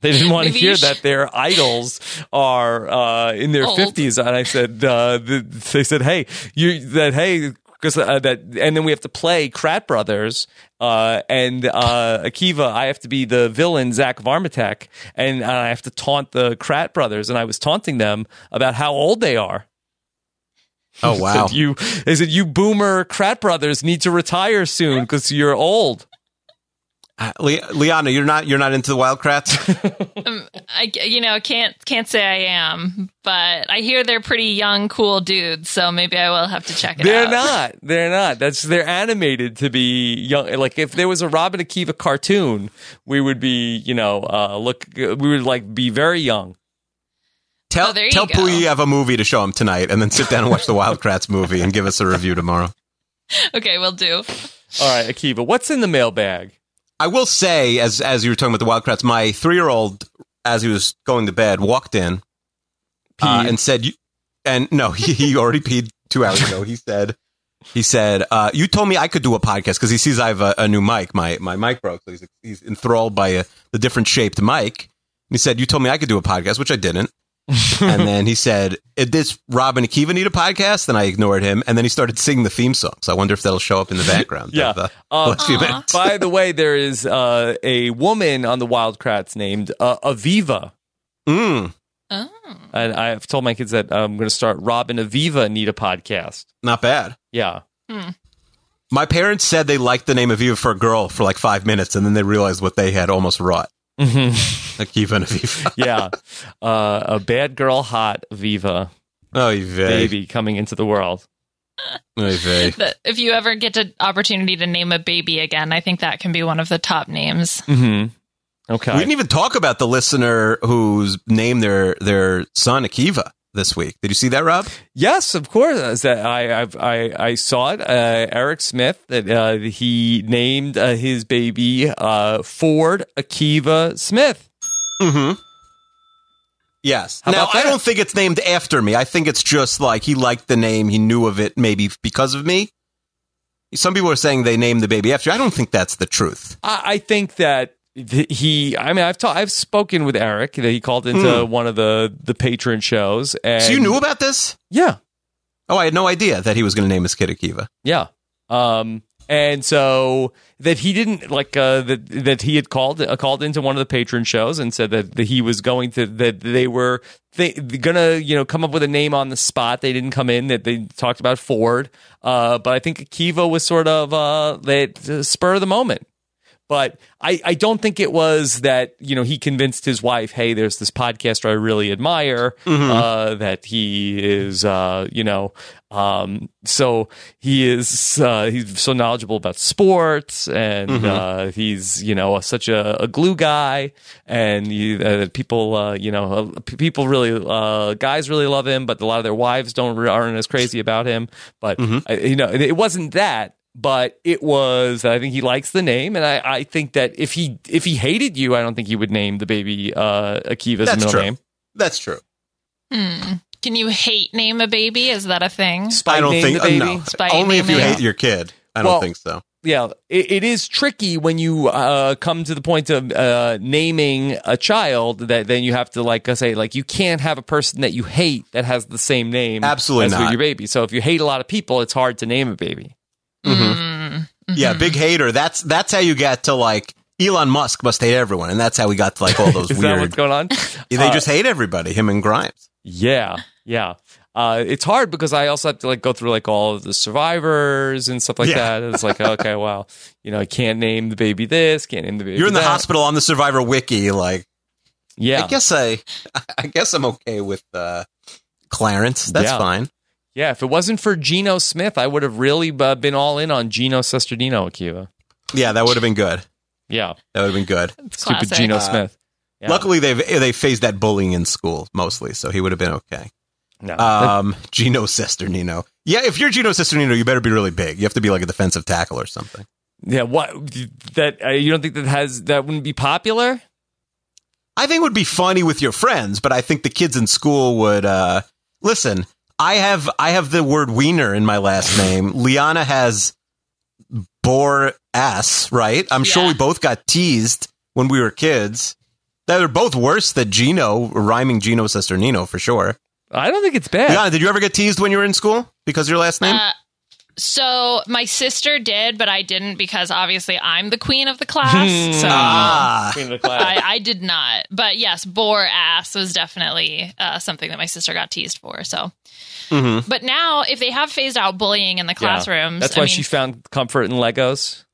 Speaker 2: They didn't want to
Speaker 4: Maybe you
Speaker 2: hear
Speaker 4: should-
Speaker 2: that their idols are uh, in their
Speaker 4: Old.
Speaker 2: fifties, and I said, uh, th- "They said, hey, you that hey, because uh, that." And then we have to play Krat Brothers, uh, and uh, Akiva. I have to be the villain, Zach Varmatek, and I have to taunt the Krat Brothers. And I was taunting them about how old they are.
Speaker 3: Oh wow.
Speaker 2: Said you they said you boomer Krat brothers need to retire soon because you're old.
Speaker 3: Uh, Le- Liana, you're not you're not into the wild crats?
Speaker 4: um, I you know can't can't say I am, but I hear they're pretty young, cool dudes. So maybe I will have to check it
Speaker 2: They're
Speaker 4: out.
Speaker 2: not. They're not. That's they're animated to be young. Like if there was a Robin Akiva cartoon, we would be you know uh, look we would like be very young.
Speaker 3: Tell
Speaker 4: Oh, there you
Speaker 3: tell
Speaker 4: go.
Speaker 3: Pui you have a movie to show him tonight, and then sit down and watch the Wild Kratts movie and give us a review tomorrow.
Speaker 4: Okay, we'll do.
Speaker 2: All right, Akiva, what's in the mailbag?
Speaker 3: I will say, as as you were talking about the Wild Kratts, my three year old, as he was going to bed, walked in uh,
Speaker 2: Peed.
Speaker 3: and said, you, and no, he, he already peed two hours ago. He said, He said, uh, "You told me I could do a podcast because he sees I have a, a new mic. My my mic broke, so he's, he's enthralled by uh the different shaped mic." And he said, "You told me I could do a podcast, which I didn't." and then he said, "Did this Robin Akiva need a podcast?" Then I ignored him, and then he started singing the theme song. So I wonder if that'll show up in the background.
Speaker 2: Yeah.
Speaker 3: Of uh, the
Speaker 2: Um,
Speaker 3: last few
Speaker 4: Aw.
Speaker 3: minutes.
Speaker 2: By the way, there is uh, a woman on the Wildcrats named uh, Aviva.
Speaker 3: Mm,
Speaker 4: Oh.
Speaker 2: And I've told my kids that I'm going to start Robin Aviva need a podcast.
Speaker 3: not bad.
Speaker 2: Yeah.
Speaker 3: My parents said they liked the name Aviva for a girl for like five minutes, and then they realized what they had almost wrought.
Speaker 2: Mm-hmm.
Speaker 3: Akiva and Aviva.
Speaker 2: Yeah. uh, a bad girl hot Aviva
Speaker 3: Oh, you vey.
Speaker 2: baby coming into the world.
Speaker 3: Oy vey.
Speaker 4: But if you ever get the opportunity to name a baby again, I think that can be one of the top names.
Speaker 2: Mm-hmm. Okay.
Speaker 3: We didn't even talk about the listener who's named their their son Akiva this week. Did you see that, Rob?
Speaker 2: Yes, of course. As that I I've, I I saw it. Uh, Eric Smith that uh, he named uh, his baby uh, Ford Akiva Smith.
Speaker 3: Mm-hmm. Yes.
Speaker 2: How
Speaker 3: now
Speaker 2: about
Speaker 3: I
Speaker 2: that?
Speaker 3: don't think it's named after me. I think it's just like he liked the name, he knew of it, maybe because of me. Some people are saying they named the baby after. you. I don't think that's the truth.
Speaker 2: I, I think that th- he. I mean, I've ta- I've spoken with Eric. That he called into one of the the patron shows. And
Speaker 3: Hmm. so you knew about this?
Speaker 2: Yeah.
Speaker 3: Oh, I had no idea that he was going to name his kid Akiva.
Speaker 2: Yeah. Um, and so that he didn't like uh, that that he had called uh, called into one of the patron shows and said that, that he was going to that they were th- gonna you know come up with a name on the spot. They didn't come in that they talked about Ford, uh, but I think Akiva was sort of uh, that uh, spur of the moment. But I, I don't think it was that you know he convinced his wife, hey, there's this podcaster I really admire, uh, that he is uh, you know um, so he is uh, he's so knowledgeable about sports and uh, he's you know such a, a glue guy and you, uh, people uh, you know uh, p- people really uh, guys really love him, but a lot of their wives don't re- aren't as crazy about him. But
Speaker 3: Mm-hmm.
Speaker 2: I, you know it wasn't that but it was I think he likes the name, and I, I think that if he if he hated you, I don't think he would name the baby uh, Akiva's
Speaker 3: That's
Speaker 2: middle
Speaker 3: true.
Speaker 2: name.
Speaker 3: That's true.
Speaker 4: Hmm. Can you hate name a baby? Is that a thing?
Speaker 2: Spite
Speaker 3: I don't
Speaker 2: name
Speaker 3: think
Speaker 2: the baby.
Speaker 3: uh, no.
Speaker 4: Spite
Speaker 3: Only if you
Speaker 4: name it.
Speaker 3: hate your kid. I
Speaker 2: Well-
Speaker 3: don't think so.
Speaker 2: Yeah, it, it is tricky when you uh, come to the point of uh, naming a child that then you have to like I say like you can't have a person that you hate that has the same name
Speaker 3: Absolutely
Speaker 2: as who
Speaker 3: not.
Speaker 2: your baby. So if you hate a lot of people, it's hard to name a baby. mm-hmm.
Speaker 4: Hmm.
Speaker 3: Yeah, big hater. That's that's how you got to like Elon Musk must hate everyone, and that's how we got to like all those
Speaker 2: Is that
Speaker 3: weird.
Speaker 2: what's going on?
Speaker 3: they just hate everybody. Him and Grimes.
Speaker 2: Yeah, yeah. Uh, it's hard because I also have to like go through like all of the survivors and stuff like
Speaker 3: Yeah.
Speaker 2: that. It's like okay, wow, you know, I can't name the baby this, can't name the baby.
Speaker 3: You're in the
Speaker 2: that.
Speaker 3: hospital on the Survivor wiki. Like,
Speaker 2: Yeah,
Speaker 3: I guess I, I guess I'm okay with uh, Clarence. That's
Speaker 2: Yeah.
Speaker 3: fine.
Speaker 2: yeah. If it wasn't for Geno Smith, I would have really uh, been all in on Geno Sestradino Akiva.
Speaker 3: Yeah, that would have been good.
Speaker 2: Yeah,
Speaker 3: That would have been good.
Speaker 4: It's
Speaker 2: stupid
Speaker 4: classic.
Speaker 2: Geno
Speaker 3: Uh,
Speaker 2: Smith. Yeah.
Speaker 3: Luckily, they've they phased that bullying in school mostly, so he would have been okay.
Speaker 2: no.
Speaker 3: Um, Gino Cesternino. Yeah, if you're Gino Cesternino, you better be really big. You have to be like a defensive tackle or something.
Speaker 2: yeah, what that uh, you don't think that has that wouldn't be popular?
Speaker 3: I think it would be funny with your friends, but I think the kids in school would uh, listen. I have I have the word wiener in my last name. Liana has bore ass, right? I'm sure
Speaker 4: Yeah.
Speaker 3: we both got teased when we were kids. They're both worse than Gino, rhyming Gino Cesternino for sure.
Speaker 2: I don't think it's bad.
Speaker 3: Liana, did you ever get teased when you were in school because of your last name?
Speaker 4: Uh, so my sister did, but I didn't because obviously I'm the queen of the class. So
Speaker 3: ah,
Speaker 2: Queen of the class.
Speaker 4: I, I did not. But yes, bore ass was definitely uh, something that my sister got teased for. So,
Speaker 3: Mhm.
Speaker 4: but now if they have phased out bullying in the
Speaker 2: Yeah.
Speaker 4: classrooms,
Speaker 2: That's
Speaker 4: I
Speaker 2: why
Speaker 4: mean,
Speaker 2: she found comfort in Legos.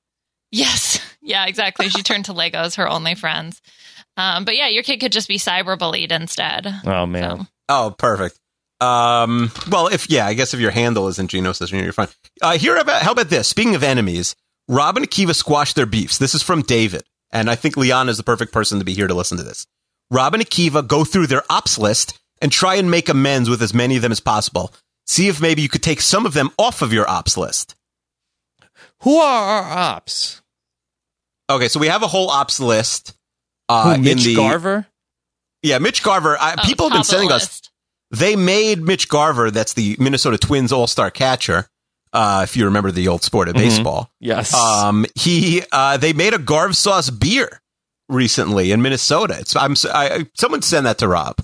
Speaker 4: Yes. Yeah, exactly. She turned to Legos, her only friends. Um, but yeah, your kid could just be cyberbullied instead.
Speaker 2: Oh man.
Speaker 3: Oh, perfect. Um, well, if yeah, I guess if your handle isn't Geno Session, you're fine. Uh, here about how about this? Speaking of enemies, Rob and Akiva squashed their beefs. This is from David, and I think Leon is the perfect person to be here to listen to this. Rob and Akiva go through their ops list and try and make amends with as many of them as possible. See if maybe you could take some of them off of your ops list.
Speaker 2: Who are our ops?
Speaker 3: Okay, so we have a whole ops list.
Speaker 2: Who,
Speaker 3: Uh,
Speaker 2: Mitch
Speaker 3: in the,
Speaker 2: Garver?
Speaker 3: Yeah, Mitch Garver. I,
Speaker 4: Oh,
Speaker 3: people have been
Speaker 4: top of the
Speaker 3: sending us
Speaker 4: list.
Speaker 3: They made Mitch Garver, that's the Minnesota Twins all star catcher, uh, if you remember the old sport
Speaker 2: Mm-hmm.
Speaker 3: of baseball.
Speaker 2: Yes.
Speaker 3: Um, he uh, they made a Garv sauce beer recently in Minnesota. It's I'm s- I, I- someone send that to Rob.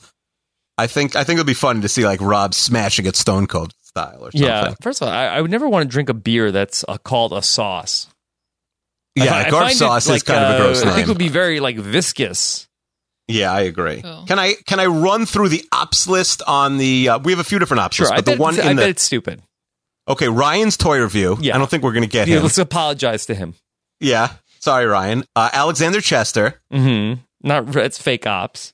Speaker 3: I think I think it'll be fun to see like Rob smashing it Stone Cold style or something.
Speaker 2: yeah. First of all, I, I would never want to drink a beer that's uh, called a sauce. I
Speaker 3: yeah.
Speaker 2: fi- I
Speaker 3: Garv
Speaker 2: find it,
Speaker 3: sauce is
Speaker 2: like,
Speaker 3: kind of a
Speaker 2: uh,
Speaker 3: gross
Speaker 2: I think it
Speaker 3: name.
Speaker 2: would be very like viscous.
Speaker 3: yeah, I agree.
Speaker 4: Oh.
Speaker 3: Can I can I run through the ops list on the? Uh, we have a few different ops
Speaker 2: Sure,
Speaker 3: lists,
Speaker 2: I
Speaker 3: but
Speaker 2: bet,
Speaker 3: the one
Speaker 2: it's, I
Speaker 3: in
Speaker 2: bet
Speaker 3: the
Speaker 2: it's stupid.
Speaker 3: okay Ryan's toy review.
Speaker 2: Yeah.
Speaker 3: I don't think we're gonna get
Speaker 2: Yeah,
Speaker 3: him.
Speaker 2: let's apologize to him.
Speaker 3: Yeah, sorry, Ryan. Uh, Alexander Chester.
Speaker 2: Mm-hmm. Not it's fake ops.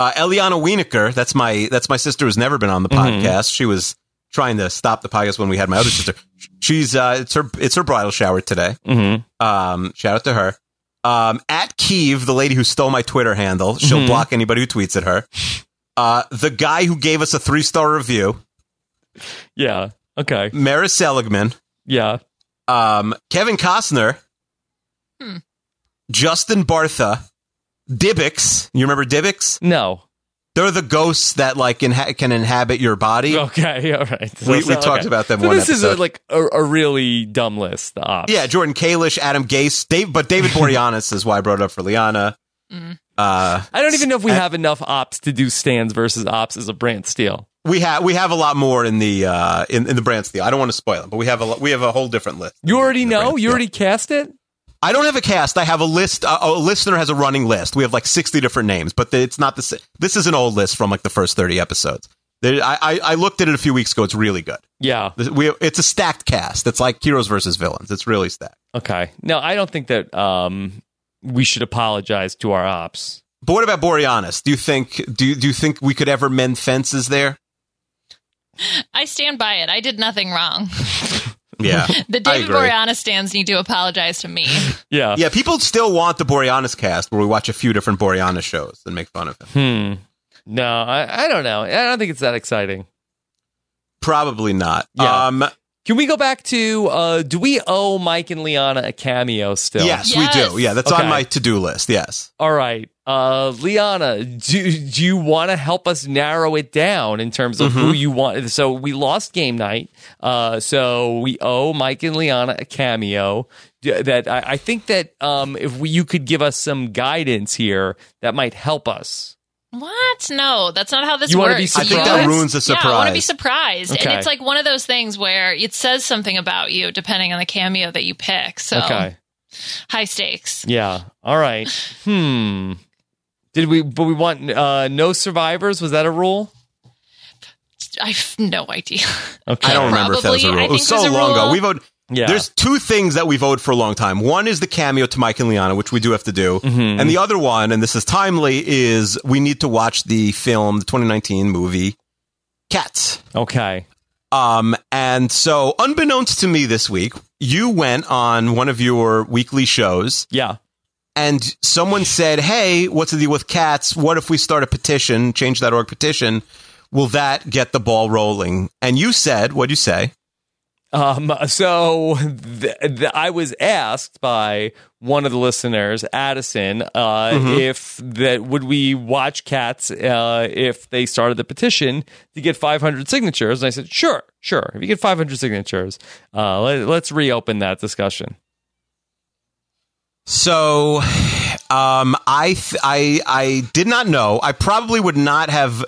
Speaker 3: Uh, Eliana Wienerker, that's my that's my sister who's never been on the
Speaker 2: Mhm.
Speaker 3: podcast. She was trying to stop the podcast when we had my other sister. She's uh, it's her it's her bridal shower today.
Speaker 2: Mm-hmm.
Speaker 3: Um, shout out to her. Um, at Keeve, the lady who stole my Twitter handle, she'll
Speaker 2: Mhm.
Speaker 3: block anybody who tweets at her. Uh, the guy who gave us a three star review,
Speaker 2: Yeah. Okay.
Speaker 3: Mara Seligman,
Speaker 2: Yeah.
Speaker 3: um, Kevin Costner,
Speaker 4: Hmm.
Speaker 3: Justin Bartha, Dibbix. You remember Dibbix?
Speaker 2: No.
Speaker 3: They're the ghosts that like inha- can inhabit your body.
Speaker 2: Okay. All right. So-
Speaker 3: we,
Speaker 2: so-
Speaker 3: we talked
Speaker 2: okay.
Speaker 3: about them
Speaker 2: So
Speaker 3: one
Speaker 2: this
Speaker 3: episode.
Speaker 2: is a, like a, a really dumb list. The ops.
Speaker 3: yeah, Jordan Kalish, Adam Gase, Dave, but David Boreanaz is why I brought it up for Liana.
Speaker 4: Mm.
Speaker 3: Uh,
Speaker 2: I don't even know if we
Speaker 3: I-
Speaker 2: have enough ops to do stands versus ops as a brand steal.
Speaker 3: we have we have a lot more in the uh, in, in the brand steal. I don't want to spoil it, but we have a lo- we have a whole different list.
Speaker 2: You already
Speaker 3: The
Speaker 2: know.
Speaker 3: brand
Speaker 2: You
Speaker 3: steal.
Speaker 2: already cast it.
Speaker 3: I don't have a cast. I have a list. Uh, a listener has a running list. We have like sixty different names, but the, it's not the sa- this is an old list from like the first thirty episodes. There, I, I I looked at it a few weeks ago. It's really good.
Speaker 2: Yeah.
Speaker 3: This- We it's a stacked cast. It's like heroes versus villains. It's really stacked.
Speaker 2: Okay. No, I don't think that um, we should apologize to our ops.
Speaker 3: But what about Boreanaz? Do you think do you, do you think we could ever mend fences there?
Speaker 4: I stand by it. I did nothing wrong.
Speaker 3: Yeah,
Speaker 4: The
Speaker 3: I
Speaker 4: David
Speaker 3: agree.
Speaker 4: Boreanaz stands need to apologize to me.
Speaker 2: Yeah.
Speaker 3: yeah. People still want the Boreanaz cast, where we watch a few different Boreanaz shows and make fun of him.
Speaker 2: Hmm. No, I, I don't know. I don't think it's that exciting.
Speaker 3: Probably not.
Speaker 2: Yeah.
Speaker 3: Um,
Speaker 2: Can we go back to uh, do we owe Mike and Liana a cameo still?
Speaker 3: yes, we
Speaker 4: Yes.
Speaker 3: do. Yeah, that's
Speaker 2: Okay.
Speaker 3: on my to do list. Yes.
Speaker 2: All right. Uh, Liana, do, do you want to help us narrow it down in terms of
Speaker 3: Mm-hmm.
Speaker 2: who you want? So we lost game night. Uh, so we owe Mike and Liana a cameo. D- That I, I think that um, if we, you could give us some guidance here, that might help us.
Speaker 4: What? No, that's not how this
Speaker 2: You
Speaker 4: works.
Speaker 2: wanna be
Speaker 3: I think that
Speaker 2: Surprise?
Speaker 3: ruins the surprise.
Speaker 4: Yeah, I want to be surprised.
Speaker 2: Okay.
Speaker 4: And it's like one of those things where it says something about you depending on the cameo that you pick. So
Speaker 2: Okay.
Speaker 4: high stakes.
Speaker 2: Yeah. All right. Hmm. Did we? But we want uh, no survivors. Was that a rule?
Speaker 4: I have no idea.
Speaker 2: Okay.
Speaker 3: I don't remember if that was a rule.
Speaker 4: Probably. I
Speaker 3: It was
Speaker 4: think
Speaker 3: so
Speaker 4: there's a
Speaker 3: long ago.
Speaker 4: rule.
Speaker 3: We've owed.
Speaker 2: Yeah.
Speaker 3: There's two things that we've owed for a long time. One is the cameo to Mike and Liana, which we do have to do,
Speaker 2: Mhm.
Speaker 3: and the other one, and this is timely, is we need to watch the film, the 2019 movie, Cats.
Speaker 2: okay.
Speaker 3: Um, and so, unbeknownst to me this week, you went on one of your weekly shows
Speaker 2: Yeah.
Speaker 3: and someone said, Hey, what's the deal with cats? What if we start a petition, change.org petition? Will that get the ball rolling? And you said, What'd you say?
Speaker 2: Um, so th- th- I was asked by one of the listeners, Addison, uh,
Speaker 3: Mm-hmm.
Speaker 2: if that would we watch cats uh, if they started the petition to get 500 signatures, and I said, sure, sure. If you get 500 signatures, uh, let- let's reopen that discussion.
Speaker 3: So, um, I, th- I, I did not know. I probably would not have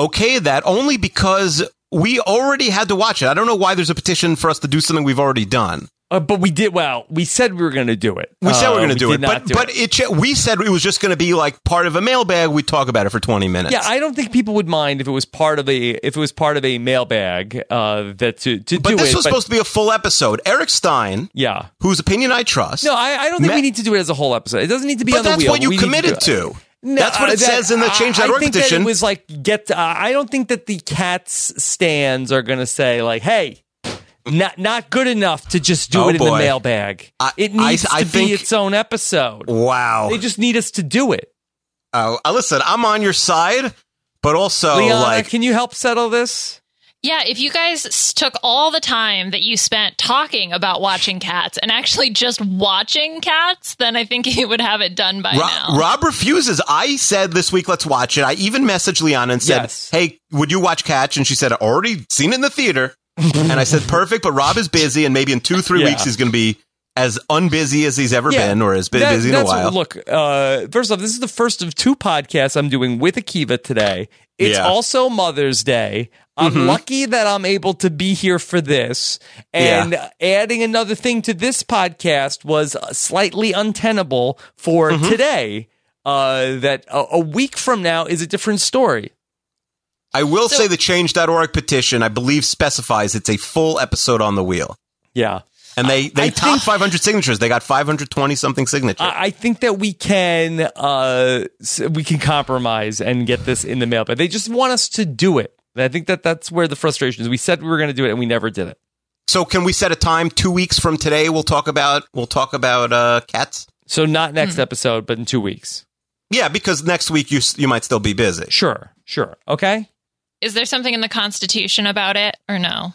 Speaker 3: okayed that only because we already had to watch it. I don't know why there's a petition for us to do something we've already done.
Speaker 2: Uh, but we did well. We said we were going to do it.
Speaker 3: We said we
Speaker 2: Uh,
Speaker 3: are going to do
Speaker 2: did
Speaker 3: it,
Speaker 2: not
Speaker 3: but but it. cha- we said it was just going to be like part of a mailbag. We talk about it for twenty minutes.
Speaker 2: yeah, I don't think people would mind if it was part of a if it was part of a mailbag uh, that to to
Speaker 3: but
Speaker 2: do
Speaker 3: this
Speaker 2: it.
Speaker 3: was supposed to be a full episode. Eric Stein,
Speaker 2: yeah.
Speaker 3: whose opinion I trust.
Speaker 2: No, I, I don't think
Speaker 3: Ma-
Speaker 2: we need to do it as a whole episode. It doesn't need to be
Speaker 3: but
Speaker 2: on the
Speaker 3: that's
Speaker 2: wheel.
Speaker 3: what you
Speaker 2: We need
Speaker 3: committed
Speaker 2: do it.
Speaker 3: to. that's what
Speaker 2: uh,
Speaker 3: it says in the
Speaker 2: I-
Speaker 3: change.org
Speaker 2: I think that
Speaker 3: petition.
Speaker 2: it was like get. Uh, I don't think that the cats stands are going to say like, "Hey, not not good enough to just do
Speaker 3: Oh,
Speaker 2: it in the
Speaker 3: boy.
Speaker 2: mailbag."
Speaker 3: I-
Speaker 2: it
Speaker 3: I-
Speaker 2: needs
Speaker 3: I
Speaker 2: to be
Speaker 3: think- Oh.
Speaker 2: its own episode.
Speaker 3: wow.
Speaker 2: They just need us to do it.
Speaker 3: Oh, uh, listen, I'm on your side, but also
Speaker 2: Liana,
Speaker 3: Oh, like
Speaker 2: can you help settle this?
Speaker 4: Yeah, if you guys s- took all the time that you spent talking about watching cats and actually just watching cats, then I think you would have it done by
Speaker 3: Rob,
Speaker 4: now.
Speaker 3: Rob refuses. I said this week, let's watch it. I even messaged Liana and said,
Speaker 2: Yes.
Speaker 3: "Hey, would you watch Catch?" And she said, "I already seen it in the theater." and I said, perfect, but Rob is busy, and maybe in two, three
Speaker 2: Yeah.
Speaker 3: weeks he's going to be as unbusy as he's ever
Speaker 2: Yeah.
Speaker 3: been or as been
Speaker 2: That-
Speaker 3: busy in a
Speaker 2: that's-
Speaker 3: while.
Speaker 2: Look, uh, first off, this is the first of two podcasts I'm doing with Akiva today. It's
Speaker 3: Yeah. Mm-hmm.
Speaker 2: also Mother's Day. I'm lucky that I'm able to be here for this. And adding another thing to this podcast was slightly untenable for
Speaker 3: Mm-hmm.
Speaker 2: today. Uh, that a, a week from now is a different story.
Speaker 3: I will
Speaker 4: So-
Speaker 3: say the change.org petition, I believe, specifies it's a full episode on the wheel.
Speaker 2: Yeah.
Speaker 3: And they, they
Speaker 2: I
Speaker 3: topped
Speaker 2: think- Uh,
Speaker 3: 500 signatures. They got 520 something signatures.
Speaker 2: I I think that we can uh, s- we can compromise and get this in the mail, but they just want us to do it. And I think that that's where the frustration is. We said we were going to do it, and we never did it.
Speaker 3: so can we set a time two weeks from today? We'll talk about we'll talk about uh, cats.
Speaker 2: So not next episode, but in two weeks.
Speaker 3: Yeah, because next week you s- you might still be busy.
Speaker 2: Sure, sure, okay.
Speaker 4: Is there something in the Constitution about it or no?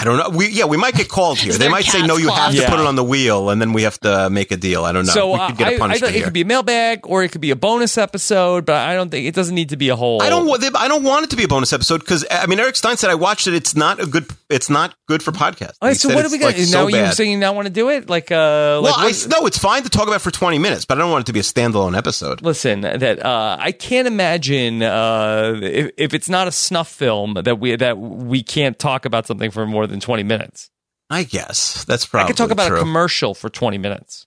Speaker 3: I don't know. We yeah, we might get called here.
Speaker 4: Is
Speaker 3: They
Speaker 4: there
Speaker 3: might say
Speaker 4: cat's
Speaker 3: no, you have
Speaker 4: claws?
Speaker 3: to put
Speaker 2: Yeah.
Speaker 3: it on the wheel, and then we have to make a deal. I don't know.
Speaker 2: so
Speaker 3: we
Speaker 2: uh,
Speaker 3: could get
Speaker 2: I-
Speaker 3: a
Speaker 2: I thought
Speaker 3: punishment
Speaker 2: it
Speaker 3: here.
Speaker 2: could be a mailbag, or it could be a bonus episode, but I don't think it doesn't need to be a whole.
Speaker 3: I don't want I don't want it to be a bonus episode because I mean Eric Stein said I watched it. It's not a good. It's not good for podcast.
Speaker 2: All right, so what are we
Speaker 3: going
Speaker 2: going
Speaker 3: to
Speaker 2: to now? You saying you not want to do it? Like, uh,
Speaker 3: Well,
Speaker 2: like
Speaker 3: I
Speaker 2: what-
Speaker 3: s no, it's fine to talk about for twenty minutes, but I don't want it to be a standalone episode.
Speaker 2: listen that uh, I can't imagine uh, if, if it's not a snuff film that we that we can't talk about something for more than 20 minutes.
Speaker 3: I guess that's probably.
Speaker 2: I could talk about
Speaker 3: true.
Speaker 2: a commercial for 20 minutes.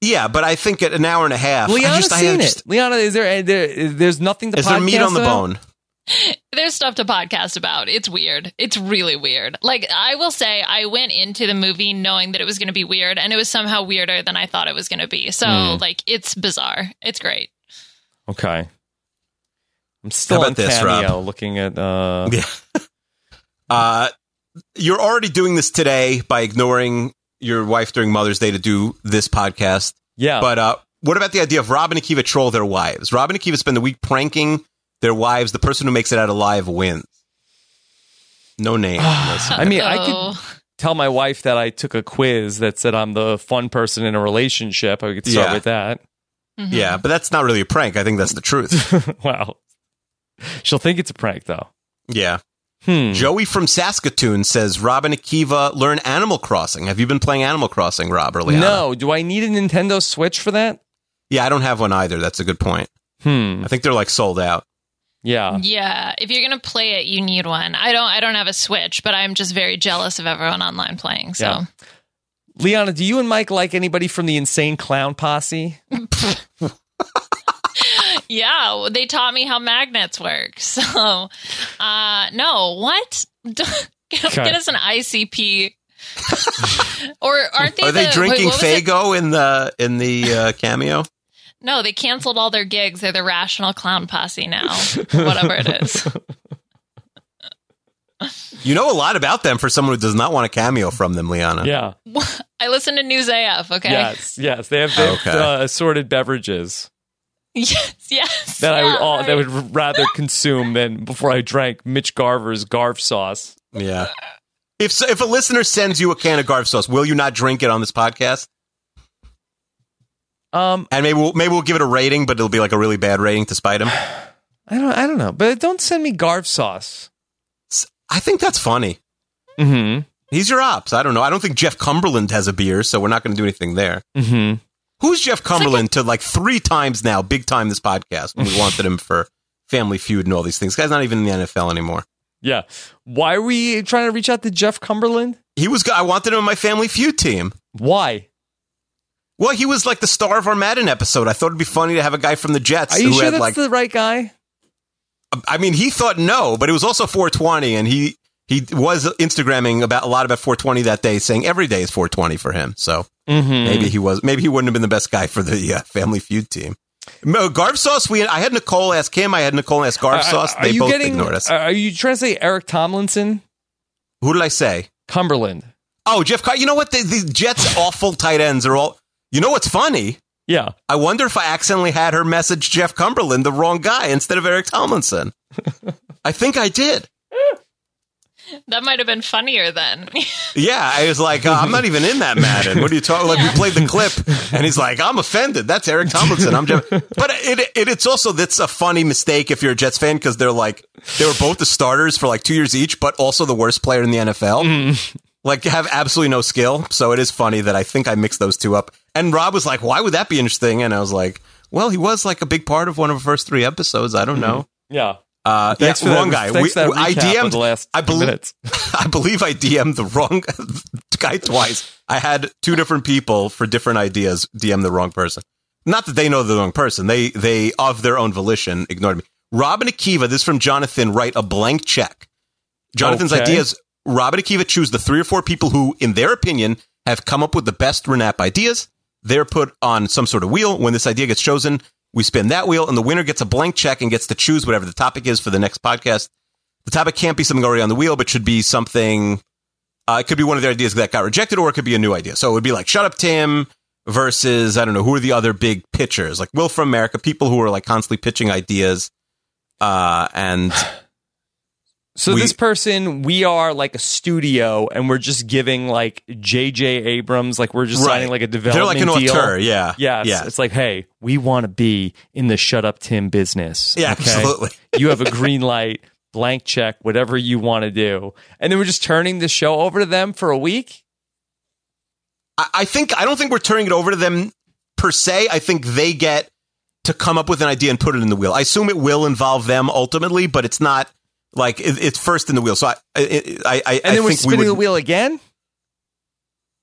Speaker 3: yeah, but I think at an hour and a half. I
Speaker 2: Liana's
Speaker 3: just- I
Speaker 2: seen
Speaker 3: just-
Speaker 2: it. Liana, is there, uh, there there's nothing to
Speaker 3: Is there meat
Speaker 2: podcast uh,
Speaker 3: on the
Speaker 2: about?
Speaker 3: bone?
Speaker 4: There's stuff to podcast about. It's weird. It's really weird. Like I will say I went into the movie knowing that it was going to be weird and it was somehow weirder than I thought it was going to be. So
Speaker 2: Hmm.
Speaker 4: like it's bizarre. It's great.
Speaker 2: Okay. I'm still
Speaker 3: about
Speaker 2: on
Speaker 3: this,
Speaker 2: Cameo
Speaker 3: Rob?
Speaker 2: looking at uh
Speaker 3: Yeah. Uh, you're already doing this today by ignoring your wife during Mother's Day to do this podcast.
Speaker 2: yeah.
Speaker 3: But uh, what about the idea of Rob and Akiva troll their wives? Rob and Akiva spend the week pranking their wives. The person who makes it out alive wins. No name.
Speaker 2: Ah. I mean, I
Speaker 4: Oh.
Speaker 2: could tell my wife that I took a quiz that said I'm the fun person in a relationship. I could start
Speaker 3: Yeah.
Speaker 2: with that.
Speaker 4: Mhm.
Speaker 3: yeah, but that's not really a prank. I think that's the truth.
Speaker 2: wow. She'll think it's a prank though.
Speaker 3: Yeah.
Speaker 2: Hmm.
Speaker 3: Joey from Saskatoon says Rob and Akiva learn Animal Crossing. Have you been playing Animal Crossing, Rob or Liana?
Speaker 2: No, do I need a Nintendo Switch for that?
Speaker 3: Yeah, I don't have one either. That's a good point.
Speaker 2: Hmm.
Speaker 3: I think they're like sold out.
Speaker 2: Yeah.
Speaker 4: Oh, Yeah, if you're gonna play it, you need one. I don't. I don't have a Switch, but I'm just very jealous of everyone online playing. So
Speaker 2: Yeah. Liana, do you and Mike like anybody from the Insane Clown Posse?
Speaker 4: yeah, well, they taught me how magnets work. So, uh, no, what? get,
Speaker 2: Okay.
Speaker 4: get us an ICP. or aren't they?
Speaker 3: Are they
Speaker 4: the-
Speaker 3: drinking
Speaker 4: wait, what was it?
Speaker 3: Fago in the in the uh, cameo?
Speaker 4: No, they canceled all their gigs. They're the Rational Clown Posse now. Whatever it is.
Speaker 3: You know a lot about them for someone who does not want a cameo from them, Liana.
Speaker 2: Yeah.
Speaker 4: I listen to News AF. Okay.
Speaker 2: Yes. Yes. They have, they have
Speaker 3: Okay.
Speaker 2: uh, assorted beverages.
Speaker 4: Yes. Yes.
Speaker 2: that I would
Speaker 4: yeah,
Speaker 2: all, that I
Speaker 4: right.
Speaker 2: would rather consume than before I drank Mitch Garver's Garv sauce.
Speaker 3: Yeah. If so, if a listener sends you a can of Garv sauce, will you not drink it on this podcast?
Speaker 2: Um,
Speaker 3: And maybe we'll maybe we'll give it a rating, but it'll be like a really bad rating to spite him.
Speaker 2: I don't I don't know, but don't send me Garv sauce.
Speaker 3: I think that's funny.
Speaker 2: Mm-hmm.
Speaker 3: He's your ops. I don't know. I don't think Jeff Cumberland has a beer, so we're not going to do anything there.
Speaker 2: Mm-hmm.
Speaker 3: Who's Jeff Cumberland to like three times now, big time this podcast. when We wanted him for Family Feud and all these things. Guy's not even in the NFL anymore.
Speaker 2: Yeah. Why are we trying to reach out to Jeff Cumberland?
Speaker 3: He was. I wanted him on my Family Feud team.
Speaker 2: Why?
Speaker 3: Well, he was like the star of our Madden episode. I thought it'd be funny to have a guy from the Jets
Speaker 2: Are you
Speaker 3: who
Speaker 2: sure
Speaker 3: had
Speaker 2: that's
Speaker 3: like
Speaker 2: the right guy?
Speaker 3: I mean, he thought no, but it was also 420 and he he was Instagramming about a lot about 420 that day saying every day is 420 for him. So
Speaker 2: Mm-hmm.
Speaker 3: maybe he was maybe he wouldn't have been the best guy for the uh, Family Feud team. No, Garv Sauce, we I had Nicole ask him, I had Nicole ask Garv Sauce.
Speaker 2: Uh, Are, are
Speaker 3: They
Speaker 2: you
Speaker 3: both
Speaker 2: getting, uh,
Speaker 3: ignored us.
Speaker 2: Are you trying to say Eric Tomlinson?
Speaker 3: Who did I say?
Speaker 2: Cumberland.
Speaker 3: Oh, Jeff Car- You know what? The, the Jets awful tight ends are all You know what's funny?
Speaker 2: Yeah.
Speaker 3: I wonder if I accidentally had her message Jeff Cumberland, the wrong guy, instead of Eric Tomlinson. I think I did.
Speaker 4: That might have been funnier then.
Speaker 3: Yeah, I was like, uh, I'm not even in that Madden. What are you talking? Like we played the clip, and he's like, I'm offended. That's Eric Tomlinson. I'm just, but it, it it's also that's a funny mistake if you're a Jets fan because they're like they were both the starters for like two years each, but also the worst player in the NFL. Like have absolutely no skill. So it is funny that I think I mixed those two up. And Rob was like, Why would that be interesting? And I was like, Well, he was like a big part of one of the first three episodes. I don't know.
Speaker 2: Yeah.
Speaker 3: Uh,
Speaker 2: Thanks
Speaker 3: yeah,
Speaker 2: for
Speaker 3: wrong
Speaker 2: that,
Speaker 3: guy.
Speaker 2: Thanks
Speaker 3: We-
Speaker 2: for that
Speaker 3: I
Speaker 2: recap of
Speaker 3: DM'd
Speaker 2: the last
Speaker 3: I believe-
Speaker 2: minutes.
Speaker 3: I believe I DM'd the wrong guy twice. I had two different people for different ideas DM the wrong person. Not that they know the wrong person. They they of their own volition ignored me. Robin Akiva, this is from Jonathan, write a blank check. Jonathan's
Speaker 2: Okay.
Speaker 3: idea is Robin Akiva choose the three or four people who, in their opinion, have come up with the best Renap ideas. They're put on some sort of wheel. When this idea gets chosen, we spin that wheel, and the winner gets a blank check and gets to choose whatever the topic is for the next podcast. The topic can't be something already on the wheel, but should be something. Uh, it could be one of their ideas that got rejected, or it could be a new idea. So it would be like "Shut Up, Tim" versus I don't know who are the other big pitchers, like Will from America, people who are like constantly pitching ideas. Uh, and
Speaker 2: So
Speaker 3: We-
Speaker 2: this person, we are like a studio, and we're just giving like J.J. Abrams, like we're just
Speaker 3: Right.
Speaker 2: signing like a
Speaker 3: they're
Speaker 2: development
Speaker 3: like an
Speaker 2: deal.
Speaker 3: auteur, yeah,
Speaker 2: Yes,
Speaker 3: yeah,
Speaker 2: it's like, hey, we want to be in the shut up Tim business.
Speaker 3: yeah, absolutely.
Speaker 2: you have a green light, blank check, whatever you want to do, and then we're just turning the show over to them for a week.
Speaker 3: I, I think I don't think we're turning it over to them per se. I think they get to come up with an idea and put it in the wheel. I assume it will involve them ultimately, but it's not like it, it's first in the wheel. So I, I, I, I
Speaker 2: And then
Speaker 3: I
Speaker 2: we're
Speaker 3: think
Speaker 2: spinning
Speaker 3: we
Speaker 2: the
Speaker 3: would,
Speaker 2: wheel again.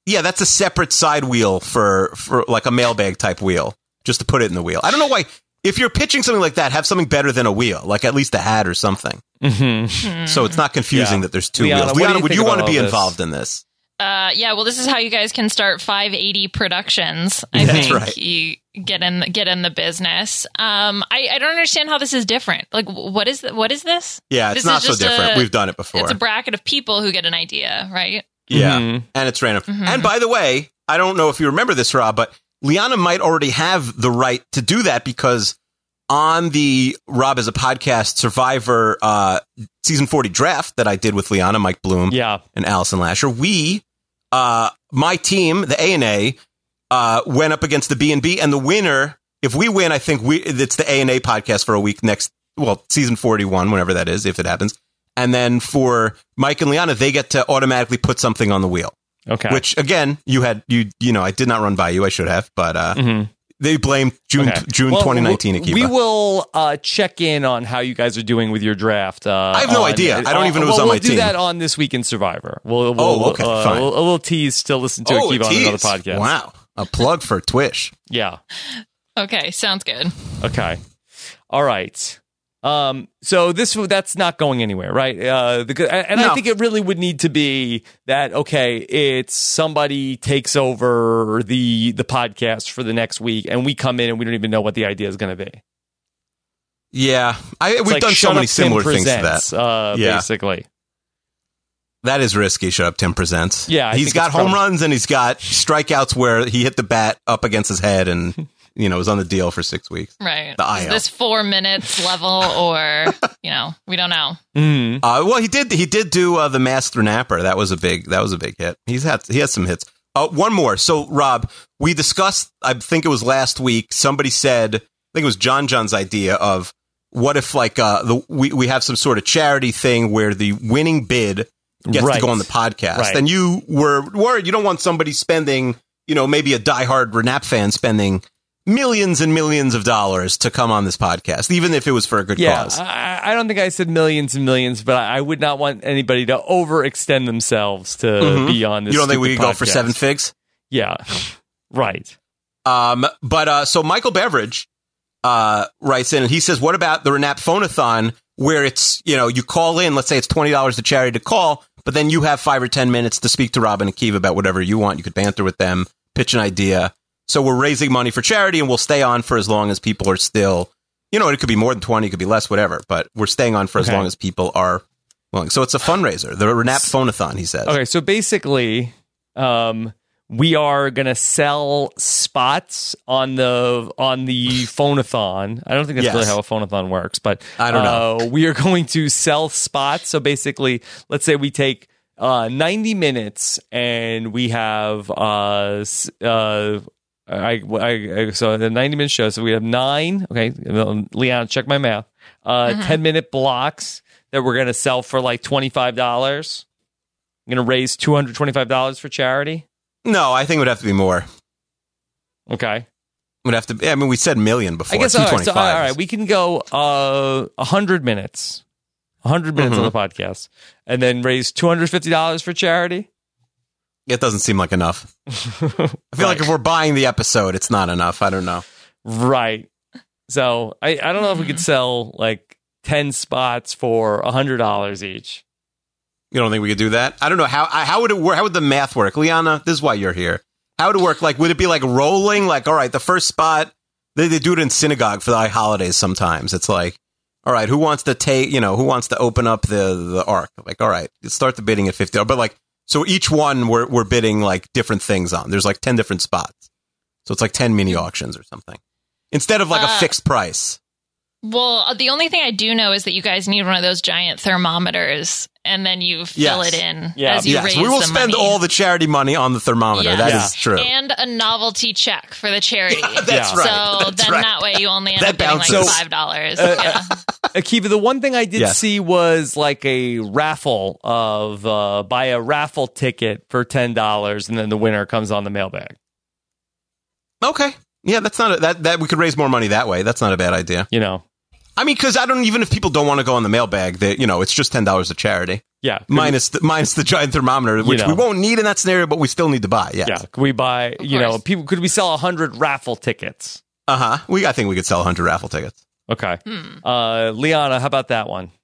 Speaker 3: Yeah, that's a separate side wheel for for like a mailbag type wheel, just to put it in the wheel. I don't know why. If you're pitching something like that, have something better than a wheel, like at least a hat or something.
Speaker 2: Mm-hmm.
Speaker 3: So it's not confusing
Speaker 2: Yeah.
Speaker 3: that there's two
Speaker 2: Liana,
Speaker 3: wheels.
Speaker 2: what do you
Speaker 3: Liana, would
Speaker 2: think
Speaker 3: you
Speaker 2: about
Speaker 3: want to
Speaker 2: all
Speaker 3: be
Speaker 2: this?
Speaker 3: involved in this?
Speaker 4: Uh, yeah, well, this is how you guys can start 580 Productions. I
Speaker 3: That's
Speaker 4: think
Speaker 3: right.
Speaker 4: you get in get in the business. Um, I, I don't understand how this is different. Like, wh- what is th- what is this?
Speaker 3: Yeah, it's
Speaker 4: This
Speaker 3: not
Speaker 4: is
Speaker 3: so
Speaker 4: just
Speaker 3: different.
Speaker 4: a-
Speaker 3: We've done it before.
Speaker 4: It's a bracket of people who get an idea, right?
Speaker 3: yeah.
Speaker 2: Mm-hmm.
Speaker 3: and it's random.
Speaker 4: Mhm.
Speaker 3: And by the way, I don't know if you remember this, Rob, but Liana might already have the right to do that because on the Rob as a podcast Survivor uh, season forty draft that I did with Liana, Mike Bloom,
Speaker 2: Yeah.
Speaker 3: and Allison Lasher, we, uh, my team, the A and A, uh, went up against the B and B, and the winner. If we win, I think we it's the A and A podcast for a week next. Well, season forty one, whenever that is, if it happens. And then for Mike and Liana, they get to automatically put something on the wheel.
Speaker 2: Okay.
Speaker 3: Which again, you had you you know I did not run by you. I should have, but uh,
Speaker 2: Mhm.
Speaker 3: they blame June
Speaker 2: Okay.
Speaker 3: June
Speaker 2: Well,
Speaker 3: 2019.
Speaker 2: w-
Speaker 3: Akiva.
Speaker 2: We will uh, check in on how you guys are doing with your draft. Uh,
Speaker 3: I have no
Speaker 2: on-
Speaker 3: idea. I don't
Speaker 2: uh,
Speaker 3: even know
Speaker 2: well,
Speaker 3: who's on
Speaker 2: we'll
Speaker 3: my
Speaker 2: do
Speaker 3: team.
Speaker 2: that on this week in Survivor. We'll, we'll,
Speaker 3: Oh, okay,
Speaker 2: uh,
Speaker 3: fine.
Speaker 2: We'll, a little tease. Still listen to
Speaker 3: Oh,
Speaker 2: Akiva on
Speaker 3: tease.
Speaker 2: another podcast.
Speaker 3: Wow, a plug for Twish.
Speaker 2: Yeah.
Speaker 4: Okay, sounds good.
Speaker 2: Okay. All right. Um, so this that's not going anywhere, right? Uh, the, and I
Speaker 3: No.
Speaker 2: think it really would need to be that okay, it's somebody takes over the the podcast for the next week, and we come in and we don't even know what the idea is going to be.
Speaker 3: Yeah, I, we've
Speaker 2: It's like,
Speaker 3: done so
Speaker 2: Shut
Speaker 3: many
Speaker 2: Up, Tim
Speaker 3: similar things to that.
Speaker 2: Presents, Uh,
Speaker 3: Yeah.
Speaker 2: Basically,
Speaker 3: That is risky. Shut up, Tim presents.
Speaker 2: Yeah, I
Speaker 3: he's
Speaker 2: think
Speaker 3: got
Speaker 2: it's
Speaker 3: home
Speaker 2: probably-
Speaker 3: runs and he's got strikeouts where he hit the bat up against his head and you know was on the deal for six weeks.
Speaker 4: Right.
Speaker 3: The
Speaker 4: is
Speaker 3: IL.
Speaker 4: this four minutes level, or you know, we don't know.
Speaker 2: Mm.
Speaker 3: Uh, well, he did. He did do uh, the Master Napper. That was a big. That was a big hit. He's had. He has some hits. Uh, one more. So, Rob, we discussed. I think it was last week. Somebody said. I think it was John John's idea of what if like uh, the we we have some sort of charity thing where the winning bid gets
Speaker 2: Right.
Speaker 3: to go on the podcast,
Speaker 2: Right.
Speaker 3: and you were worried. You don't want somebody spending. You know, maybe a diehard Renap fan spending millions and millions of dollars to come on this podcast, even if it was for a good
Speaker 2: Yeah,
Speaker 3: cause.
Speaker 2: I, I don't think I said millions and millions, but I, I would not want anybody to overextend themselves to
Speaker 3: Mhm.
Speaker 2: be on this.
Speaker 3: You don't think we could
Speaker 2: stupid
Speaker 3: go for
Speaker 2: podcast.
Speaker 3: seven figs?
Speaker 2: Yeah, right.
Speaker 3: Um, but uh, so Michael Beveridge uh, writes in and he says, "What about the Renap Phonathon, where it's you know you call in? Let's say it's twenty dollars to charity to call, but then you have five or ten minutes to speak to Robin and Akiva about whatever you want. You could banter with them, pitch an idea. So we're raising money for charity, and we'll stay on for as long as people are still." You know, it could be more than 20, it could be less, whatever, but we're staying on for as
Speaker 2: Okay.
Speaker 3: long as people are willing. So it's a fundraiser, the Renap Phonathon, he says.
Speaker 2: Okay, so basically, um, we are going to sell spots on the on the phonathon. I don't think that's
Speaker 3: Yes.
Speaker 2: really how a phonathon works, but
Speaker 3: I don't know.
Speaker 2: uh, we are going to sell spots. So basically, let's say we take uh, 90 minutes and we have uh, s- uh, I, I, I- so the 90 minute show. So we have nine. Okay, Leon, check my math. Uh, 10 minute blocks that we're going to sell for like $25. I'm going to raise $225 for charity.
Speaker 3: No, I think it would have to be more. It
Speaker 2: Okay.
Speaker 3: would have to. Be, I mean, we said million
Speaker 2: I
Speaker 3: before.
Speaker 2: guess all
Speaker 3: two
Speaker 2: right,
Speaker 3: twenty
Speaker 2: so,
Speaker 3: five.
Speaker 2: all right, we can go uh 100 minutes. 100 minutes on the
Speaker 3: Mm-hmm.
Speaker 2: podcast and then raise $250 for charity.
Speaker 3: it doesn't seem like enough. I feel like if we're buying the episode, it's not enough. I don't know.
Speaker 2: Right. So, I I don't know if we could sell like 10 spots for $100 each.
Speaker 3: You don't think we could do that? I don't know how. I- How would it work? How would the math work, Liana? This is why you're here. How would it work? Like, would it be like rolling? Like, all right, the first spot. They, they do it in synagogue for the high holidays. Sometimes it's like, all right, who wants to take? You know, who wants to open up the the ark? Like, all right, let's start the bidding at fifty. But like, so each one we're we're bidding like different things on. There's like ten different spots, so it's like ten mini auctions or something instead of like
Speaker 4: Ah.
Speaker 3: a fixed price.
Speaker 4: Well, uh, the only thing I do know is that you guys need one of those giant thermometers, and then you fill
Speaker 3: Yes.
Speaker 4: it in
Speaker 2: Yeah.
Speaker 4: as you
Speaker 3: yes,
Speaker 4: raise
Speaker 3: we will
Speaker 4: the
Speaker 3: spend
Speaker 4: money.
Speaker 3: all the charity money on the thermometer.
Speaker 4: Yes.
Speaker 3: That is
Speaker 2: Yeah.
Speaker 3: true.
Speaker 4: and a novelty check for the charity.
Speaker 3: That's
Speaker 2: Yeah.
Speaker 3: right.
Speaker 4: So
Speaker 3: That's
Speaker 4: then
Speaker 3: right.
Speaker 4: that way you only end
Speaker 3: That uh,
Speaker 4: up getting like
Speaker 3: bounces.
Speaker 4: five dollars.
Speaker 2: Akiva, the one thing I did
Speaker 3: Yes.
Speaker 2: see was like a raffle of uh, buy a raffle ticket for ten dollars, and then the winner comes on the mailbag.
Speaker 3: Okay. Yeah, that's not a, that that we could raise more money that way. That's not a bad idea.
Speaker 2: You know,
Speaker 3: I mean, because I don't even if people don't want to go on the mailbag, that you know, it's just ten dollars to charity
Speaker 2: yeah, could
Speaker 3: minus the, minus the giant thermometer, which
Speaker 2: know.
Speaker 3: we won't need in that scenario, but we still need to buy. Yeah.
Speaker 2: we, yeah. Could we buy? You know,
Speaker 4: course.
Speaker 2: people could we sell hundred raffle tickets?
Speaker 3: Uh huh. We I think we could sell hundred raffle tickets.
Speaker 2: Okay,
Speaker 4: Hmm.
Speaker 2: uh, Liana, how about that one?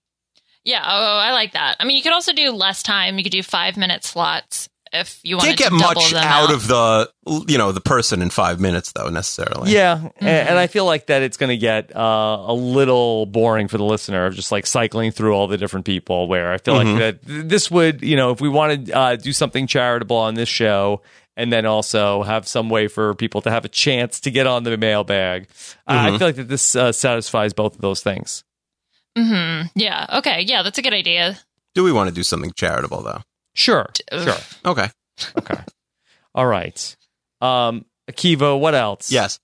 Speaker 4: Yeah, oh, I like that. I mean, you could also do less time. You could do five minute slots if you want
Speaker 3: Can't get
Speaker 4: to double
Speaker 3: much
Speaker 4: them
Speaker 3: out of the you know the person in five minutes though necessarily.
Speaker 2: Yeah, a- and, I feel like that it's going to get uh, a little boring for the listener of just like cycling through all the different people. Where I feel
Speaker 3: Mhm.
Speaker 2: like that th- this would, you know, if we wanted to uh, do something charitable on this show, and then also have some way for people to have a chance to get on the mailbag, uh, I
Speaker 3: Mhm.
Speaker 2: feel like that this uh, satisfies both of those things.
Speaker 4: hmm Yeah. Okay. Yeah, that's a good idea.
Speaker 3: Do we want to do something charitable though?
Speaker 2: Sure,
Speaker 4: Ugh.
Speaker 2: sure,
Speaker 3: Okay.
Speaker 2: okay, all right. Um, Akiva, what else?
Speaker 3: Yes.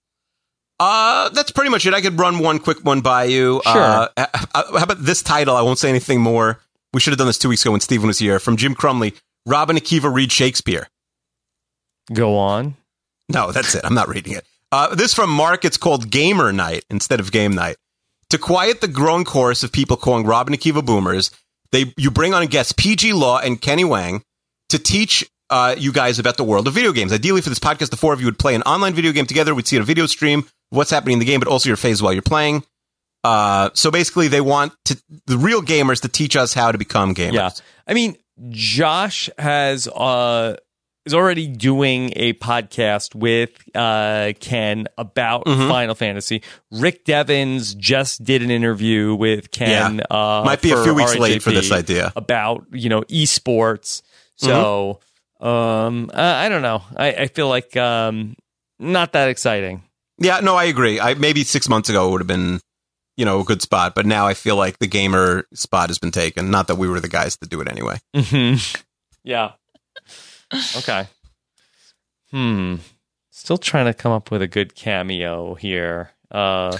Speaker 3: Uh, that's pretty much it. I could run one quick one by you.
Speaker 2: Sure.
Speaker 3: Uh, h- h- how about this title? I won't say anything more. We should have done this two weeks ago when Stephen was here. From Jim Crumley, Robin Akiva read Shakespeare.
Speaker 2: go on.
Speaker 3: No, that's it. I'm not reading it. Uh, this from Mark. It's called Gamer Night instead of Game Night. To quiet the growing chorus of people calling Robin Akiva boomers, they you bring on guests PG Law and Kenny Wang to teach uh, you guys about the world of video games. Ideally, for this podcast, the four of you would play an online video game together. We'd see a video stream of what's happening in the game, but also your phase while you're playing. Uh, so basically, they want to, the real gamers to teach us how to become gamers.
Speaker 2: Yeah. I mean, Josh has uh is already doing a podcast with uh Ken about
Speaker 3: Mhm.
Speaker 2: Final Fantasy. Rick Devins just did an interview with Ken uh
Speaker 3: Might be a
Speaker 2: for
Speaker 3: few weeks
Speaker 2: RHAP
Speaker 3: late for this idea.
Speaker 2: about, you know, esports. So
Speaker 3: Mm-hmm.
Speaker 2: um I, I don't know. I, I feel like um not that exciting.
Speaker 3: Yeah, no, I agree. I maybe six months ago it would have been, you know, a good spot, but now I feel like the gamer spot has been taken. Not that we were the guys to do it anyway.
Speaker 2: Mhm. yeah. Okay. Hmm. Still trying to come up with a good cameo here. Uh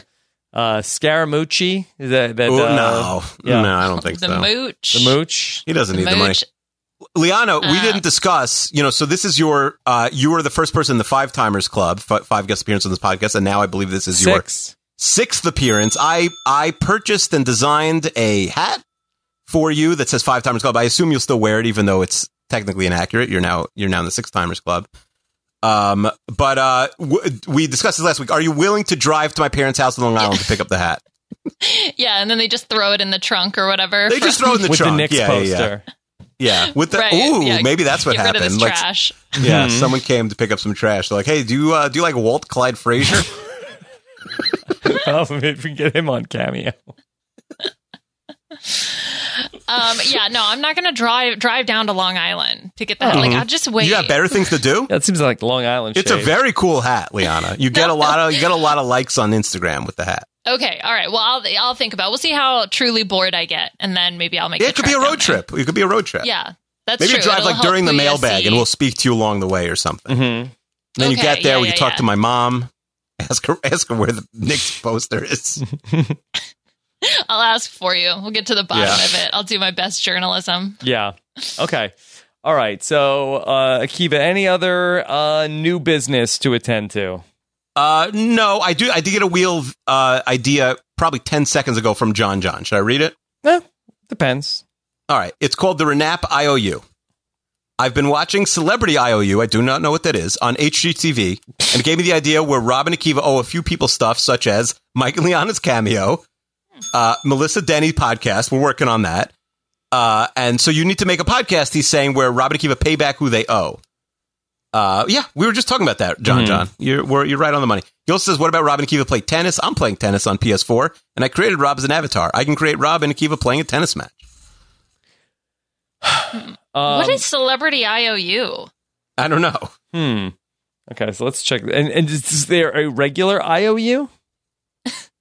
Speaker 2: uh Scaramucci is that, that
Speaker 3: Ooh,
Speaker 2: uh,
Speaker 3: no,
Speaker 2: yeah.
Speaker 3: no, I don't think
Speaker 4: The
Speaker 3: so.
Speaker 4: mooch.
Speaker 2: the mooch.
Speaker 3: he doesn't
Speaker 4: The
Speaker 3: need the money.
Speaker 4: mooch.
Speaker 3: Liana, we
Speaker 4: Uh.
Speaker 3: didn't discuss, you know, so this is your, uh, you were the first person in the Five Timers Club, fi- five guest appearance on this podcast, and now I believe this is your
Speaker 2: Six.
Speaker 3: sixth appearance. I, I purchased and designed a hat for you that says Five Timers Club. I assume you'll still wear it, even though it's technically inaccurate. You're now, you're now in the Six Timers Club. Um, but uh, w- we discussed this last week. Are you willing to drive to my parents' house in Long Island to pick up the hat?
Speaker 4: Yeah, and then they just throw it in the trunk or whatever.
Speaker 3: They
Speaker 4: for-
Speaker 3: just throw it in the
Speaker 2: with
Speaker 3: trunk.
Speaker 2: the Knicks
Speaker 3: yeah, yeah, yeah,
Speaker 2: poster.
Speaker 3: yeah. With the
Speaker 4: Right,
Speaker 3: ooh,
Speaker 4: yeah.
Speaker 3: maybe that's what
Speaker 4: Get
Speaker 3: happened.
Speaker 4: rid of this
Speaker 3: like,
Speaker 4: trash.
Speaker 3: yeah,
Speaker 2: Mhm.
Speaker 3: someone came to pick up some trash. They're like, hey, do you uh, do you like Walt Clyde Frazier?
Speaker 2: oh, maybe we can get him on cameo.
Speaker 4: Um, yeah, no, I'm not going to drive drive down to Long Island to get the hell. Like, I'll just wait.
Speaker 3: Oh. Mm-hmm. You have better things to do.
Speaker 2: That seems like Long Island.
Speaker 3: It's a
Speaker 2: shade.
Speaker 3: very cool hat, Liana. You get a lot of you get a lot of likes on Instagram with the hat.
Speaker 4: Okay, all right. Well, I'll I'll think about. It. We'll see how truly bored I get, and then maybe I'll make.
Speaker 3: Yeah,
Speaker 4: the
Speaker 3: it could be a
Speaker 4: trek down
Speaker 3: road
Speaker 4: there.
Speaker 3: trip. It could be a road trip.
Speaker 4: Yeah, that's
Speaker 3: Maybe
Speaker 4: true.
Speaker 3: you drive
Speaker 4: It'll
Speaker 3: like during the
Speaker 4: help you
Speaker 3: mailbag,
Speaker 4: see- Mm-hmm.
Speaker 3: and we'll speak to you along the way or something.
Speaker 2: Mhm.
Speaker 3: Then you
Speaker 4: Okay,
Speaker 3: get there,
Speaker 4: yeah,
Speaker 3: we
Speaker 4: yeah,
Speaker 3: talk
Speaker 4: yeah.
Speaker 3: to my mom, ask her ask her where the Nick's poster is.
Speaker 4: I'll ask for you. We'll get to the bottom
Speaker 3: Yeah.
Speaker 4: of it. I'll do my best journalism.
Speaker 2: Yeah. Okay. All right. So, uh, Akiva, any other uh, new business to attend to?
Speaker 3: Uh, no, I do. I did get a wheel uh, idea probably ten seconds ago from John. John, should I read it?
Speaker 2: Eh, depends.
Speaker 3: All right. It's called the Renap IOU. I've been watching Celebrity IOU. I do not know what that is on HGTV, and it gave me the idea where Rob and Akiva owe a few people stuff, such as Mike and Liana's cameo, uh, Melissa Denny podcast. We're working on that. Uh, and so you need to make a podcast. He's saying where Rob and Akiva pay back who they owe. Uh, yeah, we were just talking about that, John.
Speaker 2: Mhm.
Speaker 3: John, you're we're, you're right on the money. He also says, "What about Rob and Akiva play tennis? I'm playing tennis on PS4, and I created Rob as an avatar. I can create Rob and Akiva playing a tennis match."
Speaker 2: Um,
Speaker 4: what is celebrity IOU?
Speaker 3: I don't know.
Speaker 2: Hmm. Okay, so let's check. And, and is there a regular IOU?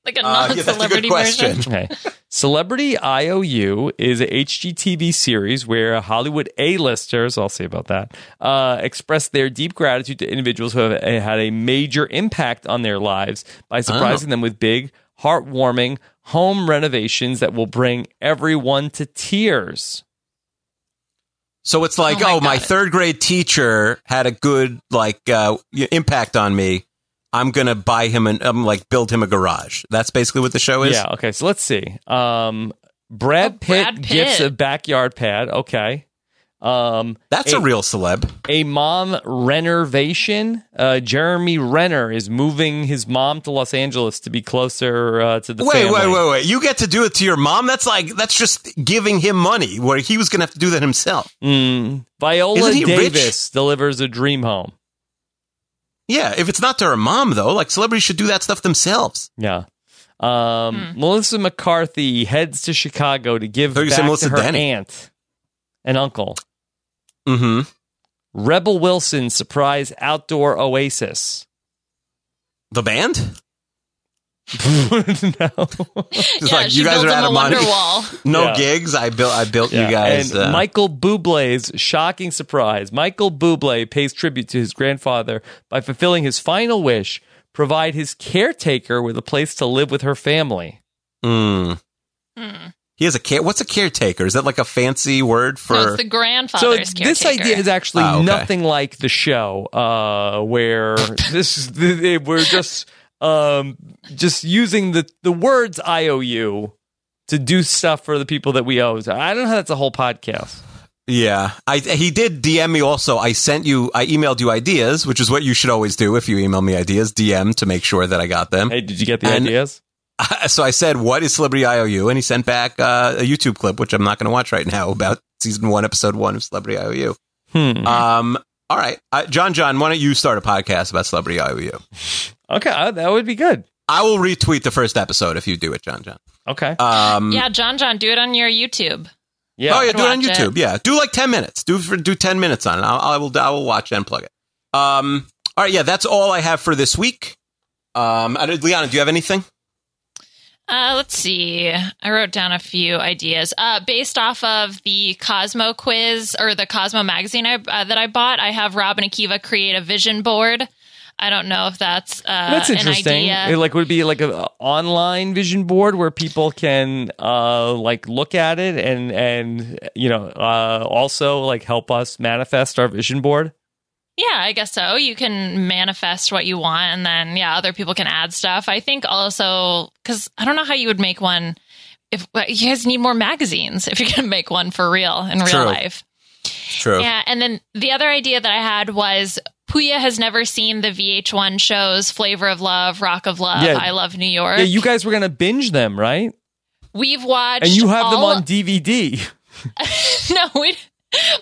Speaker 4: Like a
Speaker 3: Uh, yeah, that's a good
Speaker 4: non-celebrity
Speaker 3: question.
Speaker 4: version?
Speaker 2: Okay. Celebrity IOU is a HGTV series where Hollywood A-listers, I'll say about that, uh, express their deep gratitude to individuals who have uh, had a major impact on their lives by
Speaker 4: Oh.
Speaker 2: surprising them with big, heartwarming home renovations that will bring everyone to tears.
Speaker 3: So it's like, oh,
Speaker 4: Oh my
Speaker 3: my,
Speaker 4: God.
Speaker 3: third grade teacher had a good like uh, y- impact on me. I'm gonna buy him and um, like build him a garage. That's basically what the show is.
Speaker 2: yeah, okay, so let's see. Um, Brad,
Speaker 4: Oh,
Speaker 2: Pitt
Speaker 4: Brad
Speaker 2: gifts
Speaker 4: Pitt.
Speaker 2: a backyard pad. Okay. Um,
Speaker 3: That's a
Speaker 2: Hey.
Speaker 3: real celeb.
Speaker 2: a mom renovation. Uh, Jeremy Renner is moving his mom to Los Angeles to be closer uh, to the
Speaker 3: Wait,
Speaker 2: family.
Speaker 3: wait, wait, wait! You get to do it to your mom. That's like that's just giving him money where he was gonna have to do that himself.
Speaker 2: Mm. Viola
Speaker 3: Isn't he rich?
Speaker 2: Davis delivers a dream home.
Speaker 3: Yeah, if it's not to her mom though, like celebrities should do that stuff themselves.
Speaker 2: Yeah. Um, Melissa McCarthy heads to Chicago to give
Speaker 3: thought you
Speaker 2: back
Speaker 3: said Melissa
Speaker 2: to her
Speaker 3: Denny.
Speaker 2: aunt and uncle.
Speaker 3: Mm-hmm.
Speaker 2: Rebel Wilson surprise outdoor oasis.
Speaker 3: The band?
Speaker 2: no.
Speaker 3: It's
Speaker 4: yeah,
Speaker 3: like,
Speaker 4: she
Speaker 3: you guys
Speaker 4: builds
Speaker 3: are
Speaker 4: him
Speaker 3: out
Speaker 4: a
Speaker 3: of money.
Speaker 4: Wonderwall.
Speaker 3: No
Speaker 2: Yeah.
Speaker 3: gigs. I built. I built
Speaker 2: Yeah,
Speaker 3: you guys.
Speaker 2: And
Speaker 3: uh,
Speaker 2: Michael Bublé's shocking surprise. Michael Bublé pays tribute to his grandfather by fulfilling his final wish: provide his caretaker with a place to live with her family.
Speaker 3: mm.
Speaker 4: Hmm.
Speaker 3: He has a care. What's a caretaker? Is that like a fancy word for?
Speaker 4: no, it's the grandfather's
Speaker 2: so
Speaker 4: caretaker.
Speaker 2: this idea is actually
Speaker 3: Oh, okay.
Speaker 2: nothing like the show, uh, where this is th- th- we're just um, just using the the words IOU to do stuff for the people that we owe. I don't know how that's a whole podcast.
Speaker 3: yeah, I he did DM me also. I sent you. I emailed you ideas, which is what you should always do if you email me ideas. DM to make sure that I got them.
Speaker 2: Hey, did you get the
Speaker 3: And-
Speaker 2: ideas?
Speaker 3: so I said, "What is Celebrity IOU?" And he sent back uh, a YouTube clip, which I'm not going to watch right now, about season one, episode one of Celebrity IOU.
Speaker 2: Hmm.
Speaker 3: Um, all right, uh, John, John, why don't you start a podcast about Celebrity IOU?
Speaker 2: Okay, uh, that would be good.
Speaker 3: I will retweet the first episode if you do it, John, John.
Speaker 2: Okay.
Speaker 3: Um,
Speaker 4: yeah, John, John, do it on your YouTube.
Speaker 2: Yeah.
Speaker 3: oh yeah,
Speaker 4: I'd
Speaker 3: do it on
Speaker 4: watch
Speaker 3: YouTube. Yeah, do like ten minutes. Do for, do ten minutes on it. I'll, I will I will watch and plug it. Um. All right. Yeah, that's all I have for this week. Um. I don't- Liana, do you have anything?
Speaker 4: Uh, let's see. I wrote down a few ideas. Uh, based off of the Cosmo quiz or the Cosmo magazine I, uh, that I bought, I have Rob and Akiva create a vision board. I don't know if that's uh,
Speaker 2: That's interesting.
Speaker 4: an
Speaker 2: It,
Speaker 4: idea.
Speaker 2: like, would it be like a, a online vision board where people can uh like look at it and and you know uh also like help us manifest our vision board.
Speaker 4: Yeah, I guess so. You can manifest what you want, and then yeah, other people can add stuff. I think also because I don't know how you would make one. If well, you guys need more magazines, if you're going to make one for real in real
Speaker 3: True.
Speaker 4: life.
Speaker 3: True.
Speaker 4: Yeah, and then the other idea that I had was Puya has never seen the VH1 shows Flavor of Love, Rock of Love,
Speaker 2: Yeah.
Speaker 4: I Love New York.
Speaker 2: Yeah, you guys were gonna binge them, right?
Speaker 4: We've watched
Speaker 2: And you have them
Speaker 4: all-
Speaker 2: on DVD.
Speaker 4: no, we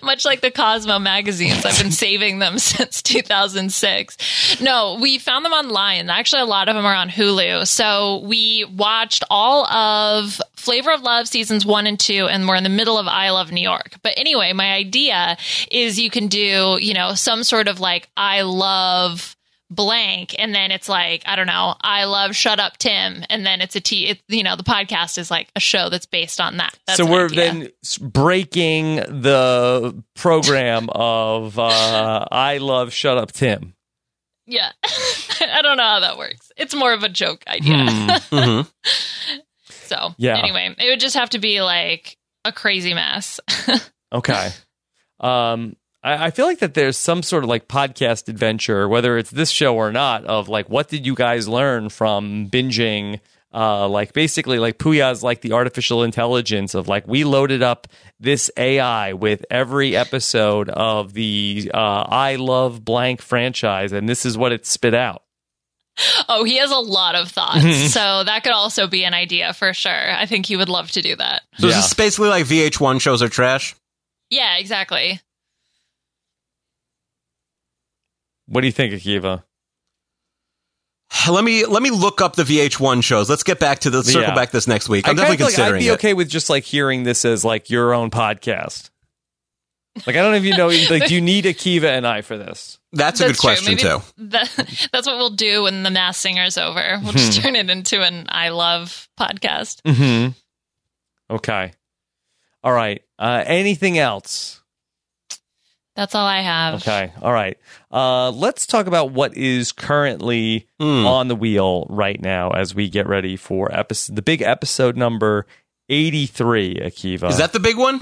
Speaker 4: much like the Cosmo magazines. I've been saving them since 2006. No, we found them online. Actually, a lot of them are on Hulu. So we watched all of Flavor of Love seasons one and two, and we're in the middle of I Love New York. But anyway, my idea is you can do, you know, some sort of like I love blank and then it's like i don't know i love shut up tim and then it's a t it, you know the podcast is like a show that's based on that That's
Speaker 2: so
Speaker 4: my
Speaker 2: we're
Speaker 4: idea.
Speaker 2: then s- breaking the program of uh, I Love Shut Up Tim.
Speaker 4: Yeah. I don't know how that works. It's more of a joke idea.
Speaker 2: Mm-hmm.
Speaker 3: Mhm.
Speaker 4: So,
Speaker 2: Hmm. Yeah.
Speaker 4: anyway, it would just have to be like a crazy mess.
Speaker 2: Okay. Um, I, I feel like that there's some sort of like podcast adventure, whether it's this show or not, of like what did you guys learn from binging? Uh, like basically, like Puya's like the artificial intelligence of like we loaded up this AI with every episode of the uh, I Love Blank franchise, and this is what it spit out.
Speaker 4: oh, he has a lot of
Speaker 2: Mhm.
Speaker 4: thoughts. so, that could also be an idea for sure. I think he would love to do that.
Speaker 3: So
Speaker 2: Yeah.
Speaker 3: is this basically like VH1 shows are trash?
Speaker 4: Yeah, exactly.
Speaker 2: What do you think, Akiva?
Speaker 3: Let me let me look up the VH1 shows. Let's get back to the circle
Speaker 2: Yeah.
Speaker 3: back this next week.
Speaker 2: I
Speaker 3: I'm
Speaker 2: kind of
Speaker 3: definitely
Speaker 2: feel like I'd
Speaker 3: considering
Speaker 2: be
Speaker 3: it.
Speaker 2: okay with just like hearing this as like your own podcast. Like I don't even know. Like, do you need Akiva and I for this?
Speaker 3: That's a good question
Speaker 4: Maybe
Speaker 3: too.
Speaker 4: that- that's what we'll do when the mass singer's over. We'll just turn it into an I love podcast.
Speaker 3: Mm-hmm.
Speaker 2: Hmm. Okay. All right. Uh, anything else?
Speaker 4: That's all I have.
Speaker 2: Okay. All right. Uh, let's talk about what is currently
Speaker 3: Mm.
Speaker 2: on the wheel right now as we get ready for episode the big episode number eighty three. Akiva,
Speaker 3: Is that the big one?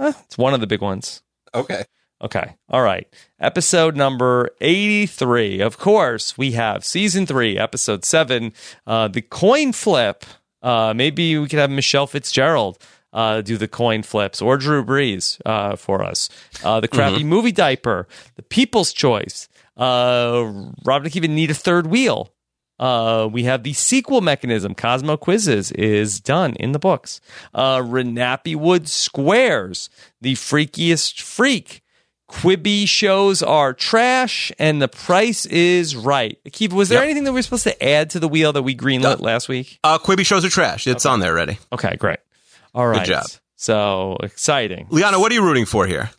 Speaker 2: Eh, it's one of the big ones.
Speaker 3: Okay.
Speaker 2: Okay. All right. Episode number 83. Of course, we have season three, episode seven, uh, the coin flip. Uh, maybe we could have Michelle Fitzgerald uh, do the coin flips or Drew Brees uh, for us. Uh, the crappy movie diaper, the people's choice. Uh, Robin even need a third wheel. Uh, we have the sequel mechanism. Cosmo Quizzes is done in the books. Uh, Renappy Wood Squares, the freakiest freak. Quibi shows are trash and the price is right. Akiva, was there
Speaker 3: Yep.
Speaker 2: anything that we were supposed to add to the wheel that we greenlit
Speaker 3: Uh,
Speaker 2: last week?
Speaker 3: Uh, Quibi shows are trash. It's on there already.
Speaker 2: Okay, great. All right.
Speaker 3: job.
Speaker 2: So exciting.
Speaker 3: Liana, what are you rooting for here?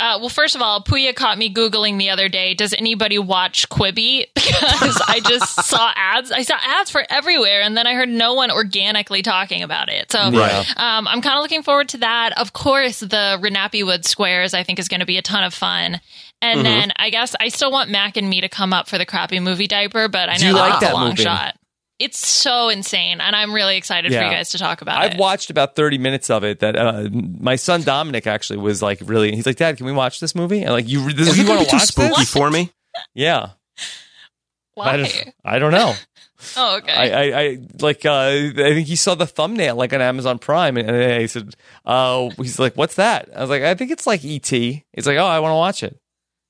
Speaker 4: Uh, well, first of all, Puya caught me Googling the other day, does anybody watch Quibi? Because I just saw ads. I saw ads for everywhere, and then I heard no one organically talking about it. So
Speaker 2: Right.
Speaker 4: um, I'm kind of looking forward to that. Of course, the Renappy Wood Squares, I think, is going to be a ton of fun.
Speaker 2: Mm-hmm.
Speaker 4: And then I guess I still want Mac and me to come up for the crappy movie diaper, but I
Speaker 2: Do
Speaker 4: know
Speaker 2: you like
Speaker 4: that's
Speaker 2: that
Speaker 4: a long
Speaker 2: movie?
Speaker 4: shot. It's so insane, and I'm really excited for
Speaker 2: Yeah.
Speaker 4: you guys to talk about
Speaker 2: I've
Speaker 4: it.
Speaker 2: watched about 30 minutes of it that uh, my son Dominic actually was like really he's like dad can we watch this movie? And like you this
Speaker 3: Is
Speaker 2: you
Speaker 3: it gonna
Speaker 2: want to
Speaker 3: be too
Speaker 2: watch
Speaker 3: spooky
Speaker 2: this?
Speaker 3: for me?
Speaker 2: Yeah. I
Speaker 4: Why?
Speaker 2: don't, I don't know.
Speaker 4: Oh, okay.
Speaker 2: I, I, I like uh, I think he saw the thumbnail like on Amazon Prime and, and he said uh, he's like what's that? I was like I think it's like ET. He's like oh I want to watch it.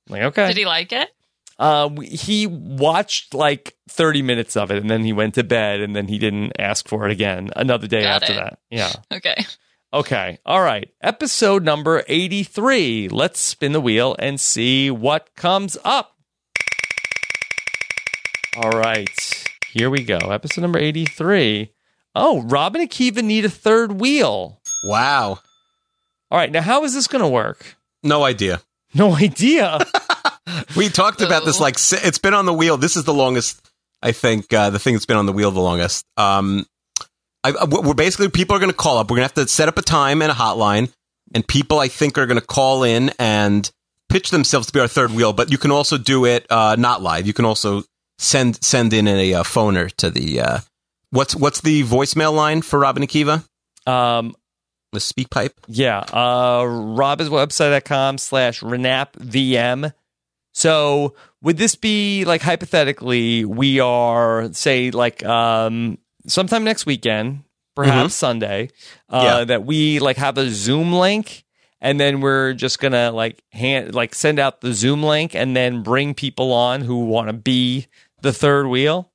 Speaker 2: I'm like okay.
Speaker 4: Did he like it?
Speaker 2: Uh, we- he watched like 30 minutes of it and then he went to bed and then he didn't ask for it again another day
Speaker 4: Got
Speaker 2: after
Speaker 4: it.
Speaker 2: that. Yeah.
Speaker 4: Okay.
Speaker 2: Okay. All right. Episode number 83. Let's spin the wheel and see what comes up. All right. Here we go. Episode number 83. Oh, Robin and Akiva need a third wheel.
Speaker 3: Wow.
Speaker 2: All right. Now, how is this going to work?
Speaker 3: No idea.
Speaker 2: No idea.
Speaker 3: We talked about this
Speaker 4: Oh.
Speaker 3: like si- it's been on the wheel. This is the longest, I think, uh, the thing that's been on the wheel the longest. Um, I, I- we're basically people are going to call up. We're going to have to set up a time and a hotline, and people I think are going to call in and pitch themselves to be our third wheel. But you can also do it uh, not live. You can also send send in a uh, phoner to the uh, what's what's the voicemail line for Robin Akiva?
Speaker 2: um,
Speaker 3: The speak pipe.
Speaker 2: Yeah. Uh robiswebsite.com slash renapvm. So would this be like hypothetically we are say like um sometime next weekend, perhaps Sunday, uh
Speaker 3: Mm-hmm. Yeah.
Speaker 2: that we like have a Zoom link and then we're just gonna like hand like send out the Zoom link and then bring people on who wanna be the third wheel?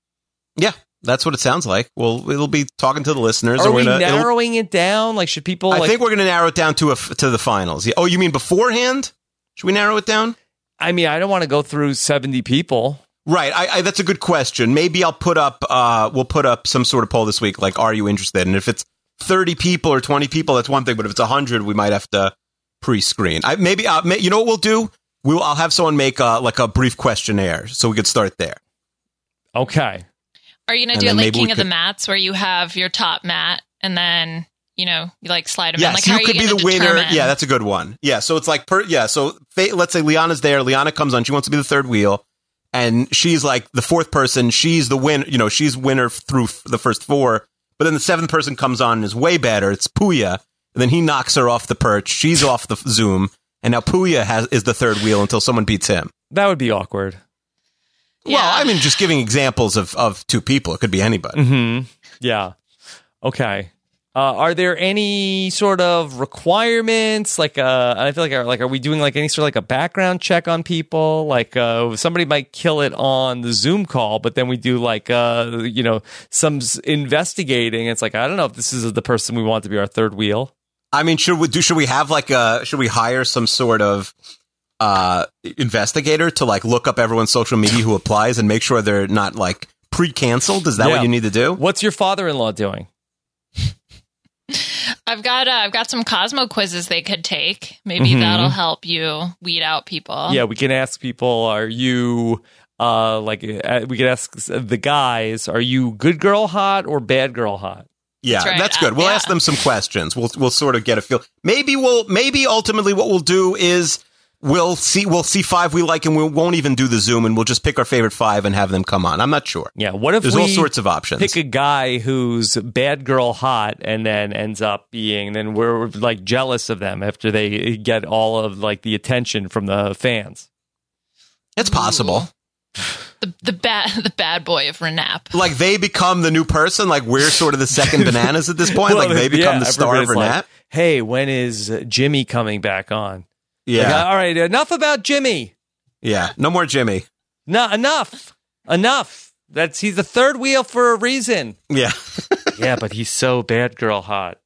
Speaker 3: Yeah. That's what it sounds like. Well, it'll be talking to the listeners.
Speaker 2: Are
Speaker 3: and we're
Speaker 2: we
Speaker 3: gonna- it'll-
Speaker 2: narrowing it down? Like, should people?
Speaker 3: I
Speaker 2: like,
Speaker 3: think we're going to narrow it down to a f to the finals. Yeah. Oh, you mean beforehand? Should we narrow it down?
Speaker 2: I mean, I don't want to go through seventy people.
Speaker 3: Right. I, I, that's a good question. Maybe I'll put up. Uh, we'll put up some sort of poll this week. Like, are you interested? And if it's thirty people or twenty people, that's one thing. But if it's hundred, we might have to pre-screen. I, maybe. Uh, may, you know what we'll do? We will, I'll have someone make uh, like a brief questionnaire, so we could start there.
Speaker 2: Okay.
Speaker 4: Are you gonna
Speaker 3: And
Speaker 4: do
Speaker 3: then
Speaker 4: like
Speaker 3: maybe
Speaker 4: King
Speaker 3: we
Speaker 4: of the
Speaker 3: could-
Speaker 4: Mats, where you have your top mat, and then you know you like slide them in?
Speaker 3: Yes,
Speaker 4: Like, how are
Speaker 3: you could be
Speaker 4: gonna
Speaker 3: the winner.
Speaker 4: determine?
Speaker 3: Yeah, that's a good one. Yeah, so it's like per yeah, so fa- let's say Liana's there, Liana comes on, she wants to be the third wheel and she's like the fourth person, she's the win, you know, she's winner through f- the first four, but then the seventh person comes on and is way better, it's Puya, and then he knocks her off the perch, she's off the f- Zoom, and now Puya has is the third wheel until someone beats him.
Speaker 2: That would be awkward.
Speaker 4: Yeah.
Speaker 3: Well, I mean just giving examples of of two people, it could be anybody.
Speaker 2: Hmm. Yeah. Okay. Uh, are there any sort of requirements? Like, uh, I feel like, are, like, are we doing like any sort of like a background check on people? Like, uh, somebody might kill it on the Zoom call, but then we do like, uh, you know, some s- investigating. It's like, I don't know if this is the person we want to be our third wheel.
Speaker 3: I mean, should we do? Should we have like a? Should we hire some sort of uh investigator to like look up everyone's social media who applies and make sure they're not like pre-canceled? Is that
Speaker 2: Yeah.
Speaker 3: what you need to do?
Speaker 2: What's your father-in-law doing?
Speaker 4: I've got uh, I've got some Cosmo quizzes they could take. Maybe
Speaker 3: Mm-hmm.
Speaker 2: Mhm.
Speaker 4: that'll help you weed out people.
Speaker 2: Yeah, we can ask people, are you uh like uh, we can ask the guys, are you good girl hot or bad girl hot?
Speaker 3: Yeah, that's,
Speaker 4: That's right.
Speaker 3: good.
Speaker 4: Uh,
Speaker 3: We'll
Speaker 4: yeah.
Speaker 3: ask them some questions. We'll we'll sort of get a feel. Maybe we'll maybe ultimately what we'll do is we'll see we'll see five we like and we won't even do the Zoom and we'll just pick our favorite five and have them come on. I'm not sure.
Speaker 2: Yeah, what if
Speaker 3: There's
Speaker 2: we
Speaker 3: all sorts of options.
Speaker 2: pick a guy who's bad girl hot and then ends up being then we're like jealous of them after they get all of like the attention from the fans.
Speaker 3: it's possible.
Speaker 4: The the bad the bad boy of Renap.
Speaker 3: like they become the new person. Like we're sort of the second bananas at this point. like
Speaker 2: Well,
Speaker 3: they become
Speaker 2: yeah,
Speaker 3: the star of
Speaker 2: everybody's
Speaker 3: Renat.
Speaker 2: like, Hey, when is Jimmy coming back on? Like,
Speaker 3: yeah,
Speaker 2: all right, enough about Jimmy.
Speaker 3: yeah. No more Jimmy.
Speaker 2: No, enough. Enough. That's he's the third wheel for a reason.
Speaker 3: Yeah.
Speaker 2: yeah, but he's so bad girl hot.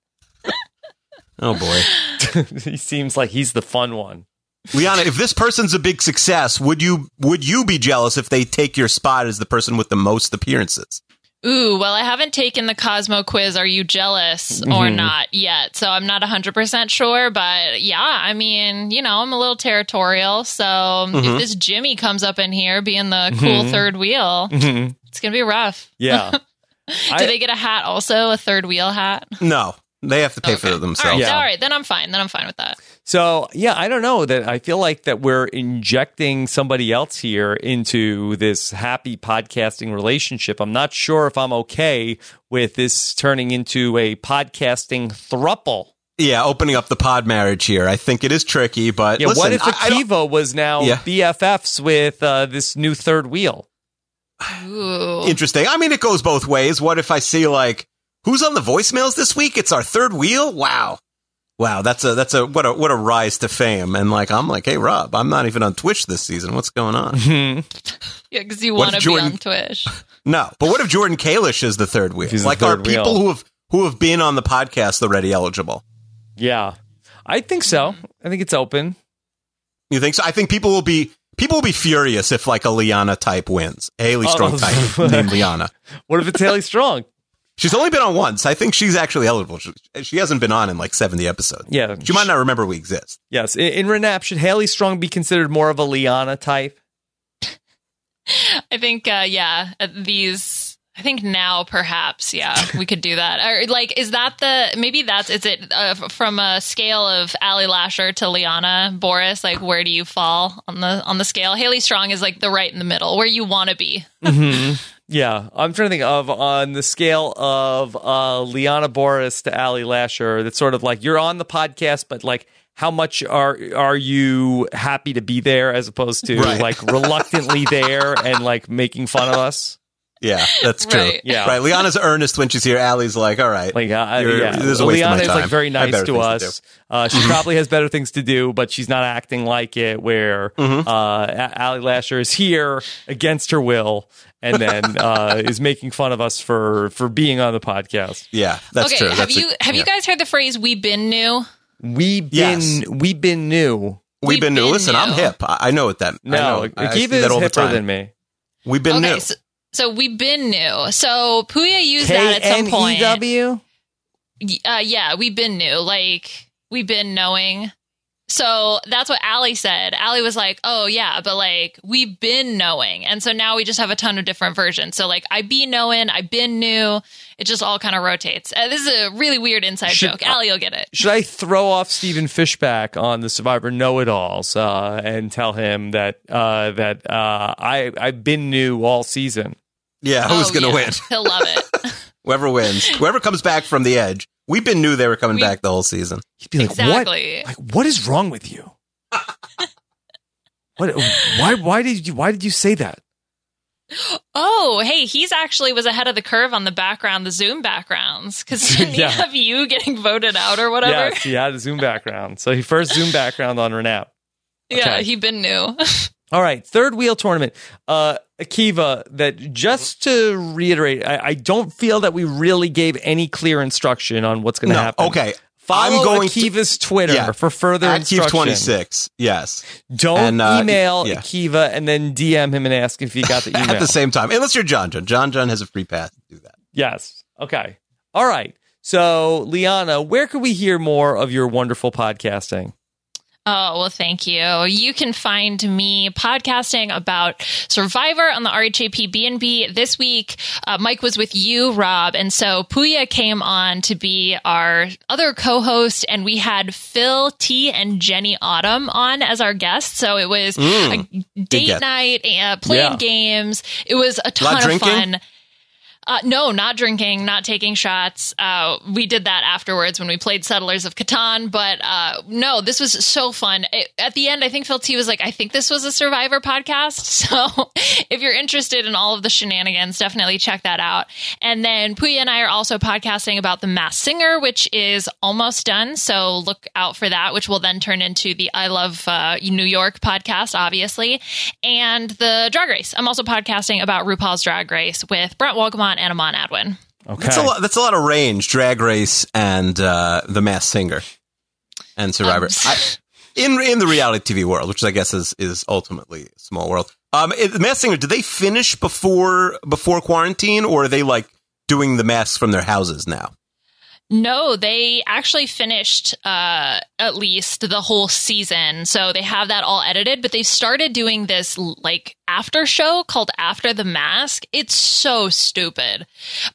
Speaker 3: Oh boy,
Speaker 2: he seems like he's the fun one.
Speaker 3: Liana. If this person's a big success, would you would you be jealous if they take your spot as the person with the most appearances?
Speaker 4: Ooh, well, I haven't taken the Cosmo quiz. Are you jealous or
Speaker 3: Mm-hmm.
Speaker 4: not yet? So I'm not 100% sure, but yeah, I mean, you know, I'm a little territorial. So
Speaker 3: Mm-hmm.
Speaker 4: if this Jimmy comes up in here being the cool third wheel,
Speaker 3: Mm-hmm.
Speaker 4: it's going to be rough.
Speaker 2: Yeah.
Speaker 4: Do
Speaker 2: I-
Speaker 4: they get a hat also, a third wheel hat?
Speaker 3: No, they have to pay for
Speaker 4: Okay.
Speaker 3: it
Speaker 4: All right,
Speaker 3: themselves.
Speaker 2: Yeah.
Speaker 4: all right, then I'm fine. Then I'm fine with that.
Speaker 2: So yeah, I don't know that I feel like that we're injecting somebody else here into this happy podcasting relationship. I'm not sure if I'm okay with this turning into a podcasting thruple.
Speaker 3: Yeah. opening up the pod marriage here. I think it is tricky, but
Speaker 2: Yeah,
Speaker 3: listen,
Speaker 2: what if
Speaker 3: I- I don't-
Speaker 2: Akiva was now
Speaker 3: Yeah.
Speaker 2: BFFs with uh, this new third wheel?
Speaker 4: Ooh.
Speaker 3: interesting. I mean, it goes both ways. What if I see like who's on the voicemails this week? It's our third wheel. Wow, wow, that's a that's a what a what a rise to fame. And like I'm like, hey Rob, I'm not even on Twitch this season. What's going on?
Speaker 4: Yeah, because you
Speaker 3: What
Speaker 4: want to
Speaker 3: if
Speaker 4: be
Speaker 3: Jordan-
Speaker 4: on Twitch.
Speaker 3: no, but what if Jordan Kalish is the third wheel?
Speaker 2: He's the
Speaker 3: like
Speaker 2: third
Speaker 3: are people
Speaker 2: wheel.
Speaker 3: who have who have been on the podcast already eligible?
Speaker 2: Yeah, I think so. I think it's open.
Speaker 3: You think so? I think people will be. People will be furious if like a Liana type wins. A Haley Strong
Speaker 2: Oh.
Speaker 3: type named Liana.
Speaker 2: What if it's Haley Strong?
Speaker 3: She's only been on once. I think she's actually eligible. She, she hasn't been on in like 70 episodes.
Speaker 2: Yeah,
Speaker 3: She might not remember we exist.
Speaker 2: Yes, in, in Renap, should Haley Strong be considered more of a Liana type?
Speaker 4: I think, uh, yeah, uh, these. I think now perhaps, yeah, we could do that. Or like, is that the maybe that's is it uh, f- from a scale of Ali Lasher to Liana Boris? Like, where do you fall on the on the scale? Haley Strong is like the right in the middle, where you want to be.
Speaker 2: Mm-hmm. Yeah, I'm trying to think of on the scale of uh, Liana Boris to Ali Lasher. That's sort of like you're on the podcast, but like how much are are you happy to be there as opposed to
Speaker 3: Right.
Speaker 2: like reluctantly there and like making fun of us?
Speaker 3: Yeah, that's true.
Speaker 4: Right.
Speaker 2: Yeah.
Speaker 3: right. Liana's earnest when she's here. Allie's like, all right.
Speaker 2: Like, uh,
Speaker 3: You're-
Speaker 2: yeah,
Speaker 3: this is a waste of my
Speaker 2: Liana is like
Speaker 3: time.
Speaker 2: very
Speaker 3: I have
Speaker 2: nice
Speaker 3: better
Speaker 2: to
Speaker 3: things to Mm-hmm.
Speaker 2: us. uh, she probably has better things to do, but she's not acting like it. Where
Speaker 3: Mhm.
Speaker 2: uh, A- Allie Lasher is here against her will, and then uh, is making fun of us for for being on the podcast.
Speaker 3: yeah, that's
Speaker 4: okay,
Speaker 3: true.
Speaker 4: have
Speaker 3: That's a-
Speaker 4: you have you
Speaker 3: yeah.
Speaker 4: guys heard the phrase "we been new"?
Speaker 2: We been
Speaker 3: Yes.
Speaker 2: we been new.
Speaker 3: We've been,
Speaker 4: We've
Speaker 3: new.
Speaker 4: been
Speaker 3: Listen, I'm
Speaker 4: new.
Speaker 3: hip. I, I know what that. I
Speaker 2: No,
Speaker 3: know. I- I see
Speaker 2: Akiva is
Speaker 3: that all the
Speaker 2: hipper
Speaker 3: time.
Speaker 2: than me.
Speaker 3: We've been
Speaker 4: okay,
Speaker 3: new.
Speaker 4: So, so we been new. So Puya used that at some point.
Speaker 3: E
Speaker 2: K-N-E-W?
Speaker 4: Y- Uh, yeah, we been new. Like we been knowing. So that's what Allie said. Allie was like, "Oh yeah, but like we been knowing," and so now we just have a ton of different versions. So like I be knowing, I been new. It just all kind of rotates. Uh, this is a really weird inside
Speaker 2: Should-
Speaker 4: joke. Allie, you'll get it.
Speaker 2: Should I throw off Stephen Fishback on the Survivor Know-It-Alls uh, and tell him that uh, that uh, I I've been new all season?
Speaker 3: Yeah, who's
Speaker 4: Oh,
Speaker 3: gonna
Speaker 4: yeah.
Speaker 3: win?
Speaker 4: He'll love it.
Speaker 3: Whoever wins, whoever comes back from the edge. We've been new. They were coming
Speaker 4: We-
Speaker 3: back the whole season.
Speaker 2: He'd be like,
Speaker 4: exactly.
Speaker 2: "What? Like, what is wrong with you? what? Why? Why did you? Why did you say that?
Speaker 4: Oh, hey, he's actually was ahead of the curve on the background, the Zoom backgrounds, because didn't
Speaker 2: Yeah.
Speaker 4: he have you getting voted out or whatever?
Speaker 2: Yes, he had a Zoom background. So he first Zoom background on Renap.
Speaker 4: Yeah,
Speaker 2: Okay.
Speaker 4: he been new.
Speaker 2: All right, third wheel tournament. Uh, Akiva, that just to reiterate, I, I don't feel that we really gave any clear instruction on what's going to
Speaker 3: No,
Speaker 2: happen.
Speaker 3: okay.
Speaker 2: Follow
Speaker 3: I'm going to-
Speaker 2: Akiva's Twitter
Speaker 3: Yeah.
Speaker 2: for further
Speaker 3: At
Speaker 2: instruction.
Speaker 3: Keith 26. Yes.
Speaker 2: Don't
Speaker 3: And, uh,
Speaker 2: email
Speaker 3: yeah.
Speaker 2: Akiva and then DM him and ask if he got the email.
Speaker 3: At the same time, unless you're John John. John John has a free pass to do that.
Speaker 2: Yes. Okay. All right. So, Liana, where could we hear more of your wonderful podcasting?
Speaker 4: Oh, well, thank you. You can find me podcasting about Survivor on the RHAP B&B this week. Uh, Mike was with you, Rob. And so Puya came on to be our other co host, and we had Phil T and Jenny Autumn on as our guests. So it was a date
Speaker 3: guest.
Speaker 4: night, uh,
Speaker 2: Mm.
Speaker 4: playing
Speaker 2: Yeah.
Speaker 4: games. It was a ton of
Speaker 3: drinking?
Speaker 4: fun. Uh, no, not drinking, not taking shots. Uh, we did that afterwards when we played Settlers of Catan. But uh, no, this was so fun. It, at the end, I think Phil T was like, I think this was a Survivor podcast. So if you're interested in all of the shenanigans, definitely check that out. And then Puya and I are also podcasting about The Mass Singer, which is almost done. So look out for that, which will then turn into the I Love uh, New York podcast, obviously, and the Drag Race. I'm also podcasting about RuPaul's Drag Race with Brent Walgamont and Amon Adwin.
Speaker 2: Okay.
Speaker 3: That's a lot. That's a lot of range. Drag Race and uh, the Mass Singer and Survivor.
Speaker 4: Um,
Speaker 3: I, in in the reality TV world, which I guess is is ultimately a small world. Um, it- the Mass Singer. Did they finish before before quarantine, or are they like doing the masks from their houses now?
Speaker 4: No, they actually finished uh, at least the whole season. So they have that all edited, but they started doing this l- like after show called After the Mask. It's so stupid.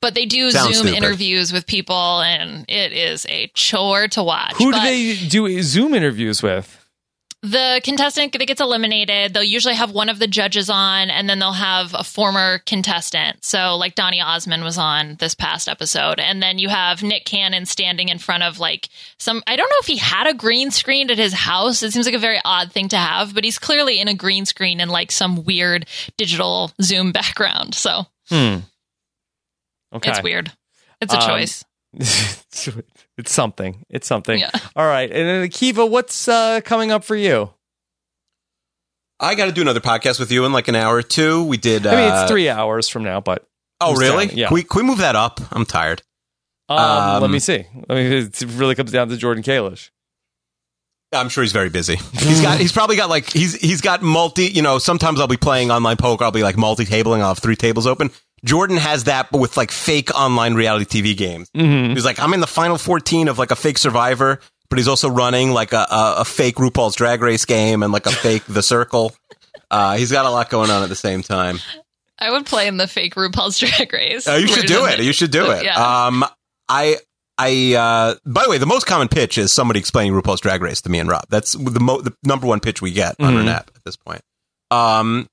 Speaker 4: But they do
Speaker 3: Sounds
Speaker 4: Zoom
Speaker 3: stupid.
Speaker 4: interviews with people and it is a chore to watch.
Speaker 2: Who do
Speaker 4: But
Speaker 2: they do Zoom interviews with?
Speaker 4: the contestant that gets eliminated, they'll usually have one of the judges on, and then they'll have a former contestant. So, like Donnie Osmond was on this past episode, and then you have Nick Cannon standing in front of like some. I don't know if he had a green screen at his house. It seems like a very odd thing to have, but he's clearly in a green screen in like some weird digital Zoom background. So
Speaker 2: Hmm. Okay.
Speaker 4: it's weird. It's a
Speaker 2: Um,
Speaker 4: choice.
Speaker 2: it's something. It's something.
Speaker 4: Yeah.
Speaker 2: All right. And then Akiva, what's uh, coming up for you?
Speaker 3: I got to do another podcast with you in like an hour or two. We did. Uh,
Speaker 2: I mean, it's three hours from now, but
Speaker 3: Oh,
Speaker 2: it's
Speaker 3: really?
Speaker 2: down, yeah.
Speaker 3: Can we, can we move that up? I'm tired.
Speaker 2: um,
Speaker 3: Um,
Speaker 2: let me see. I mean, it really comes down to Jordan Kalish.
Speaker 3: I'm sure he's very busy. He's got he's probably got like he's he's got multi, you know, sometimes I'll be playing online poker, I'll be like multi-tabling, I'll have three tables open. Jordan has that but with like fake online reality TV games.
Speaker 2: Mm-hmm.
Speaker 3: He's like I'm in the final 14 of like a fake survivor, but he's also running like a a, a fake RuPaul's Drag Race game and like a fake The Circle. Uh, he's got a lot going on at the same time.
Speaker 4: I would play in the fake RuPaul's Drag Race.
Speaker 3: Uh, you should do it. You should do it.
Speaker 4: Yeah.
Speaker 3: Um, I, I. Uh, by the way, the most common pitch is somebody explaining RuPaul's Drag Race to me and Rob. That's the mo- the number one pitch we get on
Speaker 2: Mhm.
Speaker 3: our nap at this point. Um,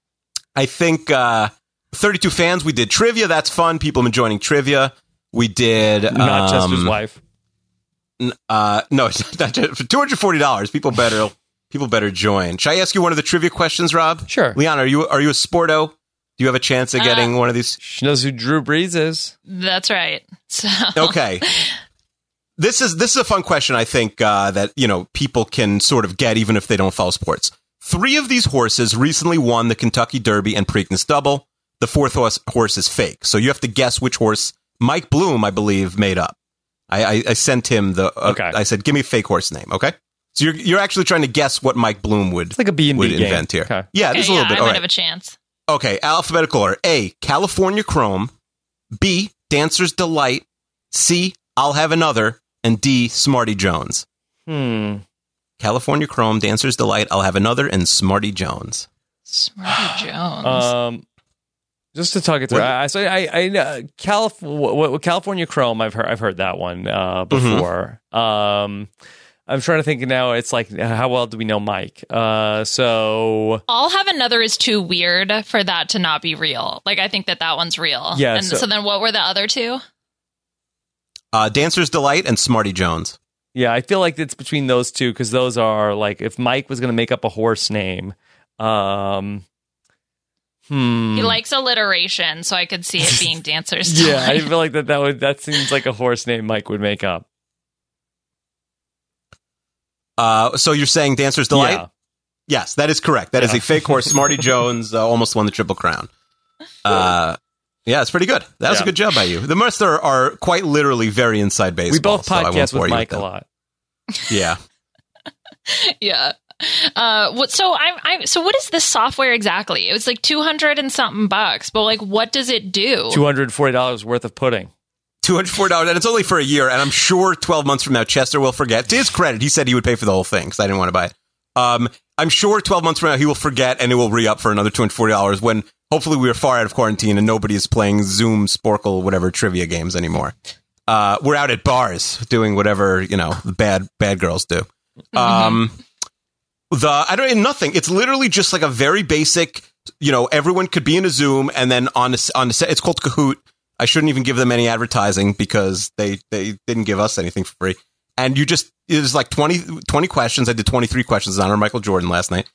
Speaker 3: I think uh, 32 fans. We did trivia. That's fun. People have been joining trivia. We did
Speaker 2: Not Chester's
Speaker 3: um,
Speaker 2: wife.
Speaker 3: n- Uh, no, it's not just, for two hundred forty dollars. People better people better join. Should I ask you one of the trivia questions, Rob?
Speaker 2: Sure.
Speaker 3: Leon, are you are you a sporto? Do you have a chance of getting one of these?
Speaker 2: She knows who Drew Brees is.
Speaker 4: That's right. So
Speaker 3: Okay. this is this is a fun question. I think uh, that you know people can sort of get even if they don't follow sports. Three of these horses recently won the Kentucky Derby and Preakness Double. The fourth horse, horse is fake, so you have to guess which horse Mike Bloom, I believe, made up. I, I, I sent him the. Uh,
Speaker 2: Okay.
Speaker 3: I said, "Give me a fake horse name." Okay, so you're you're actually trying to guess what Mike Bloom would
Speaker 2: It's like a B and
Speaker 3: would
Speaker 2: B game.
Speaker 3: invent here.
Speaker 2: Okay.
Speaker 3: Yeah, there's
Speaker 4: Okay,
Speaker 3: a little
Speaker 4: yeah,
Speaker 3: bit.
Speaker 4: I
Speaker 3: All
Speaker 4: might
Speaker 3: right.
Speaker 4: have a chance.
Speaker 3: Okay, alphabetical order. A, California Chrome. B, Dancer's Delight. C, I'll Have Another. And D, Smarty Jones.
Speaker 2: Hmm.
Speaker 3: California Chrome, Dancer's Delight, I'll Have Another, and Smarty Jones.
Speaker 4: Smarty Jones.
Speaker 2: Um, just to talk it through,
Speaker 3: What-
Speaker 2: I, so I, I know Calif- what, what, California Chrome. I've heard, I've heard that one
Speaker 3: Mm-hmm.
Speaker 2: uh, before. Um, I'm trying to think now. It's like, how well do we know Mike? Uh, so
Speaker 4: I'll have another is too weird for that to not be real. Like I think that that one's real.
Speaker 2: Yeah,
Speaker 4: And
Speaker 2: so-
Speaker 4: so, then what were the other two?
Speaker 3: Uh, Dancer's Delight and Smarty Jones.
Speaker 2: yeah, I feel like it's between those two because those are like if Mike was going to make up a horse name. Um, hmm.
Speaker 4: He likes alliteration, so I could see it being dancers.
Speaker 2: yeah, I
Speaker 4: Delight.
Speaker 2: feel like that that would that seems like a horse name Mike would make up.
Speaker 3: Uh, so you're saying Dancer's Delight?
Speaker 2: Yeah.
Speaker 3: Yes, that is correct. That is
Speaker 2: Yeah.
Speaker 3: a fake horse. Smarty Jones uh, almost won the Triple Crown. Uh, yeah, it's pretty good. That was
Speaker 2: Yeah.
Speaker 3: a good job by you. The Mercer are quite literally very inside baseball.
Speaker 2: we both
Speaker 3: so I won't
Speaker 2: podcast
Speaker 3: bore
Speaker 2: with
Speaker 3: you
Speaker 2: Mike a
Speaker 3: them.
Speaker 2: lot.
Speaker 3: Yeah.
Speaker 4: yeah. Uh, what, so I'm, I'm. So what is this software exactly? It was like two hundred and something bucks, but like, what does it do?
Speaker 2: Two hundred forty dollars worth of pudding.
Speaker 3: Two hundred four dollars, and it's only for a year. And I'm sure twelve months from now, Chester will forget. To his credit, he said he would pay for the whole thing because I didn't want to buy it. Um, I'm sure twelve months from now he will forget, and it will re up for another two hundred forty dollars when hopefully we are far out of quarantine and nobody is playing Zoom, Sporkle, whatever trivia games anymore. Uh, we're out at bars doing whatever you know the bad bad girls do. Um, the I don't nothing. It's literally just like a very basic. You know, everyone could be in a Zoom, and then on a, s- on a set. It's called Kahoot. I shouldn't even give them any advertising because they they didn't give us anything for free. And you just it was like 20, 20 questions. I did twenty three questions on honor of Michael Jordan last night.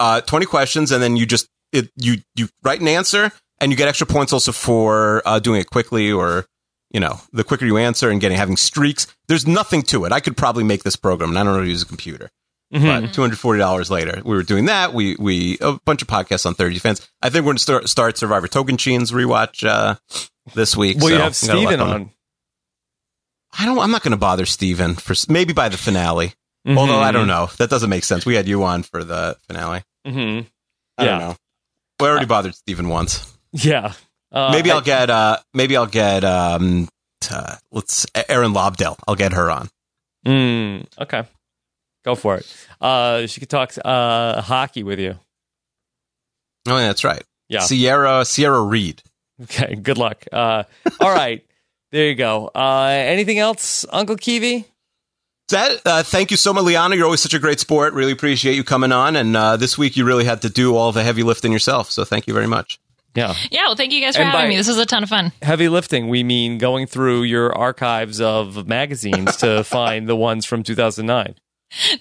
Speaker 3: Uh, twenty questions, and then you just it, you you write an answer, and you get extra points also for uh, doing it quickly or you know the quicker you answer and getting having streaks. There's nothing to it. I could probably make this program, and I don't know how to use a computer
Speaker 2: Mm-hmm.
Speaker 3: but two hundred forty dollars later, we were doing that. We we a bunch of podcasts on Thirty Defense. I think we're going to start, start Survivor Token Chains rewatch uh, this week.
Speaker 2: Well, you
Speaker 3: so
Speaker 2: have
Speaker 3: we got a lot
Speaker 2: Steven
Speaker 3: going
Speaker 2: on.
Speaker 3: I don't. I'm not going to bother Steven for s- maybe by the finale.
Speaker 2: Mm-hmm.
Speaker 3: Mm-hmm. Although I don't know, that doesn't make sense. We had you on for the finale.
Speaker 2: Mm-hmm.
Speaker 3: I don't
Speaker 2: Yeah.
Speaker 3: know. We already bothered Steven once.
Speaker 2: Yeah. Uh,
Speaker 3: Maybe
Speaker 2: I-
Speaker 3: I'll get. Uh, maybe I'll get. Um, t- uh, let's Erin Lobdell. I'll get her on.
Speaker 2: Mm, okay. Go for it. Uh, she could talk uh, hockey with you.
Speaker 3: Oh, yeah, that's right.
Speaker 2: Yeah.
Speaker 3: Sierra Sierra Reed.
Speaker 2: Okay. Good luck. Uh, all right. There you go. Uh, anything else, Uncle Kiwi?
Speaker 3: That, uh, thank you so much, Liana. You're always such a great sport. Really appreciate you coming on. And uh, this week, you really had to do all the heavy lifting yourself. So thank you very much.
Speaker 2: Yeah.
Speaker 4: yeah, well, thank you guys for
Speaker 2: And
Speaker 4: having
Speaker 2: by-
Speaker 4: me. This was a ton of fun.
Speaker 2: Heavy lifting. We mean going through your archives of magazines to find the ones from 2009.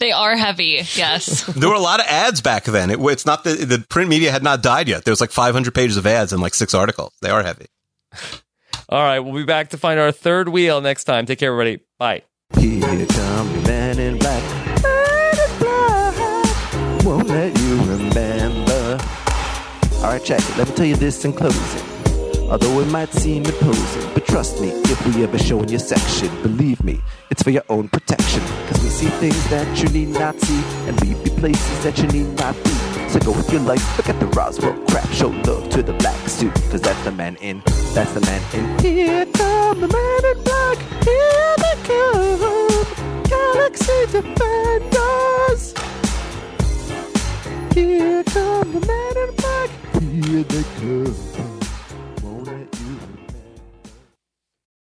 Speaker 4: They are heavy. Yes.
Speaker 3: There were a lot of ads back then. It, it's not the, the print media had not died yet. There was like 500 pages of ads and like six articles. They are heavy.
Speaker 2: All right. We'll be back to find our third wheel next time. Take care, everybody. Bye.
Speaker 6: Here come the man in black. Man in black. Won't let you remember. Alright, check it. Let me tell you this in closing. Although it might seem imposing, but trust me, if we ever show in your section, believe me, it's for your own protection. Cause we see things that you need not see, and we be places that you need not be. So go with your life, forget the Roswell crap, show love to the black suit, cause that's the man in, that's the man in. Here come the man in black, here they come, Galaxy Defenders! Here come the man in black, here they come.